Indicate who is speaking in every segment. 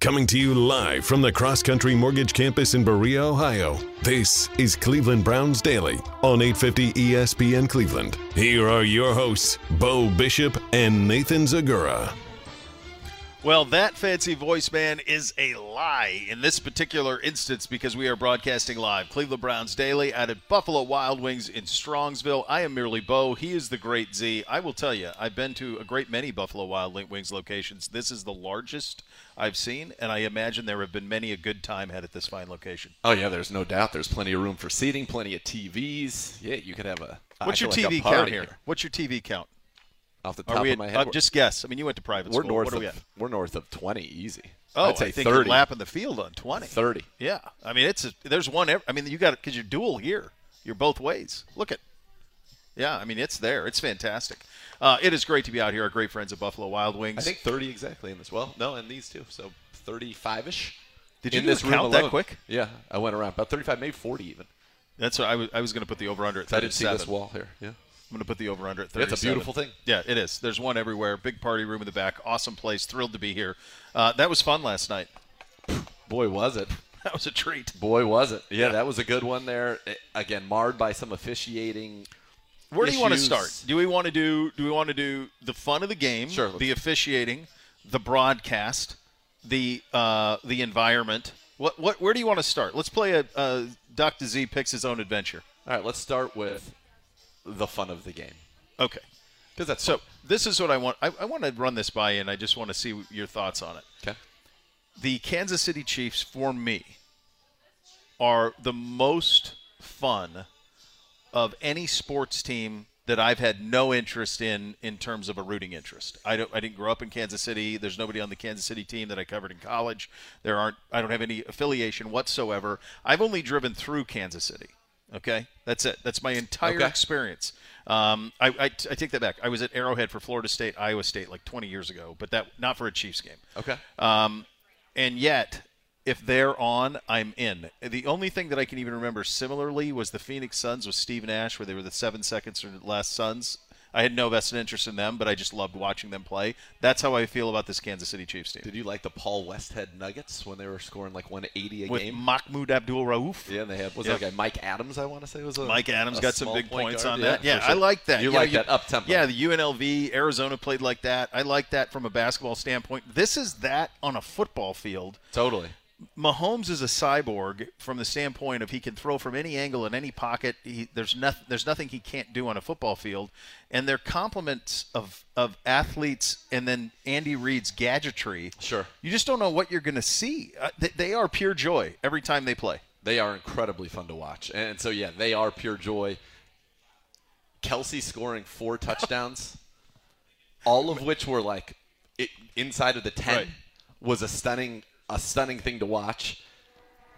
Speaker 1: Coming to you live from the Cross Country Mortgage Campus in Berea, Ohio. This is Cleveland Browns Daily on E 850 ESPN Cleveland. Here are your hosts, Bo Bishop and Nathan Zagura.
Speaker 2: Well, that fancy voice man is a lie in this particular instance because we are broadcasting live. Cleveland Browns Daily out at Buffalo Wild Wings in Strongsville. I am merely Bo. He is the great Z. I will tell you, I've been to a great many Buffalo Wild Wings locations. This is the largest I've seen, and I imagine there have been many a good time had at this fine location.
Speaker 3: Oh yeah, there's no doubt. There's plenty of room for seating, plenty of TVs. Yeah, you could have a. I
Speaker 2: What's your
Speaker 3: feel like a
Speaker 2: TV
Speaker 3: party
Speaker 2: count here? What's your TV count?
Speaker 3: Off the top
Speaker 2: Are we
Speaker 3: of
Speaker 2: at,
Speaker 3: my
Speaker 2: uh,
Speaker 3: head, we're-
Speaker 2: just guess. I mean, you went to private
Speaker 3: we're,
Speaker 2: school.
Speaker 3: north
Speaker 2: what are
Speaker 3: of
Speaker 2: we at?
Speaker 3: we're north of 20 easy.
Speaker 2: Oh,
Speaker 3: I'd say
Speaker 2: I think you're
Speaker 3: 30.
Speaker 2: lapping the field on 20.
Speaker 3: 30.
Speaker 2: Yeah, I mean it's a, there's one. ev- I mean you got because you're dual here. You're both ways. Look at, yeah. I mean it's there. It's fantastic. Uh, it is great to be out here. Our great friends at Buffalo Wild Wings.
Speaker 3: I think 30 exactly in this. Well, no, and these two, so 35 ish.
Speaker 2: Did you
Speaker 3: in
Speaker 2: do a
Speaker 3: this room
Speaker 2: count that
Speaker 3: alone.
Speaker 2: quick?
Speaker 3: Yeah, I went around about 35, maybe 40 even.
Speaker 2: that's what I was. I was going to put the over under at
Speaker 3: I didn't see
Speaker 2: 37.
Speaker 3: this wall here. Yeah.
Speaker 2: I'm going to put the over under at
Speaker 3: It's a
Speaker 2: 37.
Speaker 3: beautiful thing.
Speaker 2: Yeah, it is. There's one everywhere. Big party room in the back. Awesome place. Thrilled to be here. Uh, that was fun last night.
Speaker 3: Boy, was it.
Speaker 2: That was a treat.
Speaker 3: Boy, was it. Yeah, that was a good one there. Eh, Again, marred by some officiating.
Speaker 2: Where do you want to
Speaker 3: issues.
Speaker 2: start? Do we want to do do we want to do the fun of the game,
Speaker 3: Sure, let's-
Speaker 2: the officiating, the broadcast, the uh, the environment? What what where do you want to start? Let's play a uh, Dr. Z picks his own adventure.
Speaker 3: All right, let's start with the fun of the game.
Speaker 2: Okay.
Speaker 3: Because that's
Speaker 2: So, this is what I want I, I want to run this by you and I just want to see your thoughts on it.
Speaker 3: Okay.
Speaker 2: the Kansas City Chiefs, for me, are the most fun of any sports team that I've had no interest in in terms of a rooting interest. I don't I didn't grow up in Kansas City. There's nobody on the Kansas City team that I covered in college. There aren't I don't have any affiliation whatsoever. I've only driven through Kansas City. Okay? That's it. That's my entire
Speaker 3: Okay.
Speaker 2: experience. Um, I, I, I take that back. I was at Arrowhead for Florida State, Iowa State like 20 years ago, but that not for a Chiefs game.
Speaker 3: Okay.
Speaker 2: Um, and yet, if they're on, I'm in. The only thing that I can even remember similarly was the Phoenix Suns with Steve Nash, where they were the seven seconds or less Suns. I had no vested interest in them, but I just loved watching them play. That's how I feel about this Kansas City Chiefs team.
Speaker 3: Did you like the Paul Westhead Nuggets when they were scoring like 180 a
Speaker 2: with
Speaker 3: game?
Speaker 2: Mahmoud Abdul Rauf.
Speaker 3: yeah, and they had was
Speaker 2: Yeah.
Speaker 3: it like a Mike Adams. I want to say was a,
Speaker 2: Mike Adams
Speaker 3: a
Speaker 2: got some
Speaker 3: small
Speaker 2: big
Speaker 3: point
Speaker 2: points
Speaker 3: guard?
Speaker 2: on that. Yeah,
Speaker 3: for sure.
Speaker 2: I like that.
Speaker 3: You
Speaker 2: yeah,
Speaker 3: like that up tempo?
Speaker 2: Yeah, the UNLV, Arizona played like that. I like that from a basketball standpoint. This is that on a football field.
Speaker 3: totally.
Speaker 2: Mahomes is a cyborg from the standpoint of he can throw from any angle in any pocket. He, there's nothing there's nothing he can't do on a football field, and their complements of of athletes and then Andy Reid's gadgetry.
Speaker 3: Sure.
Speaker 2: you just don't know what you're going to see. Uh, they, they are pure joy every time they play.
Speaker 3: They are incredibly fun to watch, and so yeah, they are pure joy. Kelsey scoring four touchdowns, all of which were like it, inside of the ten,
Speaker 2: Right.
Speaker 3: was a stunning a stunning thing to watch.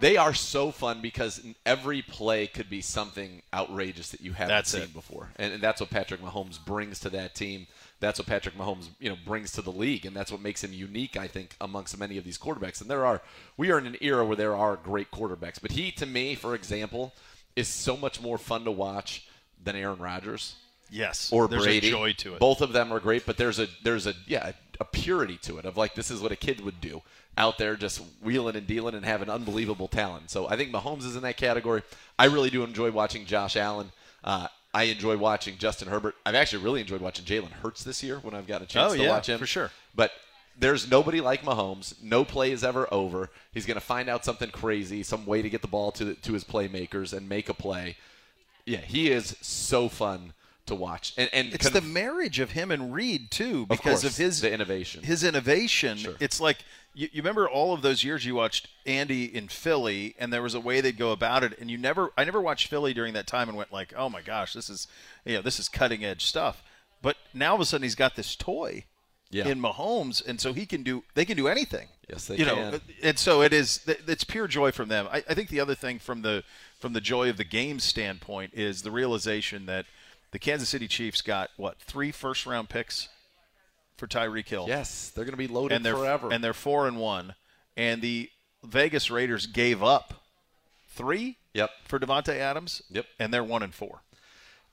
Speaker 3: They are so fun because every play could be something outrageous that you haven't
Speaker 2: That's
Speaker 3: seen
Speaker 2: it.
Speaker 3: before, and, and that's what Patrick Mahomes brings to that team. That's what Patrick Mahomes, you know, brings to the league, and that's what makes him unique, I think, amongst many of these quarterbacks. And there are, we are in an era where there are great quarterbacks, but he, to me, for example, is so much more fun to watch than Aaron Rodgers
Speaker 2: Yes,
Speaker 3: or
Speaker 2: there's
Speaker 3: Brady.
Speaker 2: a joy to it.
Speaker 3: Both of them are great, but there's a there's a yeah a purity to it of like this is what a kid would do out there just wheeling and dealing and having unbelievable talent. So I think Mahomes is in that category. I really do enjoy watching Josh Allen. Uh, I enjoy watching Justin Herbert. I've actually really enjoyed watching Jalen Hurts this year when I've gotten a chance
Speaker 2: Oh,
Speaker 3: to
Speaker 2: yeah,
Speaker 3: watch him
Speaker 2: for sure.
Speaker 3: but there's nobody like Mahomes. No play is ever over. He's going to find out something crazy, some way to get the ball to to his playmakers and make a play. Yeah, he is so fun to watch. And, and
Speaker 2: It's
Speaker 3: con-
Speaker 2: the marriage of him and Reed too,
Speaker 3: of
Speaker 2: because of,
Speaker 3: course,
Speaker 2: his
Speaker 3: the innovation.
Speaker 2: his innovation.
Speaker 3: Sure.
Speaker 2: It's like you, you remember all of those years you watched Andy in Philly, and there was a way they'd go about it, and you never, I never watched Philly during that time and went like, oh my gosh, this is, you know, this is cutting edge stuff. But now all of a sudden he's got this toy
Speaker 3: Yeah.
Speaker 2: in Mahomes, and so he can do, they can do anything.
Speaker 3: Yes, they
Speaker 2: you know, uh,
Speaker 3: can.
Speaker 2: and so it is. th- It's pure joy from them. I, I think the other thing from the from the joy of the game standpoint is the realization that the Kansas City Chiefs got what three first round picks for Tyreek Hill.
Speaker 3: yes, they're going to be loaded
Speaker 2: and they're
Speaker 3: forever.
Speaker 2: and they're four and one, and the Vegas Raiders gave up three
Speaker 3: yep.
Speaker 2: for Devontae Adams.
Speaker 3: Yep.
Speaker 2: and they're one and four.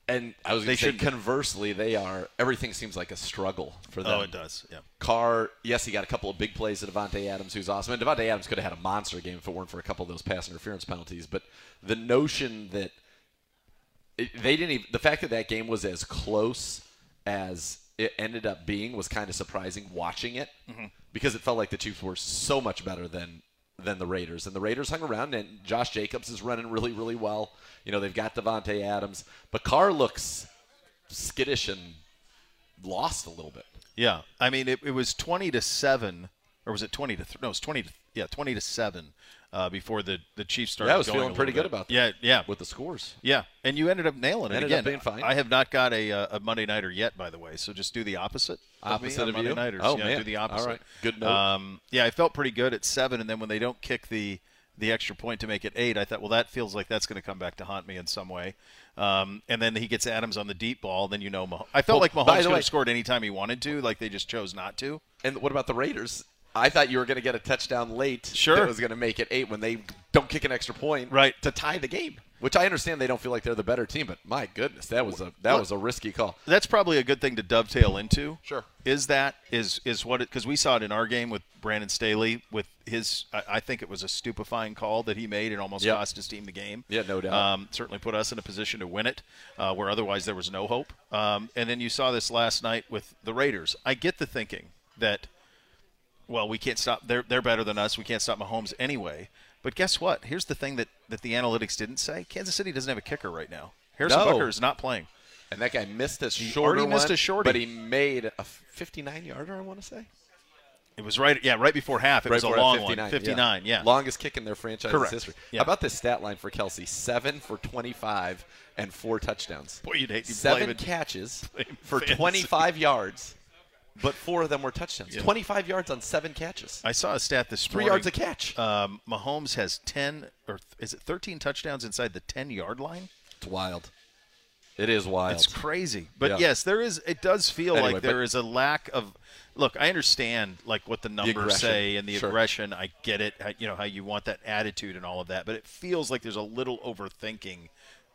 Speaker 3: And I was going
Speaker 2: They
Speaker 3: to say,
Speaker 2: should be.
Speaker 3: conversely, they are. Everything seems like a struggle for them.
Speaker 2: Oh, it does. Yeah.
Speaker 3: Carr, yes, he got a couple of big plays to Devontae Adams, who's awesome. And Devontae Adams could have had a monster game if it weren't for a couple of those pass interference penalties. But the notion that it, they didn't even, the fact that that game was as close as it ended up being was kind of surprising watching it because it felt like the Chiefs were so much better than than the Raiders and the Raiders hung around and Josh Jacobs is running really really well. You know, they've got Devontae Adams, but Carr looks skittish and lost a little bit.
Speaker 2: Yeah, I mean it, it was twenty to seven, or was it twenty to th- no? It was twenty to yeah, twenty to seven uh, before the the Chiefs started.
Speaker 3: Yeah, I was
Speaker 2: going a
Speaker 3: feeling
Speaker 2: little
Speaker 3: pretty good
Speaker 2: bit.
Speaker 3: about that.
Speaker 2: Yeah, yeah,
Speaker 3: With the scores.
Speaker 2: yeah, and you ended up nailing it
Speaker 3: Ended
Speaker 2: again.
Speaker 3: up being fine.
Speaker 2: I have not got a uh, a Monday nighter yet, by the way. So just do the opposite. of,
Speaker 3: Opposite
Speaker 2: me on
Speaker 3: of
Speaker 2: Monday
Speaker 3: you?
Speaker 2: nighters.
Speaker 3: Oh,
Speaker 2: yeah,
Speaker 3: man.
Speaker 2: do the
Speaker 3: All
Speaker 2: opposite.
Speaker 3: right. Good note.
Speaker 2: Um, yeah, I felt pretty good at seven, and then when they don't kick the the extra point to make it eight, I thought, well, that feels like that's going to come back to haunt me in some way. Um, and then he gets Adams on the deep ball. Then you know, Mah- I felt
Speaker 3: Well,
Speaker 2: like
Speaker 3: by
Speaker 2: Mahomes
Speaker 3: the
Speaker 2: could
Speaker 3: way-
Speaker 2: have scored any time he wanted to. Like they just chose not to.
Speaker 3: And what about the Raiders? I thought you were going to get a touchdown late.
Speaker 2: Sure.
Speaker 3: That was going to make it eight when they don't kick an extra point.
Speaker 2: Right.
Speaker 3: To tie the game, which I understand they don't feel like they're the better team, but my goodness, that was a that was a risky call.
Speaker 2: that's probably a good thing to dovetail into.
Speaker 3: Sure.
Speaker 2: Is that is is what it because we saw it in our game with Brandon Staley with his I, I think it was a stupefying call that he made and almost
Speaker 3: Yep.
Speaker 2: cost his team the game.
Speaker 3: Yeah, no doubt.
Speaker 2: Um, certainly put us in a position to win it, uh, where otherwise there was no hope. Um, and then you saw this last night with the Raiders. I get the thinking that well, we can't stop. They're they're better than us. We can't stop Mahomes anyway. But guess what? Here's the thing that that the analytics didn't say. Kansas City doesn't have a kicker right now. Harrison
Speaker 3: No.
Speaker 2: Booker is not playing.
Speaker 3: And that guy missed a shorter
Speaker 2: already missed
Speaker 3: one,
Speaker 2: a shorty.
Speaker 3: but he made a 59 yarder. I want to say.
Speaker 2: It was right, yeah, right before half. It was a
Speaker 3: before that
Speaker 2: long one, 59, yeah.
Speaker 3: Longest kick in their franchise's
Speaker 2: Correct.
Speaker 3: history.
Speaker 2: Yeah.
Speaker 3: How about this stat line for Kelsey? Seven for 25 and four touchdowns.
Speaker 2: Boy, you'd hate to blame
Speaker 3: Seven
Speaker 2: it.
Speaker 3: catches
Speaker 2: blame
Speaker 3: for
Speaker 2: fantasy.
Speaker 3: 25 yards, but four of them were touchdowns.
Speaker 2: Yeah.
Speaker 3: 25 yards on seven catches.
Speaker 2: I saw a stat this
Speaker 3: Three
Speaker 2: morning.
Speaker 3: yards a catch.
Speaker 2: Um, Mahomes has 10 or th- is it 13 touchdowns inside the 10 yard line?
Speaker 3: It's wild. It is wild.
Speaker 2: It's crazy. But
Speaker 3: Yeah.
Speaker 2: yes, there is. It does feel
Speaker 3: Anyway,
Speaker 2: like there
Speaker 3: but-
Speaker 2: is a lack of. Look, I understand like what the numbers
Speaker 3: aggression.
Speaker 2: say and the
Speaker 3: Sure.
Speaker 2: aggression. I get it. How, you know how you want that attitude and all of that, but it feels like there's a little overthinking.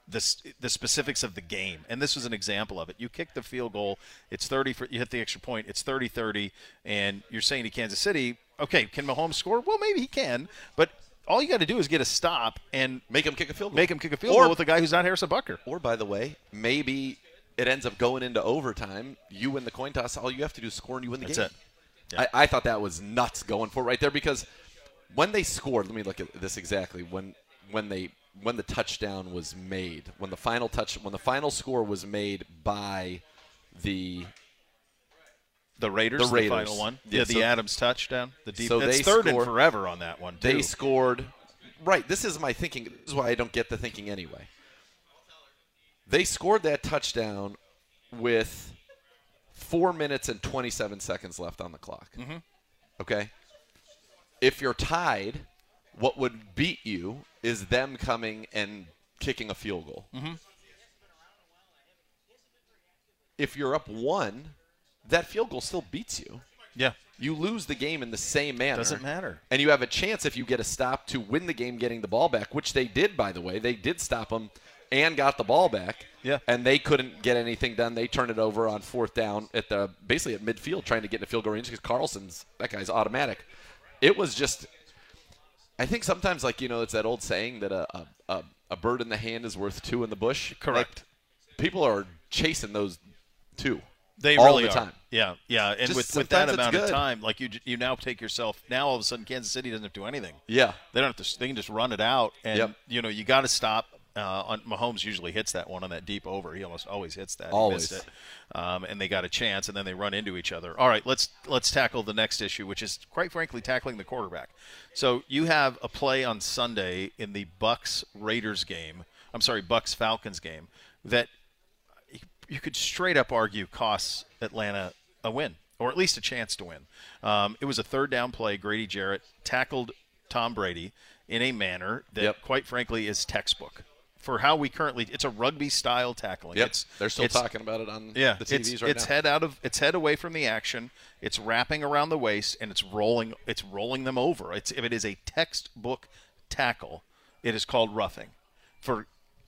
Speaker 2: The, s- the specifics of the game and this was an example of it you kick the field goal it's 30 for you hit the extra point it's 30-30 and you're saying to Kansas City okay can Mahomes score well maybe he can but all you got to do is get a stop and
Speaker 3: Make him kick a field goal.
Speaker 2: make him kick a field
Speaker 3: Or-
Speaker 2: goal with a guy who's not Harrison Bucker
Speaker 3: Or, by the way, maybe it ends up going into overtime. You win the coin toss. All you have to do is score and you win the
Speaker 2: That's
Speaker 3: game.
Speaker 2: it. Yeah.
Speaker 3: I, I thought that was nuts going for it right there because when they scored, let me look at this exactly. When when they when the touchdown was made, when the final touch, when the final score was made by the
Speaker 2: The Raiders,
Speaker 3: The
Speaker 2: the,
Speaker 3: Raiders.
Speaker 2: final one.
Speaker 3: Yeah,
Speaker 2: Yeah,
Speaker 3: so-
Speaker 2: the Adams touchdown. The deep.
Speaker 3: So
Speaker 2: that's
Speaker 3: they
Speaker 2: third
Speaker 3: score-
Speaker 2: and forever on that one. Too.
Speaker 3: They scored. Right. This is my thinking. This is why I don't get the thinking anyway. They scored that touchdown with four minutes and 27 seconds left on the clock. Mm-hmm. Okay. If you're tied, what would beat you is them coming and kicking a field goal. Mm-hmm. If you're up one, that field goal still beats you.
Speaker 2: yeah,
Speaker 3: You lose the game in the same manner.
Speaker 2: Doesn't matter.
Speaker 3: And you have a chance if you get a stop to win the game getting the ball back, which they did, by the way. They did stop them and got the ball back.
Speaker 2: Yeah.
Speaker 3: And they couldn't get anything done. They turned it over on fourth down at the basically at midfield trying to get in the field goal range because Carlson's that guy's automatic. It was just I think sometimes like, you know, it's that old saying that a a, a, a bird in the hand is worth two in the bush.
Speaker 2: Correct.
Speaker 3: Like, people are chasing those two.
Speaker 2: they
Speaker 3: all
Speaker 2: really
Speaker 3: the
Speaker 2: are.
Speaker 3: time.
Speaker 2: Yeah, yeah, and
Speaker 3: Just
Speaker 2: with, with that
Speaker 3: sometimes it's
Speaker 2: amount of
Speaker 3: good.
Speaker 2: time, like you, j- you now take yourself. Now all of a sudden, Kansas City doesn't have to do anything.
Speaker 3: Yeah.
Speaker 2: They don't have to. s- They can just run it out, and
Speaker 3: Yep.
Speaker 2: you know you got to stop. Uh, on Mahomes usually hits that one on that deep over. He almost always hits that. He
Speaker 3: Always.
Speaker 2: missed it. Um, and they got a chance, and then they run into each other. All right, let's let's tackle the next issue, which is quite frankly tackling the quarterback. So you have a play on Sunday in the Bucks Raiders game. I'm sorry, Bucks Falcons game that you could straight up argue costs Atlanta a win or at least a chance to win. Um, it was a third down play. Grady Jarrett tackled Tom Brady in a manner that,
Speaker 3: Yep.
Speaker 2: quite frankly, is textbook for how we currently. It's a rugby style tackling.
Speaker 3: Yep.
Speaker 2: It's,
Speaker 3: They're still
Speaker 2: it's-
Speaker 3: talking about it on
Speaker 2: Yeah,
Speaker 3: the TVs
Speaker 2: it's,
Speaker 3: right
Speaker 2: it's
Speaker 3: now.
Speaker 2: head out of it's head away from the action. It's wrapping around the waist and it's rolling it's rolling them over. It's if it is a textbook tackle, it is called roughing for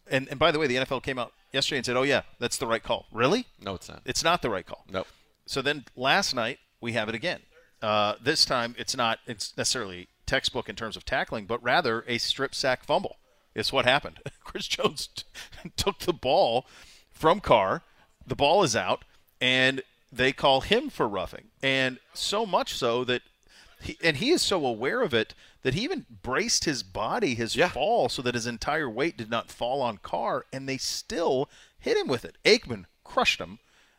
Speaker 2: and, and by the way, the NFL came out yesterday and said, oh, yeah, that's the right call. Really?
Speaker 3: No, it's not.
Speaker 2: It's not the right call.
Speaker 3: Nope.
Speaker 2: So then last night, we have it again. Uh, this time, it's not it's necessarily textbook in terms of tackling, but rather a strip sack fumble is what happened. Chris Jones t- took the ball from Carr. The ball is out, and they call him for roughing. And so much so that he, and he is so aware of it that he even braced his body, his
Speaker 3: Yeah.
Speaker 2: fall, so that his entire weight did not fall on Carr, and they still hit him with it. Aikman crushed him.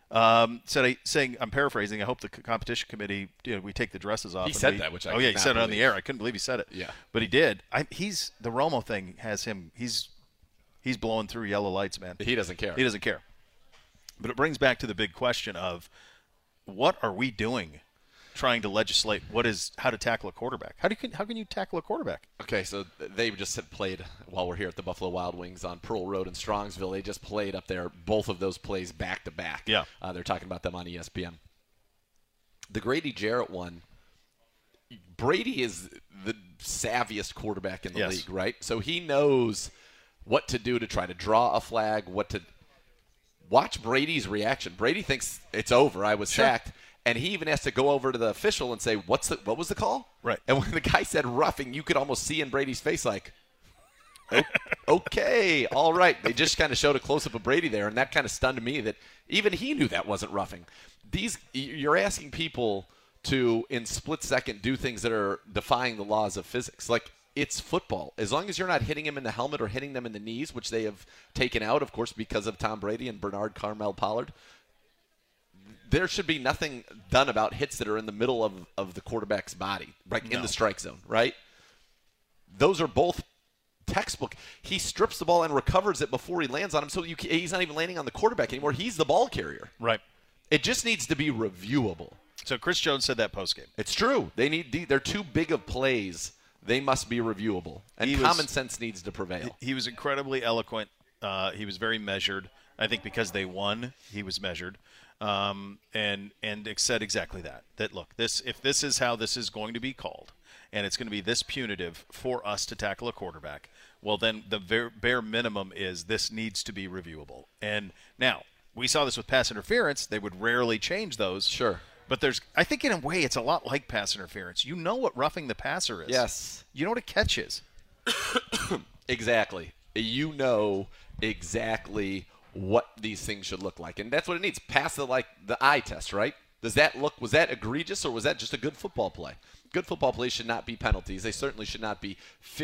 Speaker 2: Um, said I, saying I'm paraphrasing. I hope the c- competition committee, you know, we take the dresses off.
Speaker 3: He
Speaker 2: and
Speaker 3: said
Speaker 2: we-
Speaker 3: that, which I
Speaker 2: oh yeah,
Speaker 3: could
Speaker 2: he
Speaker 3: not
Speaker 2: said it on the
Speaker 3: believe.
Speaker 2: air. I couldn't believe he said it.
Speaker 3: Yeah.
Speaker 2: but he did. I, he's the Romo thing has him. He's he's blowing through yellow lights, man.
Speaker 3: He doesn't care.
Speaker 2: He doesn't care. But it brings back to the big question of what are we doing trying to legislate what is how to tackle a quarterback? How do you how can you tackle a quarterback?
Speaker 3: Okay, so th- they just had played while we're here at the Buffalo Wild Wings on Pearl Road in Strongsville. They just played up there both of those plays back to back.
Speaker 2: Yeah.
Speaker 3: Uh, they're talking about them on ESPN. The Grady Jarrett one, Brady is the savviest quarterback in the
Speaker 2: Yes.
Speaker 3: league, right? So he knows what to do to try to draw a flag, what to watch Brady's reaction. Brady thinks it's over. I was sacked, and he even has to go over to the official and say, "What's the what was the call?"
Speaker 2: Right.
Speaker 3: And when the guy said roughing, you could almost see in Brady's face like, "O- "Okay, all right." They just kind of showed a close up of Brady there, and that kind of stunned me that even he knew that wasn't roughing. These y- you're asking people to in split second do things that are defying the laws of physics, like. It's football. As long as you're not hitting him in the helmet or hitting them in the knees, which they have taken out, of course, because of Tom Brady and Bernard Carmel Pollard, there should be nothing done about hits that are in the middle of, of the quarterback's body, like in the strike zone, right? Those are both textbook. He strips the ball and recovers it before he lands on him, so you, ca- he's not even landing on the quarterback anymore. He's the ball carrier.
Speaker 2: Right.
Speaker 3: It just needs to be reviewable.
Speaker 2: So Chris Jones said that post game.
Speaker 3: It's true. They need the- they're too big of plays. They must be reviewable, and
Speaker 2: He was-
Speaker 3: common sense needs to prevail.
Speaker 2: He was incredibly eloquent. Uh, he was very measured. I think because they won, he was measured, um, and and ex- said exactly that. That look, this if this is how this is going to be called, and it's going to be this punitive for us to tackle a quarterback. Well, then the ver- bare minimum is this needs to be reviewable. And now we saw this with pass interference; they would rarely change those.
Speaker 3: Sure.
Speaker 2: But there's, I think, in a way, it's a lot like pass interference. You know what roughing the passer is.
Speaker 3: Yes.
Speaker 2: You know what a catch is.
Speaker 3: Exactly. You know exactly what these things should look like, and that's what it needs. Pass the like the eye test, right? Does that look was that egregious or was that just a good football play? Good football plays should not be penalties. They certainly should not be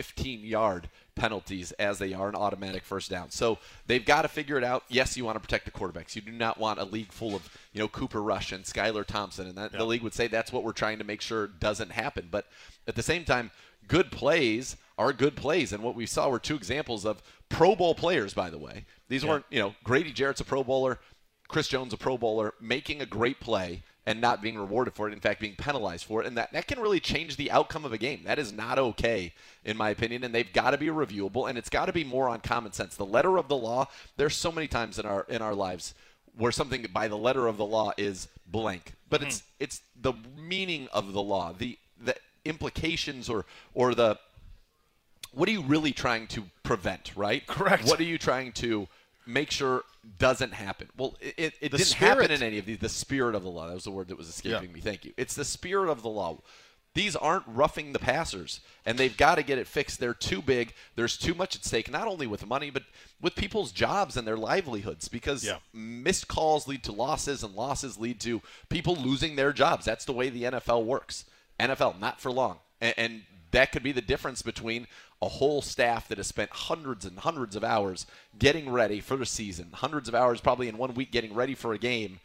Speaker 3: 15-yard penalties as they are an automatic first down. So they've got to figure it out. Yes, you want to protect the quarterbacks. You do not want a league full of you know Cooper Rush and Skylar Thompson, and that, the league would say that's what we're trying to make sure doesn't happen. But at the same time, good plays are good plays. And what we saw were two examples of Pro Bowl players, by the way. These weren't, you know, Grady Jarrett's a Pro Bowler, Chris Jones a Pro Bowler, making a great play and not being rewarded for it, in fact, being penalized for it. And that, that can really change the outcome of a game. That is not okay, in my opinion. And they've got to be reviewable and it's got to be more on common sense. The letter of the law, there's so many times in our in our lives where something by the letter of the law is blank. But it's it's the meaning of the law, the the implications or or the what are you really trying to prevent, right?
Speaker 2: Correct.
Speaker 3: What are you trying to make sure doesn't happen? Well, it, it, it didn't happen
Speaker 2: spirit.
Speaker 3: in any of these. The spirit of the law. That was the word that was escaping
Speaker 2: Yeah.
Speaker 3: me. Thank you. It's the spirit of the law. These aren't roughing the passers, and they've got to get it fixed. They're too big. There's too much at stake, not only with money, but with people's jobs and their livelihoods, because
Speaker 2: Yeah.
Speaker 3: missed calls lead to losses, and losses lead to people losing their jobs. That's the way the NFL works. NFL, not for long. And, and that could be the difference between a whole staff that has spent hundreds and hundreds of hours getting ready for the season, hundreds of hours probably in one week getting ready for a game,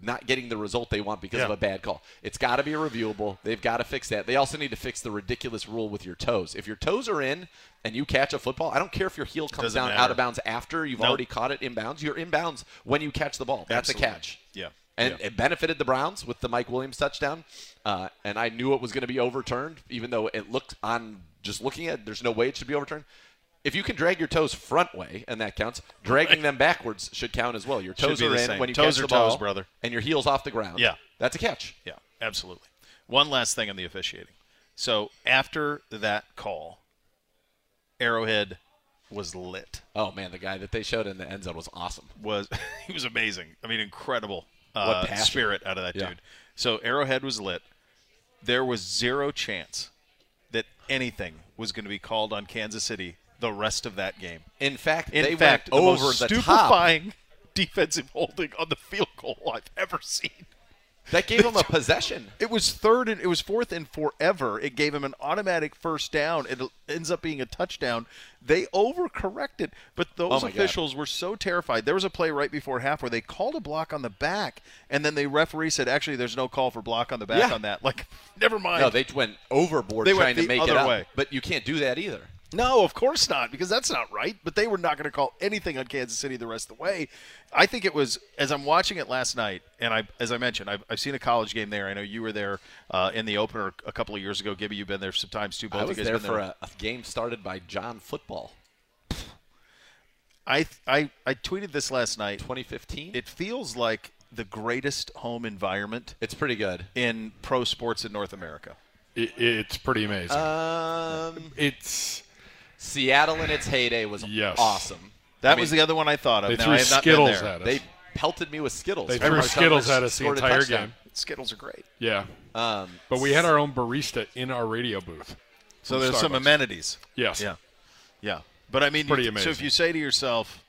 Speaker 3: not getting the result they want because of
Speaker 2: Yeah.
Speaker 3: a bad call. It's got to be reviewable. They've got to fix that. They also need to fix the ridiculous rule with your toes. If your toes are in and you catch a football, I don't care if your heel comes
Speaker 2: Doesn't
Speaker 3: down
Speaker 2: matter.
Speaker 3: out of bounds after you've
Speaker 2: Nope.
Speaker 3: already caught it inbounds. You're inbounds when you catch the ball. That's
Speaker 2: Absolutely.
Speaker 3: a catch.
Speaker 2: Yeah.
Speaker 3: And
Speaker 2: Yeah.
Speaker 3: it benefited the Browns with the Mike Williams touchdown. Uh, and I knew it was going to be overturned, even though it looked on just looking at it, there's no way it should be overturned. If you can drag your toes front way, and that counts, dragging them backwards should count as well. Your toes
Speaker 2: be
Speaker 3: are
Speaker 2: the
Speaker 3: in
Speaker 2: same.
Speaker 3: when you
Speaker 2: Toes
Speaker 3: catch
Speaker 2: are
Speaker 3: the ball,
Speaker 2: toes, brother.
Speaker 3: and your heels off the ground.
Speaker 2: Yeah.
Speaker 3: that's a catch.
Speaker 2: Yeah, absolutely. One last thing on the officiating. So after that call, Arrowhead was lit.
Speaker 3: Oh man, the guy that they showed in the end zone was awesome.
Speaker 2: Was he was amazing. I mean, incredible
Speaker 3: What
Speaker 2: uh,
Speaker 3: passion.
Speaker 2: spirit out of that
Speaker 3: Yeah.
Speaker 2: dude. So Arrowhead was lit. There was zero chance that anything was going to be called on Kansas City the rest of that game.
Speaker 3: In fact,
Speaker 2: In
Speaker 3: they
Speaker 2: fact,
Speaker 3: went
Speaker 2: the
Speaker 3: over
Speaker 2: most
Speaker 3: the top.
Speaker 2: stupefying defensive holding on the field goal I've ever seen.
Speaker 3: That gave them a possession.
Speaker 2: It was third and it was fourth and forever. It gave him an automatic first down. It ends up being a touchdown. They overcorrected, but those
Speaker 3: Oh my God.
Speaker 2: officials were so terrified. There was a play right before half where they called a block on the back, and then the referee said, "Actually, there's no call for block on the back
Speaker 3: Yeah.
Speaker 2: on that." Like, never mind.
Speaker 3: No, they went overboard
Speaker 2: They went
Speaker 3: trying
Speaker 2: the
Speaker 3: to make it
Speaker 2: other
Speaker 3: up.
Speaker 2: way.
Speaker 3: But you can't do that either.
Speaker 2: No, of course not, because that's not right. But they were not going to call anything on Kansas City the rest of the way. I think it was as I'm watching it last night, and I, as I mentioned, I've, I've seen a college game there. I know you were there uh, in the opener a couple of years ago. Gibby, you've been there some times too. Both
Speaker 3: I
Speaker 2: of
Speaker 3: was
Speaker 2: you guys
Speaker 3: there
Speaker 2: been
Speaker 3: for a, a game started by John Football,
Speaker 2: I, I I tweeted this last night.
Speaker 3: 2015.
Speaker 2: It feels like the greatest home environment
Speaker 3: it's pretty good.
Speaker 2: in pro sports in North America.
Speaker 4: It, it's pretty amazing.
Speaker 3: Uh, Um,
Speaker 4: it's
Speaker 3: Seattle in its heyday was
Speaker 4: Yes.
Speaker 3: awesome.
Speaker 2: That
Speaker 3: I mean,
Speaker 2: was the other one I thought of.
Speaker 4: they
Speaker 2: now
Speaker 4: threw
Speaker 2: I have not been
Speaker 4: Skittles
Speaker 2: there.
Speaker 4: at us.
Speaker 3: They pelted me with Skittles.
Speaker 4: They
Speaker 3: Trevor
Speaker 4: threw
Speaker 3: Summers
Speaker 4: Skittles at us the
Speaker 3: scored a
Speaker 4: entire
Speaker 3: touchdown.
Speaker 4: game.
Speaker 2: Skittles are great.
Speaker 4: yeah,
Speaker 3: Um,
Speaker 4: but we had our own barista in our radio booth.
Speaker 2: So there's some
Speaker 4: Starbucks.
Speaker 2: amenities.
Speaker 4: Yes.
Speaker 2: Yeah. Yeah. But I mean,
Speaker 4: Pretty
Speaker 2: you- so if
Speaker 4: amazing.
Speaker 2: you say to yourself,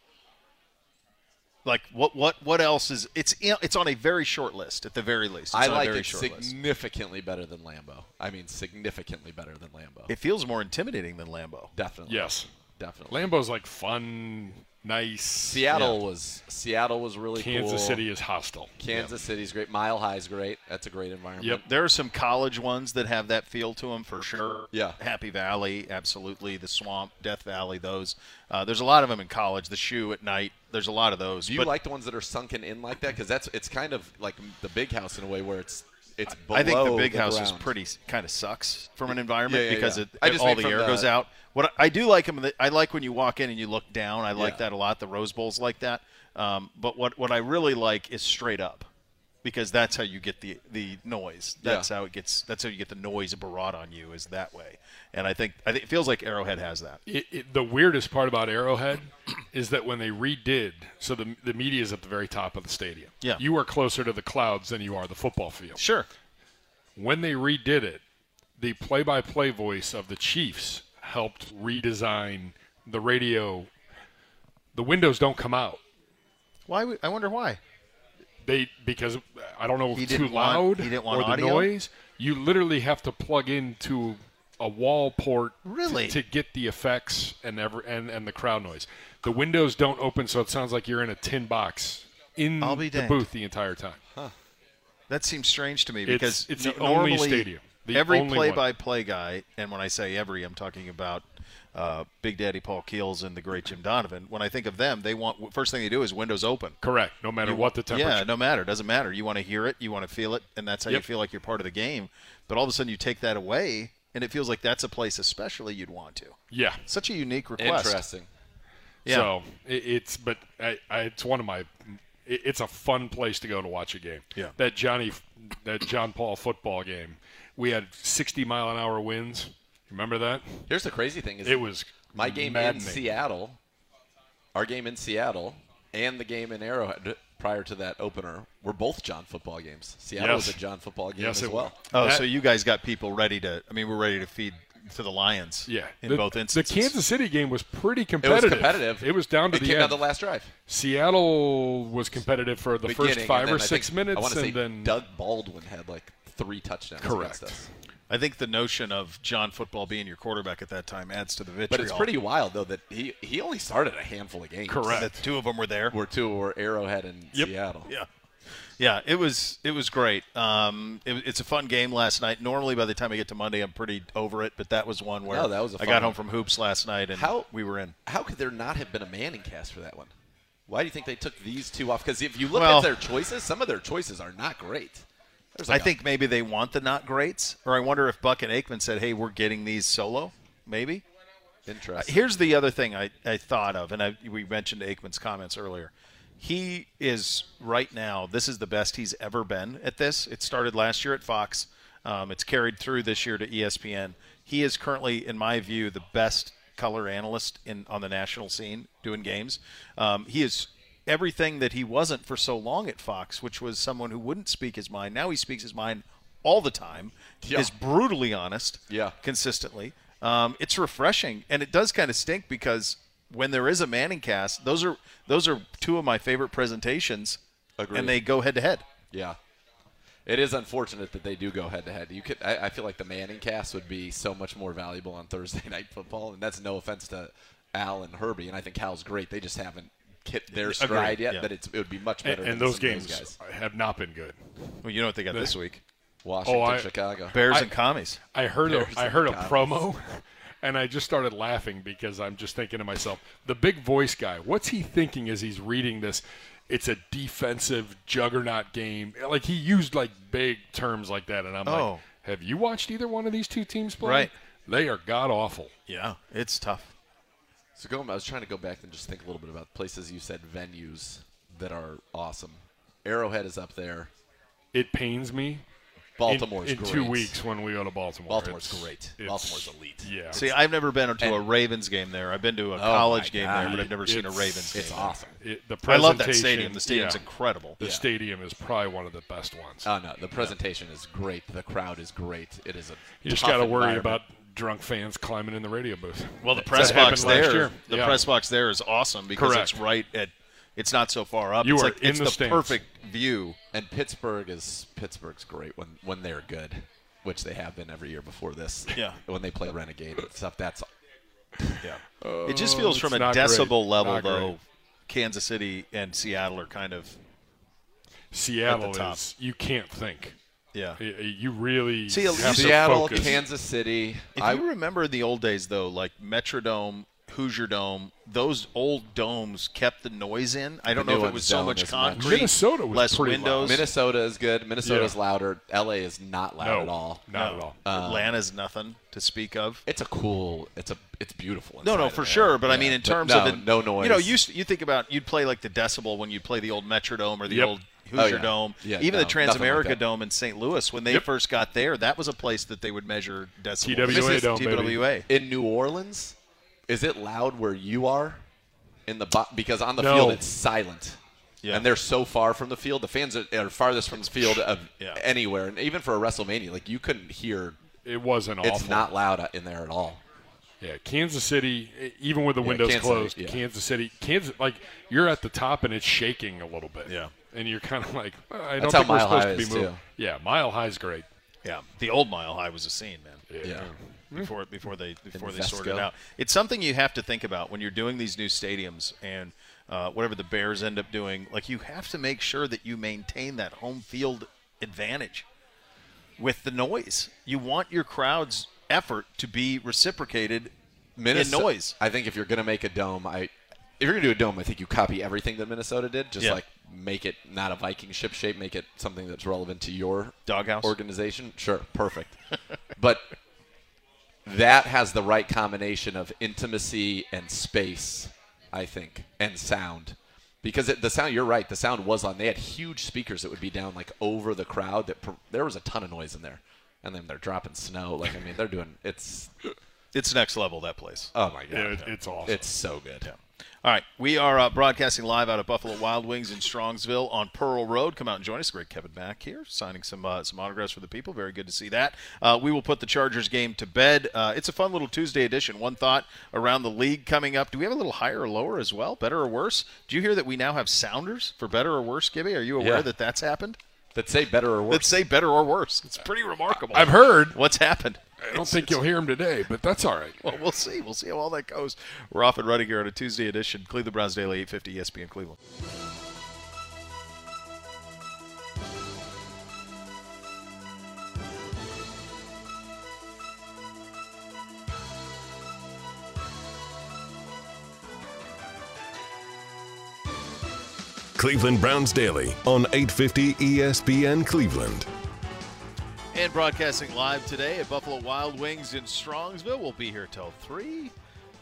Speaker 2: like, what, what, what else is? It's it's on a very short list at the very least. It's
Speaker 3: I
Speaker 2: on
Speaker 3: like
Speaker 2: a very
Speaker 3: it
Speaker 2: short list.
Speaker 3: significantly better than Lambo. I mean, significantly better than Lambo.
Speaker 2: It feels more intimidating than Lambeau.
Speaker 3: definitely.
Speaker 4: Yes,
Speaker 3: Definitely.
Speaker 4: Lambo's like fun, nice.
Speaker 3: Seattle was Seattle was really
Speaker 4: Kansas
Speaker 3: cool.
Speaker 4: City is hostile.
Speaker 3: Kansas City's great. Mile High's great. That's a great environment.
Speaker 4: Yep.
Speaker 2: There are some college ones that have that feel to them for sure.
Speaker 3: Yeah.
Speaker 2: Happy Valley, absolutely. The Swamp, Death Valley, those. Uh, there's a lot of them in college. The Shoe at night. There's a lot of those.
Speaker 3: Do you
Speaker 2: but
Speaker 3: like the ones that are sunken in like that? Because that's it's kind of like the big house in a way where it's it's below
Speaker 2: I think the big house is
Speaker 3: ground.
Speaker 2: pretty kind of sucks from an environment
Speaker 3: Yeah, yeah,
Speaker 2: because
Speaker 3: yeah.
Speaker 2: It,
Speaker 3: I
Speaker 2: it-
Speaker 3: just
Speaker 2: all
Speaker 3: mean
Speaker 2: the
Speaker 3: from
Speaker 2: air
Speaker 3: the-
Speaker 2: goes out. What I I do like them. I like when you walk in and you look down. I like
Speaker 3: Yeah.
Speaker 2: that a lot. The Rose Bowl's like that. Um, but what what I really like is straight up, because that's how you get the the noise.
Speaker 3: Yeah.
Speaker 2: That's how it gets. That's how you get the noise barrage on you is that way. And I think I think it feels like Arrowhead has that.
Speaker 4: it, it, the weirdest part about Arrowhead is that when they redid, so the the media is at the very top of the stadium.
Speaker 2: Yeah.
Speaker 4: you are closer to the clouds than you are the football field.
Speaker 2: Sure.
Speaker 4: When they redid it, the play-by-play voice of the Chiefs helped redesign the radio. The windows don't come out.
Speaker 2: Why? would- I wonder why.
Speaker 4: They because I don't know
Speaker 2: He
Speaker 4: if too
Speaker 2: didn't want-
Speaker 4: loud
Speaker 2: he didn't want
Speaker 4: or the
Speaker 2: audio?
Speaker 4: noise. You literally have to plug into a wall port
Speaker 2: Really?
Speaker 4: to, to get the effects and ever and, and the crowd noise. The windows don't open, so it sounds like you're in a tin box in
Speaker 2: I'll be
Speaker 4: the
Speaker 2: danged.
Speaker 4: booth the entire time.
Speaker 2: That seems strange to me
Speaker 4: It's-
Speaker 2: because
Speaker 4: it's
Speaker 2: no-
Speaker 4: the only
Speaker 2: normally
Speaker 4: stadium, the
Speaker 2: every
Speaker 4: only one.
Speaker 2: play-by-play guy, and when I say every, I'm talking about uh, Big Daddy Paul Keels and the great Jim Donovan. When I think of them, they want first thing they do is windows open.
Speaker 4: Correct. No matter what the temperature.
Speaker 2: Yeah, no matter, doesn't matter. You want to hear it, you want to feel it, and that's how you
Speaker 4: Yep.
Speaker 2: feel like you're part of the game. But all of a sudden, you take that away, and it feels like that's a place, especially you'd want to.
Speaker 4: Yeah.
Speaker 2: Such a unique request.
Speaker 3: interesting.
Speaker 2: Yeah.
Speaker 4: So it, it's but I, I, it's one of my it, it's a fun place to go to watch a game.
Speaker 2: Yeah.
Speaker 4: That Johnny that John Paul football game. We had 60 mile an hour winds. Remember that?
Speaker 3: Here's the crazy thing is
Speaker 4: It was
Speaker 3: my game
Speaker 4: maddening.
Speaker 3: in Seattle, our game in Seattle, and the game in Arrowhead prior to that opener were both John football games. Seattle
Speaker 4: Yes.
Speaker 3: was a John football game
Speaker 4: Yes,
Speaker 3: as
Speaker 4: it
Speaker 3: well.
Speaker 4: was.
Speaker 2: Oh,
Speaker 4: That-
Speaker 2: so you guys got people ready to? I mean, we're ready to feed to the Lions.
Speaker 4: Yeah,
Speaker 2: in
Speaker 4: the,
Speaker 2: both instances.
Speaker 4: the Kansas City game was pretty
Speaker 3: It was
Speaker 4: competitive.
Speaker 3: competitive.
Speaker 4: It was down to
Speaker 3: it
Speaker 4: the
Speaker 3: came
Speaker 4: end.
Speaker 3: down to the last drive.
Speaker 4: Seattle was competitive for the
Speaker 3: Beginning,
Speaker 4: first
Speaker 3: and
Speaker 4: five
Speaker 3: then
Speaker 4: or
Speaker 3: I
Speaker 4: six
Speaker 3: think- I
Speaker 4: minutes,
Speaker 3: wanna
Speaker 4: and
Speaker 3: say
Speaker 4: then
Speaker 3: Doug Baldwin had like three touchdowns.
Speaker 4: Correct.
Speaker 3: Against us.
Speaker 2: I think the notion of John Football being your quarterback at that time adds to the vitriol.
Speaker 3: But it's pretty wild though that he he only started a handful of games.
Speaker 4: Correct.
Speaker 2: That two of them were there.
Speaker 3: Where two were Arrowhead and Seattle.
Speaker 2: Yeah, yeah. It was it was great. Um, it, it's a fun game last night. Normally, by the time I get to Monday, I'm pretty over it. But that was one where
Speaker 3: No, that was a
Speaker 2: I
Speaker 3: fun
Speaker 2: got home
Speaker 3: one.
Speaker 2: from hoops last night and
Speaker 3: How-
Speaker 2: we were in.
Speaker 3: How could there not have been a Manning cast for that one? Why do you think they took these two off? Because if you look
Speaker 2: Well-
Speaker 3: at their choices, some of their choices are not great. There's
Speaker 2: I
Speaker 3: like a-
Speaker 2: think maybe they want the not greats, or I wonder if Buck and Aikman said, "Hey, we're getting these solo." Maybe.
Speaker 3: interesting.
Speaker 2: Here's the other thing I, I thought of, and I, we mentioned Aikman's comments earlier. He is right now, this is the best he's ever been at this. It started last year at Fox, E um, it's carried through this year to ESPN. He is currently, in my view, the best color analyst in on the national scene doing games. Um, he is everything that he wasn't for so long at Fox, which was someone who wouldn't speak his mind. Now he speaks his mind all the time.
Speaker 3: Yeah.
Speaker 2: Is brutally honest.
Speaker 3: Yeah.
Speaker 2: Consistently. Um, it's refreshing, and it does kind of stink because when there is a Manning cast, those are those are two of my favorite presentations,
Speaker 3: Agreed.
Speaker 2: and they go head to head.
Speaker 3: Yeah. It is unfortunate that they do go head to head. You could, I, I feel like the Manning cast would be so much more valuable on Thursday Night Football, and that's no offense to Al and Herbie, and I think Hal's great. They just haven't hit their stride yet.
Speaker 2: yeah.
Speaker 3: That it's, it would be much
Speaker 4: And,
Speaker 3: better.
Speaker 4: and
Speaker 3: than
Speaker 4: those
Speaker 3: some of
Speaker 4: games
Speaker 3: guys.
Speaker 4: have not been good.
Speaker 2: Well, you know what they got this week:
Speaker 3: Washington,
Speaker 4: Oh, I-
Speaker 3: Chicago.
Speaker 2: Bears
Speaker 4: I-
Speaker 2: and commies.
Speaker 4: I heard a,
Speaker 3: Bears
Speaker 4: I
Speaker 3: and
Speaker 4: heard a
Speaker 3: Cowboys.
Speaker 4: promo, and I just started laughing because I'm just thinking to myself, the big voice guy, what's he thinking as he's reading this? It's a defensive juggernaut game. Like he used like big terms like that, and I'm like,
Speaker 2: Oh.
Speaker 4: have you watched either one of these two teams play?
Speaker 2: Right.
Speaker 4: They are god awful.
Speaker 2: Yeah, it's tough.
Speaker 3: So going, I was trying to go back and just think a little bit about places you said venues that are awesome. Arrowhead is up there.
Speaker 4: It pains me. in-
Speaker 3: Baltimore's
Speaker 4: in,
Speaker 3: great.
Speaker 4: two weeks when we go to Baltimore.
Speaker 3: Baltimore's
Speaker 4: It's-
Speaker 3: great.
Speaker 4: it's-
Speaker 3: Baltimore's elite.
Speaker 4: Yeah.
Speaker 2: See, I've never been to a
Speaker 3: And- Oh
Speaker 2: Ravens game there. I've been to a college game there,
Speaker 3: God.
Speaker 2: but I've never seen a
Speaker 4: It's-
Speaker 2: Ravens game.
Speaker 3: It's
Speaker 2: there.
Speaker 3: awesome.
Speaker 4: It- the
Speaker 2: I love that
Speaker 4: presentation-
Speaker 2: stadium. The stadium's
Speaker 4: yeah.
Speaker 2: incredible.
Speaker 4: The stadium is probably one of the best ones.
Speaker 3: Oh no, the presentation is great. The crowd is great. It is a.
Speaker 4: you just
Speaker 3: tough
Speaker 4: got to worry
Speaker 3: environment.
Speaker 4: about drunk fans climbing in the radio booth.
Speaker 2: Well, the press
Speaker 4: That
Speaker 2: box
Speaker 4: happened last
Speaker 2: there,
Speaker 4: year.
Speaker 2: the
Speaker 4: Yeah.
Speaker 2: press box there is awesome because
Speaker 4: Correct.
Speaker 2: it's right at. It's not so far up.
Speaker 4: You
Speaker 2: it's
Speaker 4: are
Speaker 2: like
Speaker 4: in
Speaker 2: it's
Speaker 4: the
Speaker 2: the
Speaker 4: stands.
Speaker 2: perfect view.
Speaker 3: And Pittsburgh is Pittsburgh's great when when they're good, which they have been every year before this.
Speaker 2: Yeah.
Speaker 3: when they play Renegade and stuff, that's
Speaker 2: Yeah. it just feels
Speaker 4: Oh, it's
Speaker 2: from a
Speaker 4: not great.
Speaker 2: decibel level
Speaker 4: Not
Speaker 2: though.
Speaker 4: great.
Speaker 2: Kansas City and Seattle are kind of
Speaker 4: Seattle
Speaker 2: at the top.
Speaker 4: is you can't think.
Speaker 2: yeah.
Speaker 4: Y- You really
Speaker 2: See,
Speaker 4: have to
Speaker 3: Seattle,
Speaker 4: focus.
Speaker 3: Kansas City.
Speaker 2: If
Speaker 3: I
Speaker 2: you remember in the old days, though, like Metrodome, Hoosier Dome, those old domes kept the noise in. I don't
Speaker 3: The
Speaker 2: know
Speaker 3: new
Speaker 2: if it was
Speaker 3: ones
Speaker 2: so
Speaker 3: don't
Speaker 2: much
Speaker 3: as much.
Speaker 2: concrete.
Speaker 4: Minnesota was
Speaker 2: less
Speaker 4: pretty
Speaker 2: windows.
Speaker 3: Minnesota is good. Minnesota's
Speaker 4: Yeah.
Speaker 3: louder. LA is not loud
Speaker 4: no,
Speaker 3: at all.
Speaker 4: Not at all.
Speaker 2: Atlanta's nothing to speak of.
Speaker 3: It's a cool. It's a. It's beautiful.
Speaker 2: No,
Speaker 3: inside
Speaker 2: no,
Speaker 3: of
Speaker 2: for
Speaker 3: there.
Speaker 2: sure. But I
Speaker 3: Yeah,
Speaker 2: mean, in
Speaker 3: but
Speaker 2: terms
Speaker 3: no,
Speaker 2: of the,
Speaker 3: no noise.
Speaker 2: you know, you s- you think about you'd play like the decibel when you play the old Metrodome or the
Speaker 4: Yep.
Speaker 2: old Hoosier
Speaker 3: Oh, yeah.
Speaker 2: Dome,
Speaker 3: Yeah,
Speaker 2: even the
Speaker 3: no, nothing like
Speaker 2: Transamerica
Speaker 3: that.
Speaker 2: Dome in St. Louis when they
Speaker 4: Yep.
Speaker 2: first got there. That was a place that they would measure decibel.
Speaker 4: TWA dome, baby.
Speaker 2: TWA.
Speaker 3: in New Orleans, is it loud where you are? In the bo- because on the
Speaker 4: No.
Speaker 3: field it's silent.
Speaker 2: Yeah.
Speaker 3: And they're so far from the field. The fans are, are farthest from the field of
Speaker 2: Yeah.
Speaker 3: anywhere, and even for a WrestleMania, like you couldn't hear.
Speaker 4: It wasn't awful.
Speaker 3: It's not loud in there at all.
Speaker 4: Yeah, Kansas City, e- even with the windows
Speaker 3: Kansas City,
Speaker 4: closed,
Speaker 3: yeah.
Speaker 4: Kansas City, Kansas, like you're at the top and it's shaking a little bit.
Speaker 2: Yeah.
Speaker 4: and you're kind of like, "Well, I don't
Speaker 3: That's
Speaker 4: think
Speaker 3: how
Speaker 4: we're
Speaker 3: Mile
Speaker 4: supposed
Speaker 3: High
Speaker 4: to be
Speaker 3: is,
Speaker 4: moving.
Speaker 3: too.
Speaker 4: Yeah, Mile High's great.
Speaker 2: Yeah, the old Mile High was a scene, man.
Speaker 3: Yeah.
Speaker 2: Before before they before they
Speaker 3: Invesco.
Speaker 2: sorted it out, it's something you have to think about when you're doing these new stadiums and uh, whatever the Bears end up doing. Like you have to make sure that you maintain that home field advantage with the noise. You want your crowd's effort to be reciprocated
Speaker 3: Minneso-
Speaker 2: in noise.
Speaker 3: I think if you're gonna make a dome, I if you're gonna do a dome, I think you copy everything that Minnesota did. Just
Speaker 2: Yeah.
Speaker 3: like make it not a Viking ship shape, make it something that's relevant to your
Speaker 2: Doghouse?
Speaker 3: organization. Sure, perfect. but that has the right combination of intimacy and space, I think, and sound. Because it, the sound, you're right, the sound was on. They had huge speakers that would be down like over the crowd. That pr- there was a ton of noise in there, and then they're dropping snow. Like I mean, they're doing it's.
Speaker 2: It's next level that place.
Speaker 3: Oh my god,
Speaker 4: Yeah, it- it's awesome.
Speaker 3: it's so good.
Speaker 2: All right, we are uh, broadcasting live out of Buffalo Wild Wings in Strongsville on Pearl Road. Come out and join us. Greg Kevin back here, signing some uh, some autographs for the people. Very good to see that. Uh, we will put the Chargers game to bed. Uh, it's a fun little Tuesday edition. One thought around the league coming up. Do we have a little higher or lower as well? Better or worse? Do you hear that we now have sounders for better or worse, Gibby? Are you aware
Speaker 3: Yeah.
Speaker 2: that that's happened?
Speaker 3: That say better or worse.
Speaker 2: Let's say better or worse. It's pretty remarkable.
Speaker 4: I've heard.
Speaker 2: What's happened?
Speaker 4: I don't think you'll hear him today, but that's all right.
Speaker 2: Well, we'll see. We'll see how all that goes. We're off and running here on a Tuesday edition. Cleveland Browns Daily, E 850 ESPN Cleveland.
Speaker 1: Cleveland Browns Daily on E 850 ESPN Cleveland.
Speaker 2: And broadcasting live today at Buffalo Wild Wings in Strongsville. We'll be here till 3.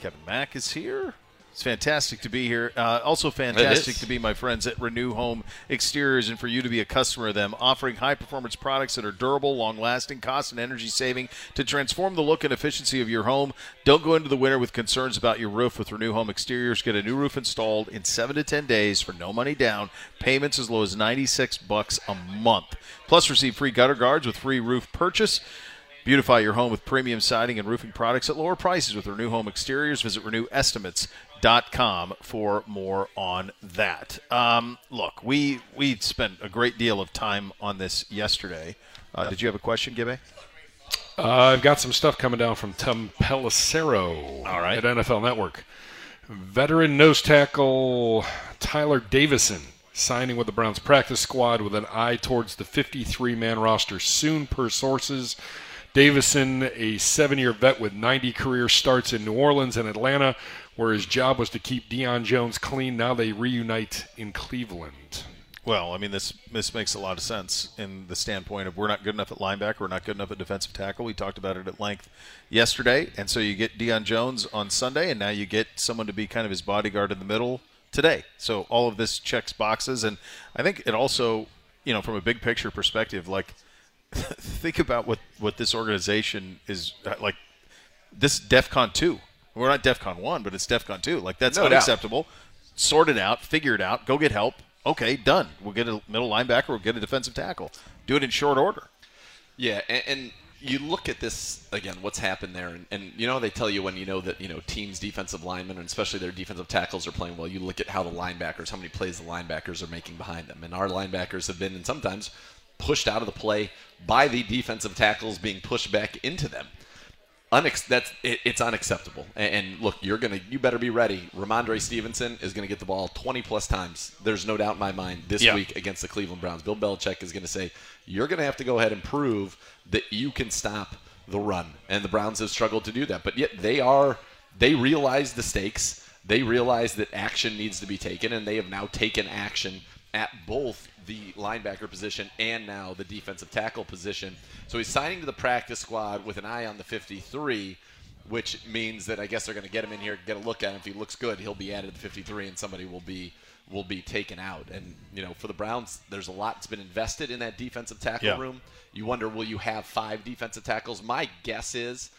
Speaker 2: Kevin Mack is here. It's fantastic to be here. Uh, also, fantastic to be my friends at Renew Home Exteriors and for you to be a customer of them, offering high performance products that are durable, long lasting, cost and energy saving to transform the look and efficiency of your home. Don't go into the winter with concerns about your roof with Renew Home Exteriors. Get a new roof installed in seven to 10 days for no money down, payments as low as 96 bucks a month. Plus, receive free gutter guards with free roof purchase. Beautify your home with premium siding and roofing products at lower prices with Renew Home Exteriors. Visit renewestimates.com for more on that. Um, look, we we spent a great deal of time on this yesterday. Uh, did you have a question, Gibbe?
Speaker 4: Uh, I've got some stuff coming down from Tom Pelissero
Speaker 2: All right.
Speaker 4: at NFL Network. Veteran nose tackle Tyler Davison signing with the Browns practice squad with an eye towards the 53 man roster soon, per sources. Davison, a seven year vet with 90 career starts in New Orleans and Atlanta, where his job was to keep Deion Jones clean. Now they reunite in Cleveland.
Speaker 2: Well, I mean this this makes a lot of sense in the standpoint of we're not good enough at linebacker, we're not good enough at defensive tackle. We talked about it at length yesterday, and so you get Deion Jones on Sunday, and now you get someone to be kind of his bodyguard in the middle today. So all of this checks boxes, and I think it also, you know, from a big picture perspective, like think about what what this organization is uh, like. This DefCon two, we're not DefCon one, but it's DefCon two. Like that's
Speaker 3: No doubt.
Speaker 2: unacceptable. Sort it out, figure it out, go get help. Okay, done. We'll get a middle linebacker. We'll get a defensive tackle. Do it in short order.
Speaker 3: Yeah, and, and you look at this again. What's happened there, and, and you know how they tell you when you know that you know teams' defensive linemen and especially their defensive tackles are playing well. You look at how the linebackers, how many plays the linebackers are making behind them, and our linebackers have been and sometimes pushed out of the play by the defensive tackles being pushed back into them. Unex- that's it, it's unacceptable. And, and look, you're gonna you better be ready. Ramondre Stevenson is gonna get the ball 20 plus times. There's no doubt in my mind this
Speaker 2: Yeah.
Speaker 3: week against the Cleveland Browns. Bill Belichick is gonna say you're gonna have to go ahead and prove that you can stop the run. And the Browns have struggled to do that, but yet they are they realize the stakes. They realize that action needs to be taken, and they have now taken action at both the linebacker position and now the defensive tackle position. So he's signing to the practice squad with an eye on the 53, which means that I guess they're going to get him in here, get a look at him. If he looks good, he'll be added to the 53, and somebody will be will be taken out. And you know, for the Browns, there's a lot that's been invested in that defensive tackle
Speaker 2: Yeah.
Speaker 3: room. You wonder, will you have five defensive tackles? My guess is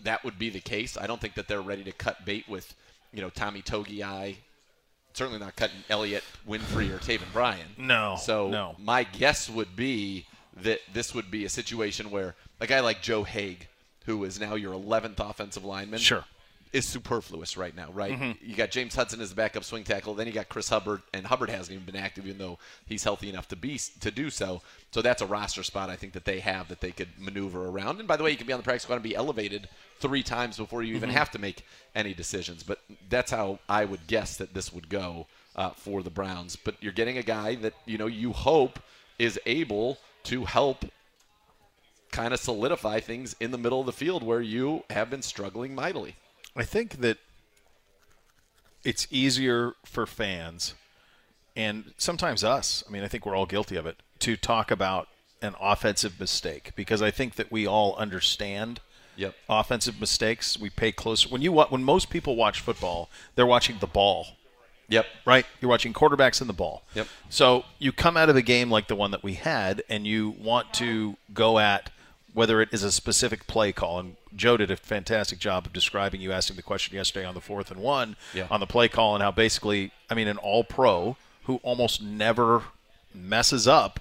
Speaker 3: that would be the case. I don't think that they're ready to cut bait with, you know, Tommy Togiai. Certainly not cutting Elliott Winfrey or Taven Bryan.
Speaker 2: No,
Speaker 3: So
Speaker 2: no.
Speaker 3: my guess would be that this would be a situation where a guy like Joe Haig, who is now your 11th offensive lineman,
Speaker 2: Sure.
Speaker 3: is superfluous right now, right? You got James Hudson as the backup swing tackle, then you got Chris Hubbard, and Hubbard hasn't even been active, even though he's healthy enough to be to do so. So that's a roster spot I think that they have that they could maneuver around. And by the way, you can be on the practice squad and be elevated three times before you even have to make any decisions. But that's how I would guess that this would go uh, for the Browns. But you're getting a guy that you know you hope is able to help kind of solidify things in the middle of the field where you have been struggling mightily.
Speaker 2: I think that it's easier for fans and sometimes us. I mean, I think we're all guilty of it to talk about an offensive mistake because I think that we all understand
Speaker 3: Yep.
Speaker 2: offensive mistakes. We pay close when you wa- when most people watch football, they're watching the ball
Speaker 3: Yep.
Speaker 2: right? You're watching quarterbacks and the ball.
Speaker 3: Yep.
Speaker 2: So you come out of a game like the one that we had, and you want to go at whether it is a specific play call. And Joe did a fantastic job of describing. You asking the question yesterday on the fourth and one
Speaker 3: Yeah.
Speaker 2: on the play call, and how basically, I mean, an All Pro who almost never messes up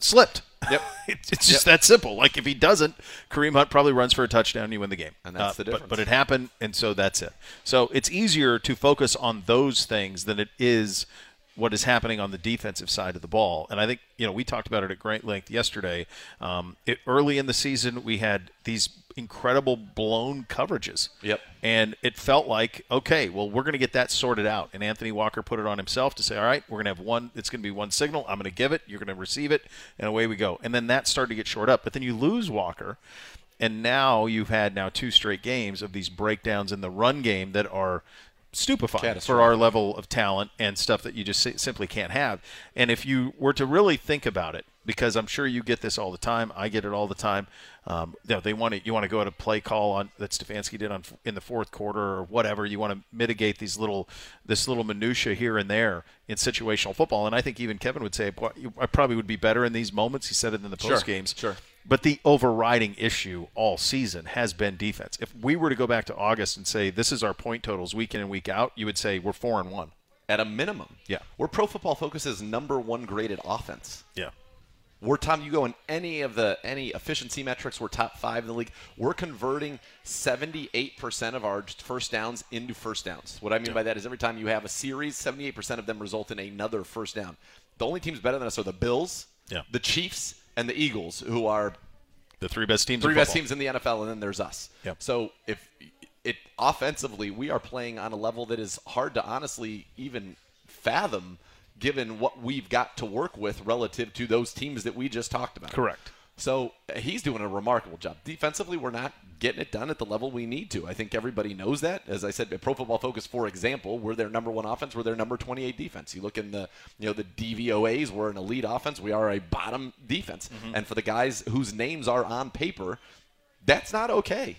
Speaker 2: slipped.
Speaker 3: Yep.
Speaker 2: It's, it's just that simple. Like if he doesn't, Kareem Hunt probably runs for a touchdown and you win the game. Uh,
Speaker 3: And that's the
Speaker 2: but-
Speaker 3: difference.
Speaker 2: But, it happened, and so that's it. So it's easier to focus on those things than it is what is happening on the defensive side of the ball. And I think you know we talked about it at great length yesterday. Um, it, early in the season, we had these incredible blown coverages.
Speaker 3: Yep.
Speaker 2: And it felt like, okay, well, we're going to get that sorted out. And Anthony Walker put it on himself to say, all right, we're going to have one, it's going to be one signal. I'm going to give it. You're going to receive it. And away we go. And then that started to get short up. But then you lose Walker. And now you've had now two straight games of these breakdowns in the run game that are stupefying for our level of talent and stuff that you just si- simply can't have. And if you were to really think about it, because I'm sure you get this all the time. I get it all the time. Um, you know, they want to you want to go at a play call on that Stefanski did on in the fourth quarter or whatever. You want to mitigate these little this little minutia here and there in situational football. And I think even Kevin would say I probably would be better in these moments. He said it in the post games.
Speaker 3: sure.
Speaker 2: But the overriding issue all season has been defense. If we were to go back to August and say this is our point totals week in and week out, you would say we're four and one.
Speaker 3: at a minimum.
Speaker 2: Yeah.
Speaker 3: We're Pro Football Focus is number one graded offense.
Speaker 2: Yeah.
Speaker 3: We're Tom. You go in any of the any efficiency metrics. We're top five in the league. We're converting 78% of our first downs into first downs. What I mean by that is every time you have a series, 78% of them result in another first down. The only teams better than us are the Bills,
Speaker 2: Yeah.
Speaker 3: the Chiefs, and the Eagles, who are
Speaker 2: The three best teams. in
Speaker 3: three best
Speaker 2: football.
Speaker 3: teams in the NFL, and then there's us.
Speaker 2: Yep.
Speaker 3: So if it offensively, we are playing on a level that is hard to honestly even fathom, given what we've got to work with relative to those teams that we just talked about.
Speaker 2: Correct.
Speaker 3: So uh, he's doing a remarkable job. Defensively, we're not getting it done at the level we need to. I think everybody knows that. As I said, at Pro Football Focus, for example, we're their number one offense. We're their number 28 defense. You look in the you know the DVOAs. We're an elite offense. We are a bottom defense. And for the guys whose names are on paper, that's not okay.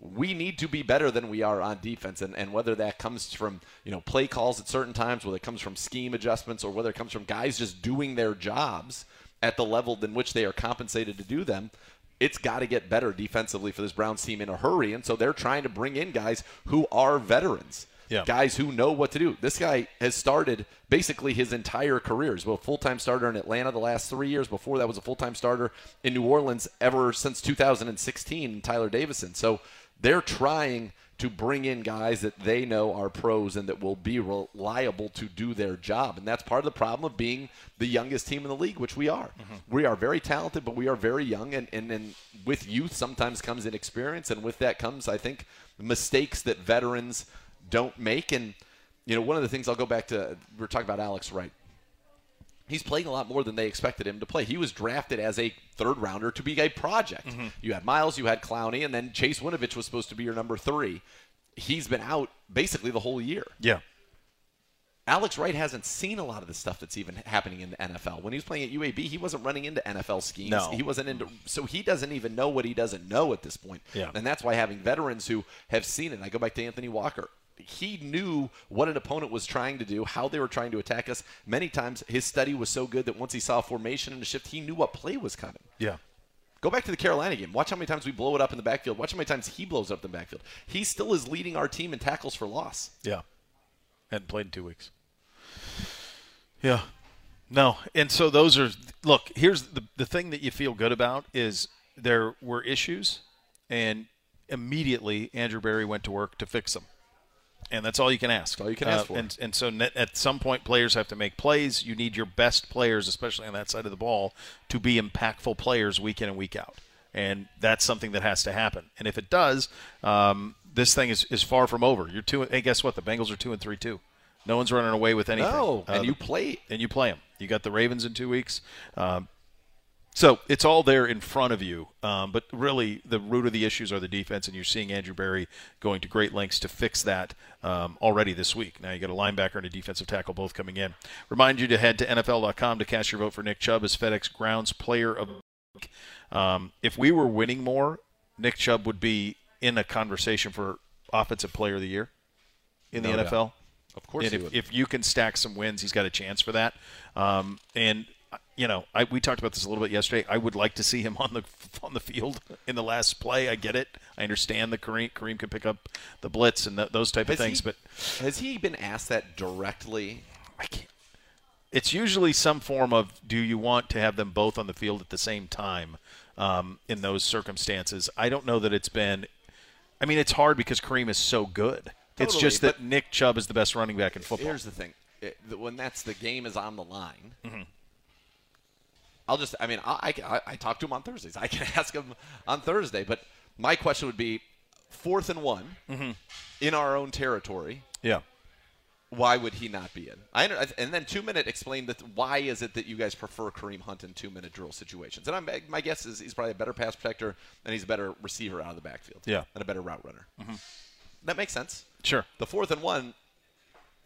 Speaker 3: We need to be better than we are on defense, and, and whether that comes from you know play calls at certain times, whether it comes from scheme adjustments, or whether it comes from guys just doing their jobs at the level in which they are compensated to do them, it's got to get better defensively for this Browns team in a hurry, and so they're trying to bring in guys who are veterans,
Speaker 2: Yeah.
Speaker 3: guys who know what to do. This guy has started basically his entire career. He's been a full time starter in Atlanta the last three years. Before that was a full time starter in New Orleans ever since 2016, Tyler Davison. So they're trying to bring in guys that they know are pros and that will be reliable to do their job. And that's part of the problem of being the youngest team in the league, which we are. We are very talented, but we are very young. And, and, and with youth sometimes comes inexperience. And with that comes, I think, mistakes that veterans don't make. And you know, one of the things I'll go back to we are talking about Alex Wright. He's playing a lot more than they expected him to play. He was drafted as a third rounder to be a project. You had Miles, you had Clowney, and then Chase Winovich was supposed to be your number three. He's been out basically the whole year.
Speaker 2: Yeah.
Speaker 3: Alex Wright hasn't seen a lot of the stuff that's even happening in the NFL. When he was playing at UAB, he wasn't running into NFL schemes.
Speaker 2: No.
Speaker 3: He wasn't into so he doesn't even know what he doesn't know at this point.
Speaker 2: Yeah.
Speaker 3: And that's why having veterans who have seen it. I go back to Anthony Walker. He knew what an opponent was trying to do, how they were trying to attack us. Many times his study was so good that once he saw a formation and a shift, he knew what play was coming.
Speaker 2: Yeah.
Speaker 3: Go back to the Carolina game. Watch how many times we blow it up in the backfield. Watch how many times he blows up in the backfield. He still is leading our team in tackles for loss.
Speaker 2: Yeah. Hadn't played in two weeks. Yeah. No. And so those are look, here's the the thing that you feel good about is there were issues and immediately Andrew Barry went to work to fix them. And that's all you can ask. Uh,
Speaker 3: all you can ask for.
Speaker 2: And, and so net, at some point, players have to make plays. You need your best players, especially on that side of the ball, to be impactful players week in and week out. And that's something that has to happen. And if it does, um, this thing is, is far from over. You're two. Hey, guess what? The Bengals are two and three two. No one's running away with anything.
Speaker 3: No,
Speaker 2: Uh,
Speaker 3: and you
Speaker 2: the-
Speaker 3: play
Speaker 2: and you play them. You got the Ravens in two weeks. Um, so it's all there in front of you. Um, but really, the root of the issues are the defense, and you're seeing Andrew Barry going to great lengths to fix that um, already this week. Now you got a linebacker and a defensive tackle both coming in. Remind you to head to NFL.com to cast your vote for Nick Chubb as FedEx Grounds Player of um, if we were winning more, Nick Chubb would be in a conversation for Offensive Player of the Year in the
Speaker 3: No
Speaker 2: NFL.
Speaker 3: Of course
Speaker 2: And
Speaker 3: he
Speaker 2: if,
Speaker 3: would.
Speaker 2: if you can stack some wins, he's got a chance for that. Um, and you know, I, we talked about this a little bit yesterday. I would like to see him on the on the field in the last play. I get it. I understand the Kareem Kareem can pick up the blitz and th those type of
Speaker 3: Has
Speaker 2: things,
Speaker 3: he-
Speaker 2: but
Speaker 3: has he been asked that directly?
Speaker 2: I can't. It's usually some form of do you want to have them both on the field at the same time um, in those circumstances. I don't know that it's been. I mean, it's hard because Kareem is so good. it's
Speaker 3: Totally,
Speaker 2: just that
Speaker 3: but-
Speaker 2: Nick Chubb is the best running back in football.
Speaker 3: Here's the thing: It- the- when that's the game is on the line. I'll just. I mean, I, I can- I I talk to him on Thursdays. I can ask him on Thursday. But my question would be, fourth and one in our own territory.
Speaker 2: Yeah.
Speaker 3: Why would he not be in? I under- and then two minute explained that why is it that you guys prefer Kareem Hunt in two minute drill situations? And I'm, my guess is he's probably a better pass protector and he's a better receiver out of the backfield.
Speaker 2: Yeah. Mm-hmm.
Speaker 3: and a better route runner. That makes sense.
Speaker 2: Sure.
Speaker 3: The fourth and one,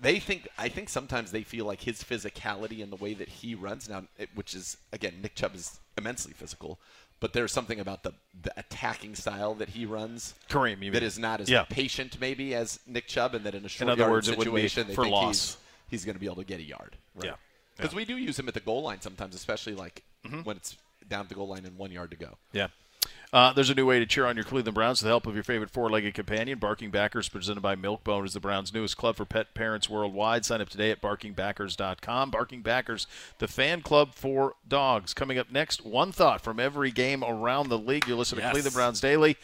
Speaker 3: they think I think sometimes they feel like his physicality and the way that he runs now, it, which is again Nick Chubb is immensely physical, but there's something about the, the attacking style that he runs,
Speaker 2: Kareem, you
Speaker 3: that
Speaker 2: mean.
Speaker 3: is not as
Speaker 2: Yeah.
Speaker 3: patient maybe as Nick Chubb, and that in a short
Speaker 2: other
Speaker 3: yard
Speaker 2: words, it would be
Speaker 3: situation they
Speaker 2: for
Speaker 3: think
Speaker 2: loss.
Speaker 3: he's he's going to be able to get a yard. Right?
Speaker 2: Yeah.
Speaker 3: because we do use him at the goal line sometimes, especially like
Speaker 2: Mm-hmm.
Speaker 3: when it's down at the goal line and one yard to go.
Speaker 2: Yeah. Uh, there's a new way to cheer on your Cleveland Browns with the help of your favorite four-legged companion. Barking Backers, presented by Milkbone, is the Browns' newest club for pet parents worldwide. Sign up today at BarkingBackers.com. Barking Backers, the fan club for dogs. Coming up next, one thought from every game around the league. You listen to
Speaker 3: Yes.
Speaker 2: Cleveland Browns Daily,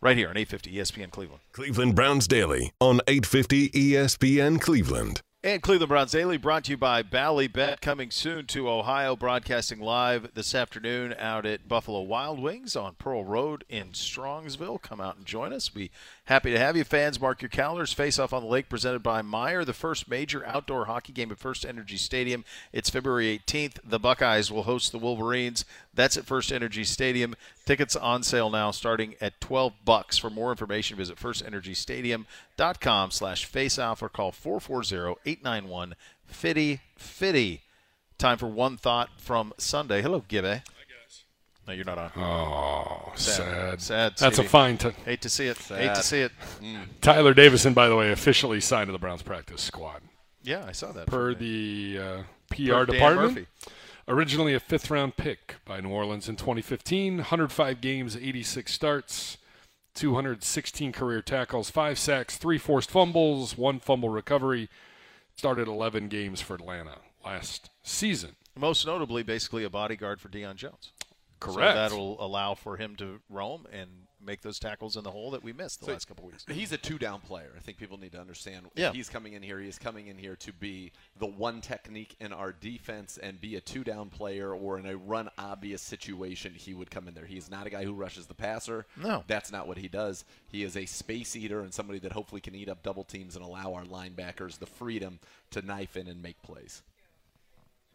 Speaker 2: right here on E 850 ESPN Cleveland.
Speaker 1: Cleveland Browns Daily on E 850 ESPN Cleveland.
Speaker 2: And Cleveland Browns Daily brought to you by Ballybet, coming soon to Ohio, broadcasting live this afternoon out at Buffalo Wild Wings on Pearl Road in Strongsville. Come out and join us. Be happy to have you. Fans, mark your calendars. Face Off on the Lake, presented by Meyer, the first major outdoor hockey game at First Energy Stadium. It's February 18th. The Buckeyes will host the Wolverines. That's at First Energy Stadium. Tickets on sale now, starting at 12 bucks. For more information, visit firstenergystadium.com slash faceoff or call 440-891-FITTY-FITTY. Time for one thought from Sunday. Hello, Gibbe. Hi, guys. No, you're not on.
Speaker 4: Oh, sad.
Speaker 2: Sad,
Speaker 4: That's
Speaker 2: Stevie.
Speaker 4: a fine. T-
Speaker 2: Hate to see it. Hate to see it.
Speaker 4: Tyler Davison, by the way, officially signed to the Browns practice squad.
Speaker 2: Yeah, I saw that.
Speaker 4: per the uh,
Speaker 2: Per
Speaker 4: PR
Speaker 2: Dan
Speaker 4: department.
Speaker 2: Murphy.
Speaker 4: Originally a fifth round pick by New Orleans in 2015, 105 games, 86 starts, 216 career tackles, five sacks, three forced fumbles, one fumble recovery. Started 11 games for Atlanta last season.
Speaker 2: Most notably, basically a bodyguard for Deion Jones. So
Speaker 4: Correct.
Speaker 2: that'll allow for him to roam and make those tackles in the hole that we missed the last couple weeks.
Speaker 3: He's a two down player. I think people need to understand.
Speaker 2: Yeah.
Speaker 3: He's coming in here. He is coming in here to be the one technique in our defense and be a two down player or in a run obvious situation, he would come in there. He is not a guy who rushes the passer.
Speaker 2: No.
Speaker 3: That's not what he does. He is a space eater and somebody that hopefully can eat up double teams and allow our linebackers the freedom to knife in and make plays.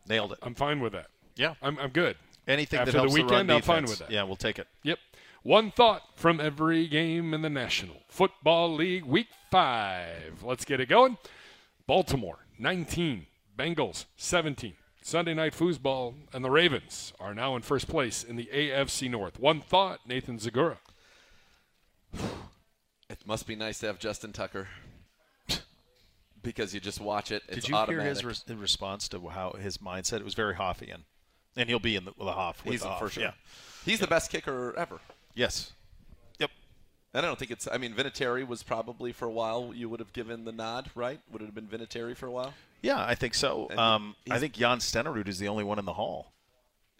Speaker 2: Nailed it.
Speaker 4: I'm fine with that.
Speaker 2: Yeah.
Speaker 4: I'm, I'm good.
Speaker 2: Anything
Speaker 4: After
Speaker 2: that helps
Speaker 4: the weekend,
Speaker 2: run
Speaker 4: I'm fine
Speaker 2: defense.
Speaker 4: with that.
Speaker 2: Yeah, we'll take it.
Speaker 4: Yep. One thought from every game in the National Football League, Week 5. Let's get it going. Baltimore, 19. Bengals, 17. Sunday Night Foosball and the Ravens are now in first place in the AFC North. One thought, Nathan Zagura.
Speaker 3: It must be nice to have Justin Tucker because you just watch it. It's
Speaker 2: Did you
Speaker 3: automatic.
Speaker 2: hear his, res- his response to how his mindset? It was very Hoffian, and he'll be in the, the Hoff. With
Speaker 3: He's
Speaker 2: the
Speaker 3: in
Speaker 2: Hoff.
Speaker 3: for sure.
Speaker 2: Yeah.
Speaker 3: He's the best kicker ever.
Speaker 2: Yes. Yep.
Speaker 3: And I don't think it's. I mean, Vinatieri was probably for a while. You would have given the nod, right? Would it have been Vinatieri for a while?
Speaker 2: Yeah, I think so.
Speaker 3: And
Speaker 2: Um, I
Speaker 3: he's-
Speaker 2: think Jan Stenerud is the only one in the hall.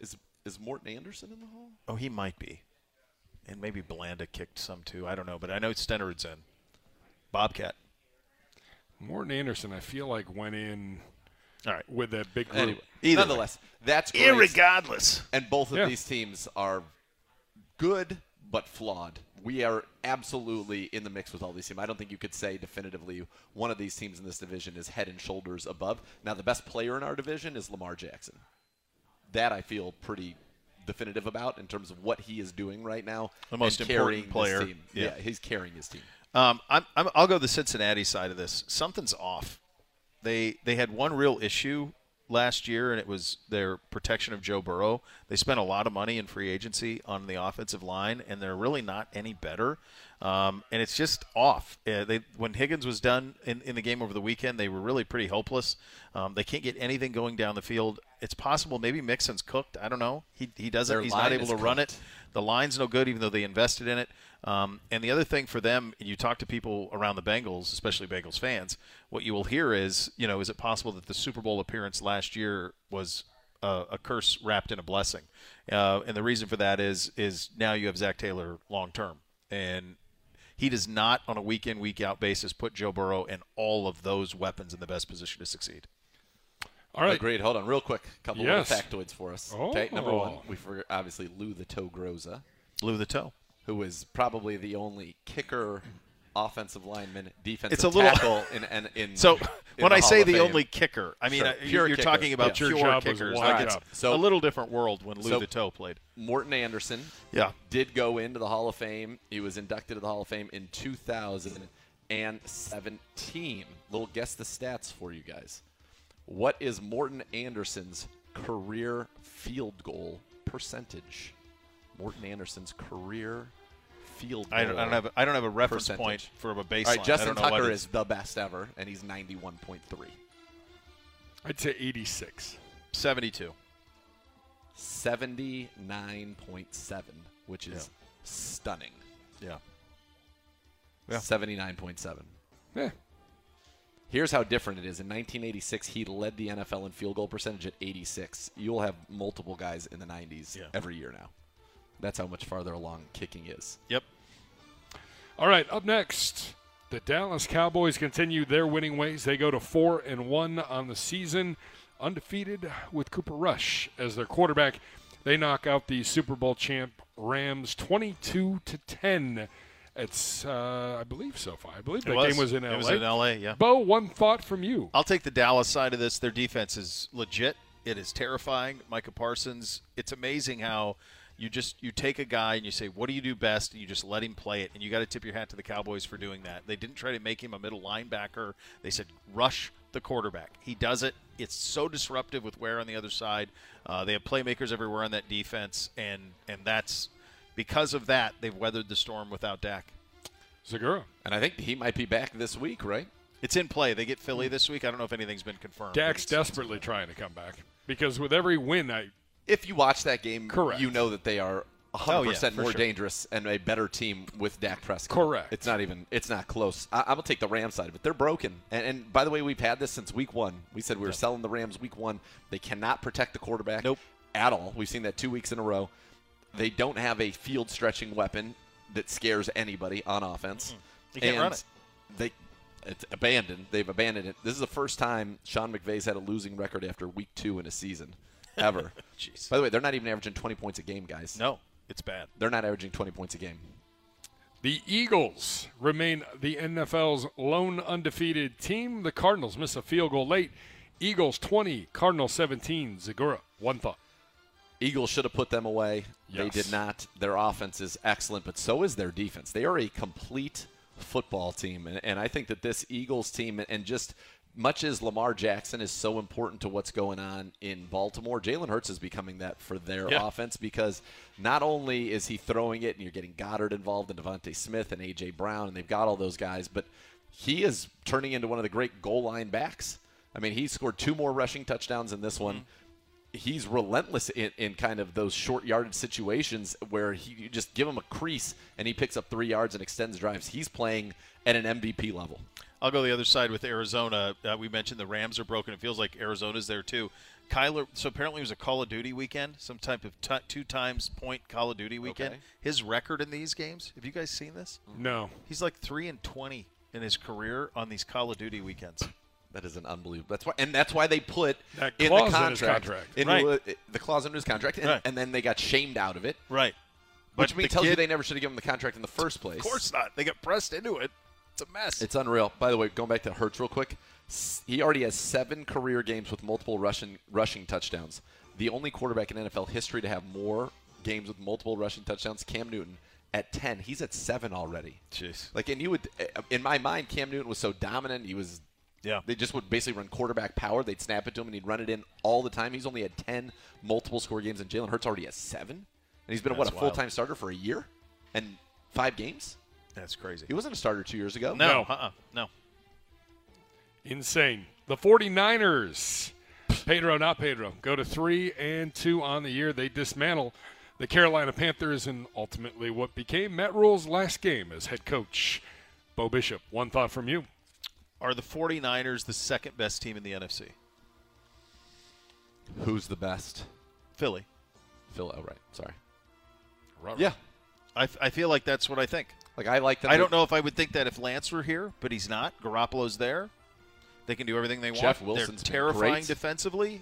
Speaker 3: Is is Morton Anderson in the hall?
Speaker 2: Oh, he might be, and maybe Blanda kicked some too. I don't know, but I know Stenerud's in. Bobcat.
Speaker 4: Morton Anderson, I feel like, went in
Speaker 2: All right.
Speaker 4: with that big group.
Speaker 3: Anyway,
Speaker 2: Either
Speaker 3: nonetheless, that's great.
Speaker 2: Irregardless.
Speaker 3: And both of
Speaker 4: Yeah.
Speaker 3: these teams are good but flawed. We are absolutely in the mix with all these teams. I don't think you could say definitively one of these teams in this division is head and shoulders above. Now, the best player in our division is Lamar Jackson. That I feel pretty definitive about in terms of what he is doing right now.
Speaker 2: The most
Speaker 3: and
Speaker 2: important
Speaker 3: carrying this
Speaker 2: player.
Speaker 3: team.
Speaker 2: Yeah.
Speaker 3: yeah, he's carrying his team.
Speaker 2: Um, I'm, I'm, I'll go the Cincinnati side of this. Something's off. They they had one real issue last year, and it was their protection of Joe Burrow. They spent a lot of money in free agency on the offensive line, and they're really not any better. Um, and it's just off. Uh, they, when Higgins was done in, in the game over the weekend, they were really pretty hopeless. Um, they can't get anything going down the field. It's possible maybe Mixon's cooked. I don't know. He, he doesn't.
Speaker 3: Their
Speaker 2: he's not
Speaker 3: line
Speaker 2: able
Speaker 3: is
Speaker 2: to run
Speaker 3: cooked.
Speaker 2: it. The line's no good, even though they invested in it. Um, and the other thing for them, and you talk to people around the Bengals, especially Bengals fans, what you will hear is, you know, is it possible that the Super Bowl appearance last year was a, a curse wrapped in a blessing? Uh, and the reason for that is, is now you have Zach Taylor long term, and he does not, on a week in, week out basis, put Joe Burrow and all of those weapons in the best position to succeed.
Speaker 4: All right.
Speaker 3: Agreed. Hold on, real quick. Couple
Speaker 4: Yes.
Speaker 3: little factoids for us. Okay, number
Speaker 4: Oh.
Speaker 3: one, we forgot obviously Lou the Toe Groza,
Speaker 2: Blew the toe.
Speaker 3: who is probably the only kicker, offensive lineman, defensive
Speaker 2: It's a little-
Speaker 3: tackle in in, in
Speaker 2: So
Speaker 3: in
Speaker 2: when
Speaker 3: the
Speaker 2: I say
Speaker 3: Hall of
Speaker 2: the
Speaker 3: Fame.
Speaker 2: only kicker, I mean
Speaker 3: Sure.
Speaker 2: uh,
Speaker 3: Pure
Speaker 2: you're, you're
Speaker 3: kicker.
Speaker 2: talking about
Speaker 4: Yeah.
Speaker 2: pure,
Speaker 4: Your job was
Speaker 2: kickers.
Speaker 4: a
Speaker 2: Like
Speaker 4: wide
Speaker 2: it's
Speaker 4: job.
Speaker 3: So-
Speaker 2: a little different world when Lou
Speaker 3: So-
Speaker 2: the Toe played.
Speaker 3: Morton Anderson,
Speaker 2: Yeah.
Speaker 3: did go into the Hall of Fame. He was inducted to the Hall of Fame in 2017. little guess the stats for you guys. What is Morton Anderson's career field goal percentage? Morton Anderson's career field goal.
Speaker 2: I don't, I don't have I don't have a reference
Speaker 3: Percentage.
Speaker 2: point for a baseline.
Speaker 3: All right,
Speaker 2: I
Speaker 3: Justin
Speaker 2: don't know what
Speaker 3: Tucker
Speaker 2: it-
Speaker 3: is the best ever, and he's 91.3.
Speaker 4: I'd say 86.
Speaker 2: 72.
Speaker 3: 79.7, which is stunning.
Speaker 2: Yeah. Yeah.
Speaker 3: 79.7.
Speaker 4: Yeah.
Speaker 3: Here's how different it is. In 1986, he led the NFL in field goal percentage at 86. You'll have multiple guys in the 90s
Speaker 2: Yeah.
Speaker 3: every year now. That's how much farther along kicking is.
Speaker 2: Yep.
Speaker 4: All right, up next, the Dallas Cowboys continue their winning ways. They go to 4 and 1 on the season, undefeated with Cooper Rush as their quarterback. They knock out the Super Bowl champ Rams 22 to 10. It's uh, I believe so far. I believe that game was in LA.
Speaker 2: It was in LA, yeah.
Speaker 4: Bo, one thought from you.
Speaker 2: I'll take the Dallas side of this. Their defense is legit. It is terrifying. Micah Parsons. It's amazing how you just you take a guy and you say, "What do you do best?" and you just let him play it. And you got to tip your hat to the Cowboys for doing that. They didn't try to make him a middle linebacker. They said, "Rush the quarterback." He does it. It's so disruptive with Ware on the other side. Uh, they have playmakers everywhere on that defense, and and that's because of that they've weathered the storm without Dak.
Speaker 4: Segura.
Speaker 3: And I think he might be back this week, right?
Speaker 2: It's in play. They get Philly this week. I don't know if anything's been confirmed. but
Speaker 4: Dak's
Speaker 2: it's-
Speaker 4: desperately trying to come back because with every win, I
Speaker 3: If you watch that game,
Speaker 4: Correct.
Speaker 3: you know that they are 100%
Speaker 2: Oh, yeah, for
Speaker 3: more
Speaker 2: sure.
Speaker 3: dangerous and a better team with Dak Prescott.
Speaker 4: Correct.
Speaker 3: It's not even it's not close. I, I'm gonna take the Rams side of it. They're broken. And, and by the way, we've had this since week one. We said we were selling the Rams week one. They cannot protect the quarterback
Speaker 2: Nope.
Speaker 3: at all. We've seen that two weeks in a row. They don't have a field stretching weapon that scares anybody on offense.
Speaker 2: They Mm-hmm. can't
Speaker 3: and
Speaker 2: run it.
Speaker 3: They it's abandoned. They've abandoned it. This is the first time Sean McVay's had a losing record after week two in a season ever.
Speaker 2: Jeez.
Speaker 3: By the way, they're not even averaging 20 points a game, guys.
Speaker 2: No, it's bad.
Speaker 3: They're not averaging 20 points a game.
Speaker 4: The Eagles remain the NFL's lone undefeated team. The Cardinals miss a field goal late. Eagles 20, Cardinals 17. Zagura, one thought.
Speaker 3: Eagles should have put them away.
Speaker 4: Yes.
Speaker 3: They did not. Their offense is excellent, but so is their defense. They are a complete football team, and, and I think that this Eagles team, and just much as Lamar Jackson is so important to what's going on in Baltimore, Jalen Hurts is becoming that for their
Speaker 4: Yeah.
Speaker 3: offense because not only is he throwing it, and you're getting Goddard involved, and Devontae Smith, and A.J. Brown, and they've got all those guys, but he is turning into one of the great goal line backs. I mean, he scored two more rushing touchdowns in this one
Speaker 4: Mm-hmm.
Speaker 3: he's relentless in, in kind of those short yardage situations where he you just give him a crease and he picks up three yards and extends drives. He's playing at an MVP level.
Speaker 2: I'll go the other side with Arizona. Uh, we mentioned the Rams are broken. It feels like Arizona's there too. Kyler. So apparently it was a Call of Duty weekend, some type of t- two times point Call of Duty weekend.
Speaker 3: Okay.
Speaker 2: His record in these games. Have you guys seen this?
Speaker 4: No.
Speaker 2: He's like three and twenty in his career on these Call of Duty weekends.
Speaker 3: That is an unbelievable. That's why, and that's why they put
Speaker 4: That
Speaker 3: in the
Speaker 4: clause in
Speaker 3: contract,
Speaker 4: his contract.
Speaker 3: in
Speaker 2: Right.
Speaker 3: the- the clause under his contract, and,
Speaker 2: Right.
Speaker 3: and then they got shamed out of it,
Speaker 2: Right.
Speaker 3: which
Speaker 2: But
Speaker 3: means
Speaker 2: the
Speaker 3: tells you
Speaker 2: kid-
Speaker 3: they never should have given him the contract in the first place.
Speaker 2: Of course not. They got pressed into it. It's a mess.
Speaker 3: It's unreal. By the way, going back to Hertz real quick, s- he already has seven career games with multiple rushing rushing touchdowns. The only quarterback in NFL history to have more games with multiple rushing touchdowns, Cam Newton, at ten. He's at seven already.
Speaker 2: Jeez.
Speaker 3: Like, and you would, eh, in my mind, Cam Newton was so dominant. He was,
Speaker 2: Yeah.
Speaker 3: They just would basically run quarterback power. They'd snap it to him, and he'd run it in all the time. He's only had ten multiple score games, and Jalen Hurts already has seven, and he's been what a
Speaker 2: That's wild.
Speaker 3: full time starter for a year and five games.
Speaker 2: That's crazy.
Speaker 3: He wasn't a starter two years ago.
Speaker 2: No.
Speaker 4: No.
Speaker 2: Uh-uh. No.
Speaker 4: Insane. The 49ers, Pedro, not Pedro, go to 3 and 2 on the year. They dismantle the Carolina Panthers and ultimately what became Matt Rule's last game as head coach. Bo Bishop, one thought from you.
Speaker 2: Are the 49ers the second best team in the NFC?
Speaker 3: Who's the best?
Speaker 2: Philly.
Speaker 3: Phil Elright. Sorry.
Speaker 4: Ruh-roh.
Speaker 3: Yeah.
Speaker 2: I, f- I feel like that's what I think.
Speaker 3: Like I like that.
Speaker 2: I don't know if I would think that if Lance were here, but he's not. Garoppolo's there. They can do everything they
Speaker 3: Jeff
Speaker 2: want.
Speaker 3: Wilson's
Speaker 2: They're
Speaker 3: been
Speaker 2: terrifying
Speaker 3: great.
Speaker 2: defensively.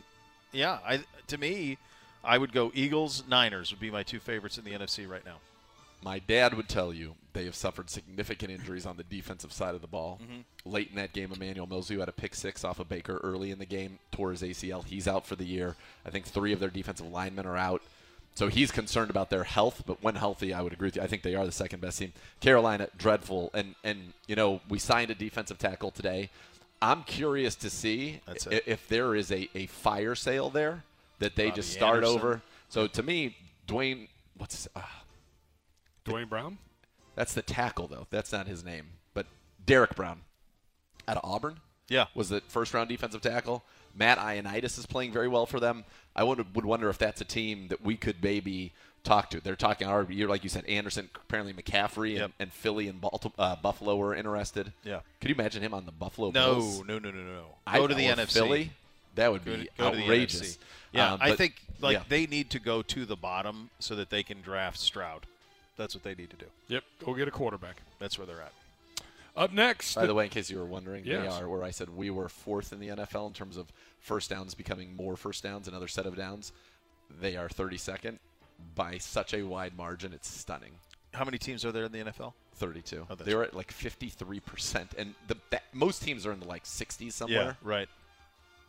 Speaker 2: Yeah, I to me, I would go Eagles, Niners would be my two favorites in the NFC right now.
Speaker 3: My dad would tell you they have suffered significant injuries on the defensive side of the ball.
Speaker 2: Mm-hmm.
Speaker 3: Late in that game, Emmanuel Mosley had a pick six off of Baker early in the game, tore his ACL. He's out for the year. I think three of their defensive linemen are out. So he's concerned about their health, but when healthy, I would agree with you. I think they are the second best team. Carolina, dreadful, and and you know we signed a defensive tackle today. I'm curious to see
Speaker 2: That's
Speaker 3: i-
Speaker 2: it.
Speaker 3: if there is a, a fire sale there that they just
Speaker 2: Robbie
Speaker 3: start
Speaker 2: Anderson.
Speaker 3: over. So to me, Dwayne, what's uh,
Speaker 4: Dwayne Brown?
Speaker 3: that's the tackle though. That's not his name, but Derek Brown out of Auburn
Speaker 2: Yeah.
Speaker 3: was the first round defensive tackle. Matt Ioannidis is playing very well for them. I would, would wonder if that's a team that we could maybe talk to. They're talking our year, like you said, Anderson, apparently McCaffrey, and,
Speaker 2: Yep.
Speaker 3: and Philly and Baltimore, uh, Buffalo were interested.
Speaker 2: Yeah.
Speaker 3: Could you imagine him on the Buffalo Bills?
Speaker 2: No, no, no, no, no.
Speaker 3: I
Speaker 2: Go to the
Speaker 3: or
Speaker 2: NFC.
Speaker 3: Philly, that would
Speaker 2: Go
Speaker 3: be
Speaker 2: to, go to the
Speaker 3: outrageous.
Speaker 2: NFC. Yeah,
Speaker 3: Um,
Speaker 2: I
Speaker 3: but-
Speaker 2: think like
Speaker 3: yeah.
Speaker 2: they need to go to the bottom so that they can draft Stroud. That's what they need to do.
Speaker 4: Yep. Go get a quarterback.
Speaker 2: That's where they're at.
Speaker 4: Up next.
Speaker 3: By the way, in case you were wondering, they
Speaker 4: Yes.
Speaker 3: are where I said we were fourth in the NFL in terms of first downs becoming more first downs, another set of downs. They are 32nd by such a wide margin. It's stunning.
Speaker 2: How many teams are there in the NFL?
Speaker 3: 32.
Speaker 2: Oh, that's
Speaker 3: They're at like 53%, and the ba- most teams are in the like 60s somewhere.
Speaker 2: right.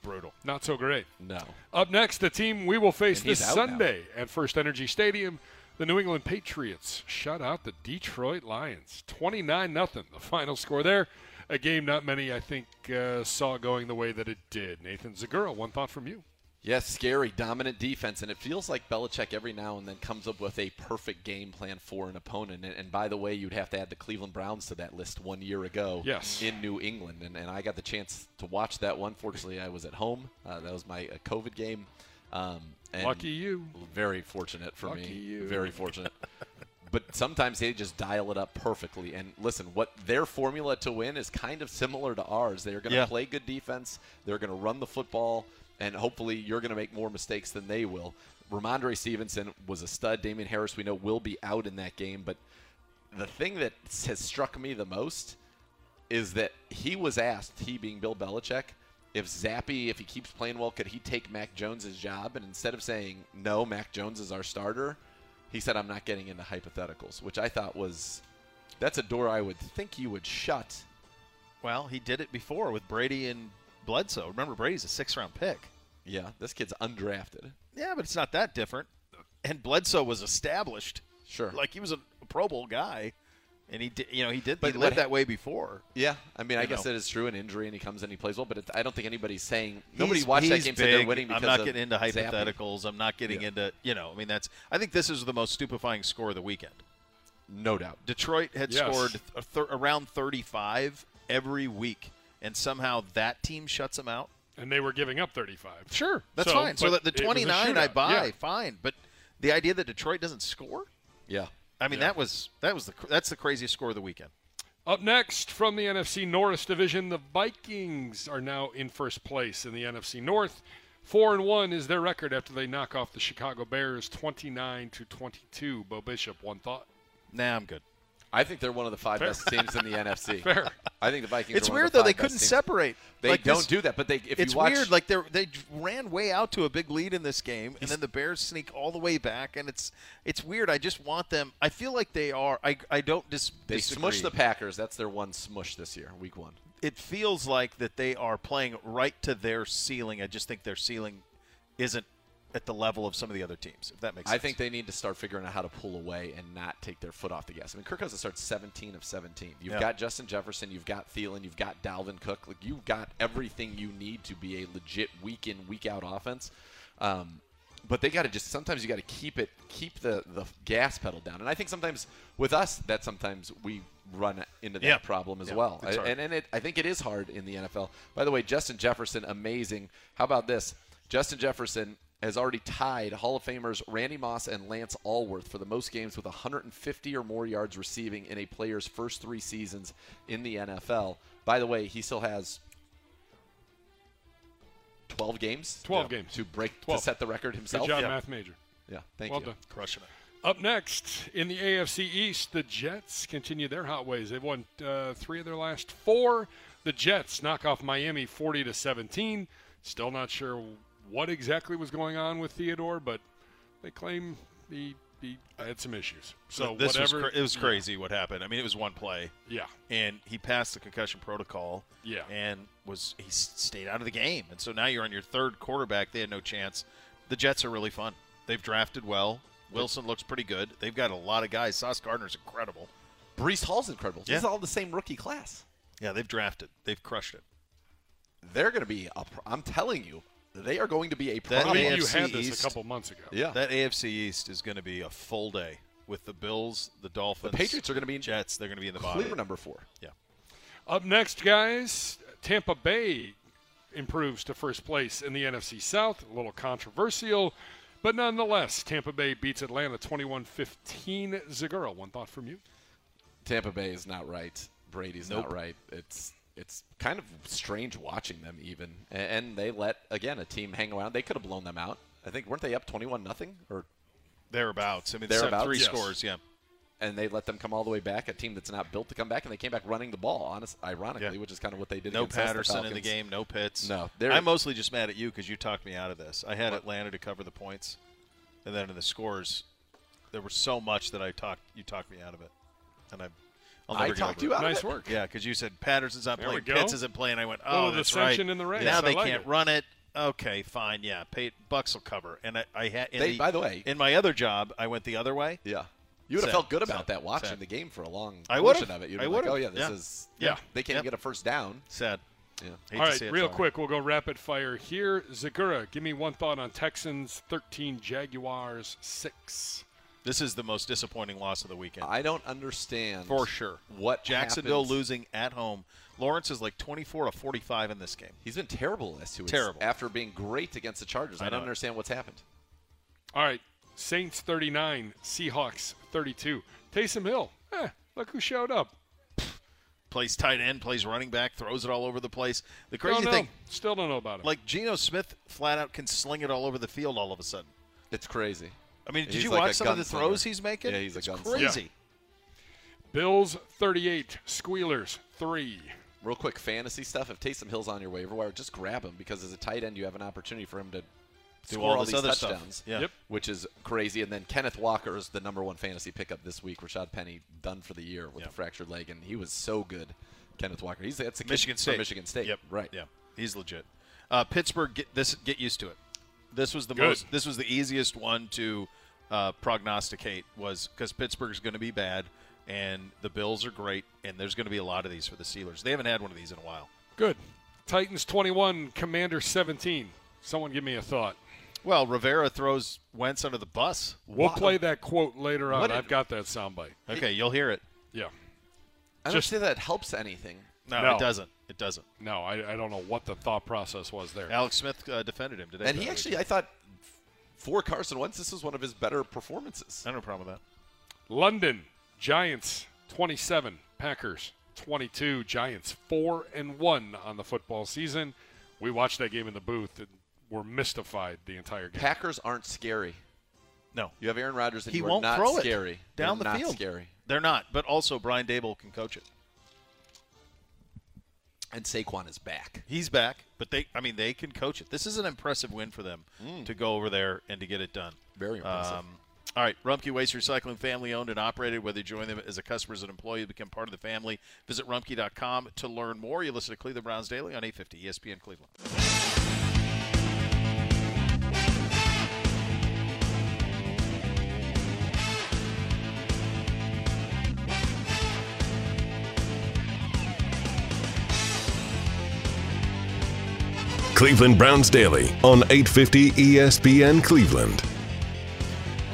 Speaker 2: Brutal.
Speaker 4: not so great.
Speaker 3: No.
Speaker 4: Up next, the team we will face
Speaker 3: And he's
Speaker 4: this
Speaker 3: out now.
Speaker 4: Sunday at First Energy Stadium. The New England Patriots shut out the Detroit Lions, 29 nothing. The final score there, a game not many I think uh, saw going the way that it did. Nathan Zagura, one thought from you.
Speaker 3: Yes, scary, dominant defense, and it feels like Belichick every now and then comes up with a perfect game plan for an opponent. And, and by the way, you'd have to add the Cleveland Browns to that list one year ago
Speaker 4: Yes.
Speaker 3: in New England, and, and I got the chance to watch that one. Fortunately, I was at home. Uh, that was my uh, COVID game. Um, and
Speaker 4: Lucky you.
Speaker 3: Very fortunate for
Speaker 4: Lucky
Speaker 3: me.
Speaker 4: you.
Speaker 3: Very fortunate. but sometimes they just dial it up perfectly. And listen, what their formula to win is kind of similar to ours. They're going to
Speaker 2: Yeah.
Speaker 3: play good defense. They're going to run the football, and hopefully you're going to make more mistakes than they will. Ramondre Stevenson was a stud. Damian Harris, we know, will be out in that game. But the thing that has struck me the most is that he was asked, he being Bill Belichick, if Zappy, if he keeps playing well, could he take Mac Jones' job? And instead of saying, no, Mac Jones is our starter, he said, I'm not getting into hypotheticals, which I thought was that's a door I would think you would shut.
Speaker 2: Well, he did it before with Brady and Bledsoe. Remember, Brady's a six-round pick.
Speaker 3: Yeah, this kid's undrafted.
Speaker 2: Yeah, but it's not that different. And Bledsoe was established.
Speaker 3: Sure.
Speaker 2: Like he was a Pro Bowl guy, and he did. You know, he did.
Speaker 3: But
Speaker 2: he
Speaker 3: what
Speaker 2: lived
Speaker 3: ha-
Speaker 2: that way before.
Speaker 3: Yeah, I mean, I
Speaker 2: You
Speaker 3: guess
Speaker 2: know.
Speaker 3: that is true. An injury, and he comes in, he plays well. But it's, I don't think anybody's saying nobody
Speaker 2: He's-
Speaker 3: watched that
Speaker 2: he's
Speaker 3: game said they're
Speaker 2: big.
Speaker 3: winning because
Speaker 2: I'm not
Speaker 3: of
Speaker 2: getting into
Speaker 3: Zappe.
Speaker 2: hypotheticals. I'm not getting
Speaker 3: Yeah.
Speaker 2: into you know. I mean, that's. I think this is the most stupefying score of the weekend.
Speaker 3: No doubt.
Speaker 2: Detroit had
Speaker 4: Yes.
Speaker 2: scored th- th- around 35 every week, and somehow that team shuts them out.
Speaker 4: And they were giving up 35.
Speaker 2: Sure, that's fine. So
Speaker 4: but
Speaker 2: that the
Speaker 4: it was a
Speaker 2: 29 I
Speaker 4: shootout.
Speaker 2: buy,
Speaker 4: Yeah.
Speaker 2: fine. But the idea that Detroit doesn't score,
Speaker 3: Yeah.
Speaker 2: I mean, that was that was the cr- that's the craziest score of the weekend.
Speaker 4: Up next from the NFC Norris division, the Vikings are now in first place in the NFC North. Four and one is their record after they knock off the Chicago Bears twenty nine to twenty two. Bo Bishop, one thought.
Speaker 2: Nah, I'm good.
Speaker 3: I think they're one of the five best teams in the NFC.
Speaker 4: Fair.
Speaker 3: I think the Vikings.
Speaker 2: it's
Speaker 3: are one of
Speaker 2: weird
Speaker 3: the
Speaker 2: though; they
Speaker 3: five best
Speaker 2: couldn't
Speaker 3: teams.
Speaker 2: separate.
Speaker 3: They
Speaker 2: Like,
Speaker 3: don't
Speaker 2: this-
Speaker 3: do that, but they if
Speaker 2: It's
Speaker 3: you watch,
Speaker 2: weird. Like they they ran way out to a big lead in this game, and then the Bears sneak all the way back, and it's it's weird. I just want them. I feel like they are. I I don't dis-
Speaker 3: they
Speaker 2: disagree.
Speaker 3: smushed the Packers. That's their one smush this year, Week One.
Speaker 2: it feels like that they are playing right to their ceiling. I just think their ceiling isn't at the level of some of the other teams. If that makes sense.
Speaker 3: I think they need to start figuring out how to pull away and not take their foot off the gas. I mean, Kirk Cousins starts 17 of 17. You've
Speaker 2: Yeah.
Speaker 3: got Justin Jefferson, you've got Thielen, you've got Dalvin Cook. Like you've got everything you need to be a legit week in week out offense. Um, but they got to just sometimes you got to keep it keep the the gas pedal down. And I think sometimes with us that sometimes we run into that
Speaker 2: Yeah.
Speaker 3: problem as
Speaker 2: Yeah,
Speaker 3: well.
Speaker 2: it's
Speaker 3: I-
Speaker 2: hard.
Speaker 3: and and it, I think it is hard in the NFL. By the way, Justin Jefferson, amazing. How about this? Justin Jefferson has already tied Hall of Famers Randy Moss and Lance Allworth for the most games with 150 or more yards receiving in a player's first three seasons in the NFL. By the way, he still has 12 games.
Speaker 4: 12 games.
Speaker 3: to break
Speaker 4: 12.
Speaker 3: to set the record
Speaker 4: Good
Speaker 3: himself.
Speaker 4: job,
Speaker 3: yeah.
Speaker 4: math major.
Speaker 3: Yeah, thank
Speaker 4: well
Speaker 3: you.
Speaker 4: done.
Speaker 2: crushing it.
Speaker 4: Up next in the AFC East, the Jets continue their hot ways. They've won uh, three of their last four. The Jets knock off Miami forty to seventeen. Still not sure what exactly was going on with Theodore, but they claim he, he had some issues. So
Speaker 2: this
Speaker 4: whatever
Speaker 2: was cra- it was crazy what happened. I mean, it was one play,
Speaker 4: Yeah,
Speaker 2: and he passed the concussion protocol.
Speaker 4: Yeah.
Speaker 2: and was he s- stayed out of the game, and so now you're on your third quarterback. They had no chance. The Jets are really fun. They've drafted well. Wilson looks pretty good. They've got a lot of guys. Sauce Gardner's incredible.
Speaker 3: Brees Hall's incredible.
Speaker 2: Yeah.
Speaker 3: This is all the same rookie class.
Speaker 2: Yeah, they've drafted. They've crushed it.
Speaker 3: they're going to be. A, pro- I'm telling you, they are going to be a
Speaker 4: I
Speaker 3: problem.
Speaker 4: mean, you
Speaker 2: AFC
Speaker 4: had this
Speaker 2: East.
Speaker 4: a couple months ago.
Speaker 3: yeah,
Speaker 2: That AFC East is going to be a full day with the Bills, the Dolphins.
Speaker 3: Patriots are gonna be in-
Speaker 2: Jets. They're going to be in the bottom.
Speaker 3: clear number four.
Speaker 2: Yeah.
Speaker 4: Up next, guys, Tampa Bay improves to first place in the NFC South. A little controversial, but nonetheless, Tampa Bay beats Atlanta 21 15. Zagura, one thought from you.
Speaker 3: Tampa Bay is not right. Brady's
Speaker 2: Nope.
Speaker 3: not right. It's it's kind of strange watching them even, A- and they let again a team hang around. They could have blown them out. I think weren't they up twenty-one nothing, or
Speaker 2: Thereabouts. I mean, they have
Speaker 3: Thereabouts,
Speaker 2: three
Speaker 3: yes.
Speaker 2: scores. Yeah.
Speaker 3: and they let them come all the way back. A team that's not built to come back, and they came back running the ball. Honest, ironically,
Speaker 2: Yeah.
Speaker 3: which is kind of what they did.
Speaker 2: No
Speaker 3: against us,
Speaker 2: Patterson in the
Speaker 3: Falcons.
Speaker 2: game. No Pitts.
Speaker 3: No, they're-
Speaker 2: I'm mostly just mad at you because you talked me out of this. I had Atlanta to cover the points, and then in the scores, there was so much that I talked. You talked me out of it, and I. I'll never
Speaker 3: I
Speaker 2: get
Speaker 3: talked
Speaker 2: over
Speaker 3: you
Speaker 2: it.
Speaker 3: out.
Speaker 4: Nice
Speaker 3: of it.
Speaker 4: work.
Speaker 2: Yeah, because you said Patterson's not
Speaker 4: There
Speaker 2: playing,
Speaker 4: we go.
Speaker 2: Pitts isn't playing. I went,
Speaker 4: Little
Speaker 2: oh, that's right.
Speaker 4: dissension in the race.
Speaker 2: Now they
Speaker 4: I like
Speaker 2: can't
Speaker 4: it.
Speaker 2: run it. Okay, fine. Yeah, Pay, Bucks will cover. And I, I had. in
Speaker 3: They- by the way-
Speaker 2: in my other job, I went the other way.
Speaker 3: Yeah, you would have
Speaker 2: Sad.
Speaker 3: felt good about
Speaker 2: Sad.
Speaker 3: that watching
Speaker 2: Sad.
Speaker 3: the game for a long
Speaker 2: I would've.
Speaker 3: portion of it. You'd
Speaker 2: I
Speaker 3: be like,
Speaker 2: would've.
Speaker 3: oh yeah, this
Speaker 2: Yeah.
Speaker 3: is
Speaker 2: Yeah.
Speaker 3: They can't
Speaker 2: Yep.
Speaker 3: get a first down.
Speaker 2: Sad.
Speaker 3: Yeah.
Speaker 2: Hate
Speaker 4: All
Speaker 2: to
Speaker 4: right,
Speaker 2: see it,
Speaker 4: real
Speaker 2: sorry.
Speaker 4: quick, we'll go rapid fire here. Zagura, give me one thought on Texans 13, Jaguars 6.
Speaker 2: This is the most disappointing loss of the weekend.
Speaker 3: I don't understand
Speaker 2: for sure.
Speaker 3: what
Speaker 2: Jacksonville
Speaker 3: happens.
Speaker 2: losing at home. Lawrence is like 24 to 45 in this game.
Speaker 3: He's been terrible the last two weeks.
Speaker 2: Terrible.
Speaker 3: After being great against the Chargers, I,
Speaker 2: know
Speaker 3: don't
Speaker 2: it.
Speaker 3: understand what's happened.
Speaker 4: All right, Saints 39, Seahawks 32. Taysom Hill, eh, look who showed up.
Speaker 2: Plays tight end, plays running back, throws it all over the place. The
Speaker 4: Don't
Speaker 2: crazy
Speaker 4: know.
Speaker 2: thing,
Speaker 4: Still don't know about him.
Speaker 2: like Geno Smith, flat out can sling it all over the field all of a sudden.
Speaker 3: It's crazy.
Speaker 2: I mean, did
Speaker 3: He's
Speaker 2: you
Speaker 3: like a
Speaker 2: watch some of the
Speaker 3: gunslinger.
Speaker 2: throws he's making?
Speaker 3: Yeah, he's a
Speaker 2: it's
Speaker 3: gunslinger.
Speaker 2: crazy.
Speaker 4: Bills 38, Squealers 3.
Speaker 3: Real quick fantasy stuff. If Taysom Hill's on your waiver wire, just grab him because as a tight end, you have an opportunity for him to
Speaker 2: Do
Speaker 3: score
Speaker 2: all
Speaker 3: all
Speaker 2: this
Speaker 3: these
Speaker 2: other stuff.
Speaker 3: touchdowns,
Speaker 2: Yeah.
Speaker 4: Yep.
Speaker 3: which is crazy. And then Kenneth Walker is the number one fantasy pickup this week. Rashad Penny done for the year with
Speaker 2: Yeah.
Speaker 3: a fractured leg, and he was so good. Kenneth Walker. He's that's a kid
Speaker 2: Michigan
Speaker 3: from
Speaker 2: State.
Speaker 3: Michigan State.
Speaker 2: Yep.
Speaker 3: Right.
Speaker 2: Yeah. He's legit. Uh, Pittsburgh, get this. Get used to it. This was the
Speaker 4: Good.
Speaker 2: most. This was the easiest one to uh, prognosticate was because Pittsburgh's going to be bad, and the Bills are great, and there's going to be a lot of these for the Steelers. They haven't had one of these in a while.
Speaker 4: Good. Titans 21, Commander 17. Someone give me a thought.
Speaker 2: Well, Rivera throws Wentz under the bus.
Speaker 4: We'll play that quote later on.
Speaker 3: What did-
Speaker 4: I've got that soundbite.
Speaker 2: Okay, you'll hear it.
Speaker 4: Yeah.
Speaker 3: I don't
Speaker 4: Just-
Speaker 3: see that helps anything.
Speaker 2: No,
Speaker 4: No.
Speaker 2: it doesn't. It doesn't.
Speaker 4: No, I, I don't know what the thought process was there.
Speaker 2: Alex Smith uh, defended him today.
Speaker 3: And
Speaker 2: by
Speaker 3: he
Speaker 2: the way.
Speaker 3: actually, I thought, for Carson Wentz, this was one of his better performances.
Speaker 2: I don't have a problem with that.
Speaker 4: London Giants 27, Packers 22, Giants 4 and 1 on the football season. We watched that game in the booth and were mystified the entire game.
Speaker 3: Packers aren't scary.
Speaker 2: No,
Speaker 3: You have Aaron Rodgers, and
Speaker 2: he
Speaker 3: you
Speaker 2: won't
Speaker 3: are not
Speaker 2: throw
Speaker 3: scary.
Speaker 2: it down
Speaker 3: You're
Speaker 2: the
Speaker 3: not
Speaker 2: field.
Speaker 3: Scary.
Speaker 2: They're not. But also, Brian Dable can coach it.
Speaker 3: And Saquon is back.
Speaker 2: He's back, but they I mean they can coach it. This is an impressive win for them to go over there and to get it done.
Speaker 3: Hmm.
Speaker 2: Um,
Speaker 3: Very impressive.
Speaker 2: all right, Rumpke Waste Recycling, family owned and operated. Whether you join them as a customer, as an employee, you become part of the family. Visit rumpke.com to learn more. You listen to Cleveland Browns Daily on E 850 ESPN Cleveland.
Speaker 1: Cleveland Browns Daily on E 850 ESPN Cleveland.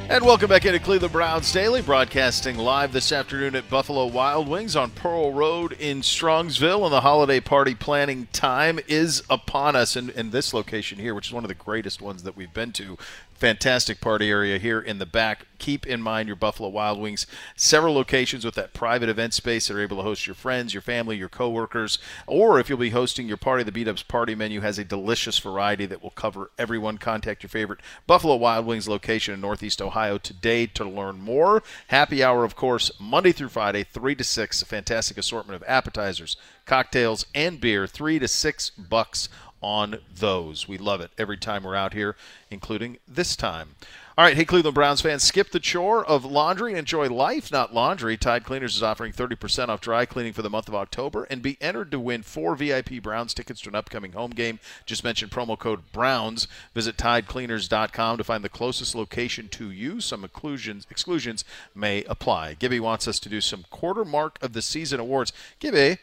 Speaker 2: And welcome back into Cleveland Browns Daily, broadcasting live this afternoon at Buffalo Wild Wings on Pearl Road in Strongsville. And the holiday party planning time is upon us. And, and this location here, which is one of the greatest ones that we've been to, fantastic party area here in the back. Keep in mind your Buffalo Wild Wings, several locations with that private event space that are able to host your friends, your family, your coworkers, or if you'll be hosting your party, the Beat Ups party menu has a delicious variety that will cover everyone. Contact your favorite Buffalo Wild Wings location in Northeast Ohio today to learn more. Happy hour, of course, Monday through Friday, 3 to 6. A fantastic assortment of appetizers, cocktails, and beer, 3 to 6 bucks on those. We love it every time we're out here, including this time. All right, hey Cleveland Browns fans, skip the chore of laundry and enjoy life, not laundry. Tide Cleaners is offering 30% off dry cleaning for the month of October and be entered to win four VIP Browns tickets to an upcoming home game. Just mention promo code Browns. Visit tidecleaners.com to find the closest location to you. Some exclusions exclusions may apply. Gibby wants us to do some quarter mark of the season awards. Gibby,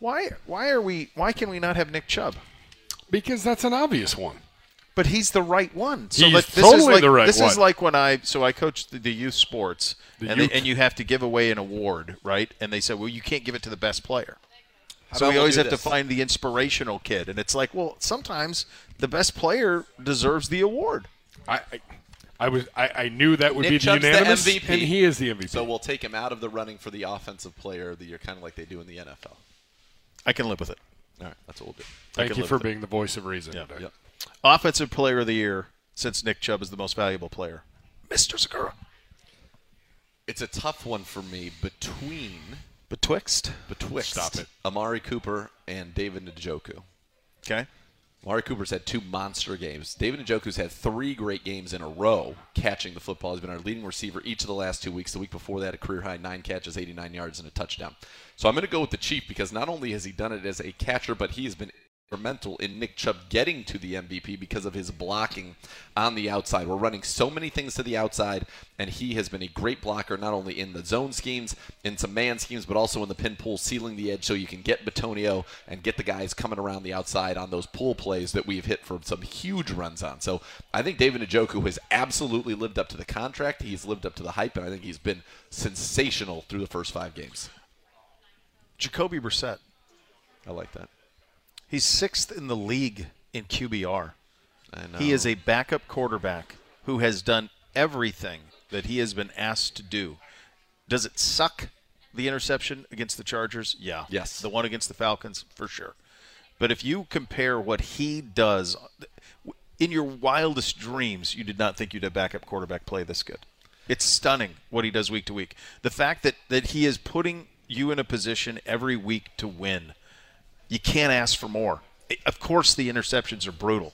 Speaker 2: why why are we why can we not have Nick Chubb?
Speaker 4: because that's an obvious one.
Speaker 2: But he's the right one. So
Speaker 4: He's
Speaker 2: like, this
Speaker 4: totally
Speaker 2: is like,
Speaker 4: the right
Speaker 2: This is
Speaker 4: one.
Speaker 2: like when I so I coached the, the youth sports,
Speaker 4: The
Speaker 2: and,
Speaker 4: youth.
Speaker 2: They, and you have to give away an award, right? And they said, well, you can't give it to the best player. So
Speaker 3: about
Speaker 2: we
Speaker 3: we'll
Speaker 2: always
Speaker 3: do
Speaker 2: have
Speaker 3: this?
Speaker 2: to find the inspirational kid, and it's like, well, sometimes the best player deserves the award.
Speaker 4: I, I, I was I, I knew that would
Speaker 3: Nick
Speaker 4: be the
Speaker 3: Chubb's the
Speaker 4: unanimous,
Speaker 3: MVP.
Speaker 4: and he is the MVP.
Speaker 3: So we'll take him out of the running for the offensive player of the year, kind of like they do in the NFL. All
Speaker 2: I can live with it.
Speaker 3: right, that's what we'll do. I
Speaker 4: Thank
Speaker 3: can
Speaker 4: you
Speaker 3: live
Speaker 4: for
Speaker 3: with it.
Speaker 4: being the voice of reason. today.
Speaker 3: Yep.
Speaker 2: Offensive player of the year, since Nick Chubb is the most valuable player, Mr. Segura.
Speaker 3: It's a tough one for me between
Speaker 2: Betwixt.
Speaker 3: betwixt
Speaker 4: Stop it.
Speaker 3: Amari Cooper and David Njoku.
Speaker 2: Okay.
Speaker 3: Amari Cooper's had two monster games. David Njoku's had three great games in a row catching the football. He's been our leading receiver each of the last two weeks. The week before that, a career high nine catches, 89 yards, and a touchdown. So I'm going to go with the Chief because not only has he done it as a catcher, but he has been instrumental in Nick Chubb getting to the MVP because of his blocking on the outside. We're running so many things to the outside, and he has been a great blocker not only in the zone schemes, in some man schemes, but also in the pin pull, sealing the edge so you can get Batonio and get the guys coming around the outside on those pull plays that we've hit for some huge runs on. So I think David Njoku has absolutely lived up to the contract. He's lived up to the hype, and I think he's been sensational through the first five games.
Speaker 2: Jacoby Brissett.
Speaker 3: I like that.
Speaker 2: He's sixth in the league in QBR.
Speaker 3: I know.
Speaker 2: He is a backup quarterback who has done everything that he has been asked to do. Does it suck the interception against the Chargers? Yeah.
Speaker 3: Yes.
Speaker 2: The one against the Falcons, for sure. But if you compare what he does in your wildest dreams, you did not think you'd have backup quarterback play this good. It's stunning what he does week to week. The fact that, that he is putting you in a position every week to win you can't ask for more. Of course, the interceptions are brutal.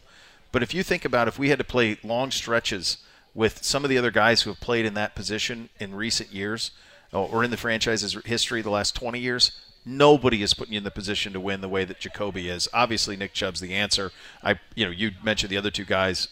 Speaker 2: But if you think about if we had to play long stretches with some of the other guys who have played in that position in recent years or or in the franchise's history the last 20 years, nobody is putting you in the position to win the way that Jacoby is. Obviously, Nick Chubb's the answer. I, you know, you mentioned the other two guys.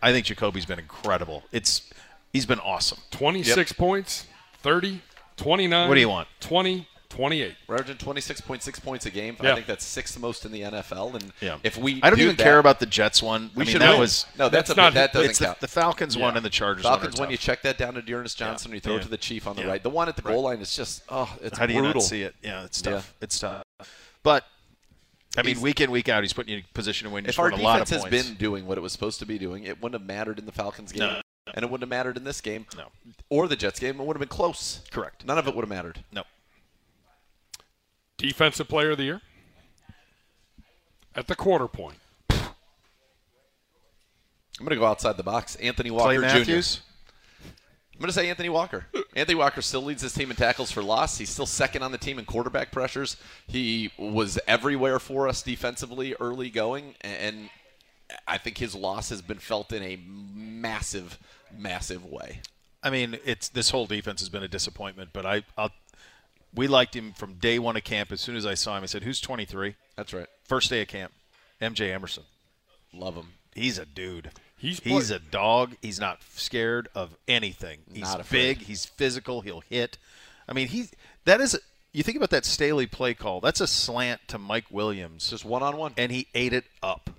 Speaker 2: I think Jacoby's been incredible. It's he's been awesome.
Speaker 4: 26 points, 30, 29.
Speaker 2: What do you want?
Speaker 4: 20, 28.
Speaker 3: We're averaging 26.6 points a game. I
Speaker 4: Yeah.
Speaker 3: think that's sixth most in the NFL. And
Speaker 2: Yeah.
Speaker 3: if we
Speaker 2: I don't
Speaker 3: do
Speaker 2: even
Speaker 3: that-
Speaker 2: care about the Jets one. We I mean,
Speaker 3: should
Speaker 2: that
Speaker 3: win.
Speaker 2: was
Speaker 3: no, that's,
Speaker 4: That's
Speaker 3: a,
Speaker 4: not-
Speaker 3: that doesn't
Speaker 2: it's the,
Speaker 3: count.
Speaker 2: the Falcons one and the Chargers one. are
Speaker 3: Falcons when you
Speaker 2: tough.
Speaker 3: check that down to Dearness Johnson, you throw it
Speaker 2: Yeah.
Speaker 3: to the Chief on the
Speaker 2: Yeah.
Speaker 3: right. The one at the goal line is just oh, it's
Speaker 2: How do you
Speaker 3: brutal.
Speaker 2: not see it? Yeah, it's
Speaker 3: Yeah.
Speaker 2: tough. It's tough. But I mean,
Speaker 3: He's-
Speaker 2: week in, week out, he's putting you in a position to win. You
Speaker 3: If our
Speaker 2: scored a lot of
Speaker 3: defense has
Speaker 2: points.
Speaker 3: been doing what it was supposed to be doing, it wouldn't have mattered in the Falcons game, and it wouldn't have mattered in this game,
Speaker 2: No.
Speaker 3: or the Jets game. It would have been close.
Speaker 2: Correct.
Speaker 3: None of it would have mattered.
Speaker 2: no,
Speaker 4: Defensive player of the year? At the quarter point.
Speaker 3: I'm going to go outside the box. Anthony
Speaker 2: Clay
Speaker 3: Walker Jr.
Speaker 2: Matthews.
Speaker 3: I'm going to say Anthony Walker. Anthony Walker still leads his team in tackles for loss. He's still second on the team in quarterback pressures. He was everywhere for us defensively early going, and I think his loss has been felt in a massive, massive way.
Speaker 2: I mean, it's this whole defense has been a disappointment. But I, I'll, we liked him from day one of camp. As soon as I saw him, I said, "Who's 23?"
Speaker 3: That's right.
Speaker 2: First day of camp, MJ Emerson.
Speaker 3: Love him.
Speaker 2: He's a dude.
Speaker 4: He's
Speaker 2: he's
Speaker 4: play-
Speaker 2: a dog. He's not scared of anything. He's
Speaker 3: Not afraid.
Speaker 2: big. He's physical. He'll hit. I mean, he that is. You think about that Staley play call. That's a slant to Mike Williams.
Speaker 3: Just one on one.
Speaker 2: and he ate it up.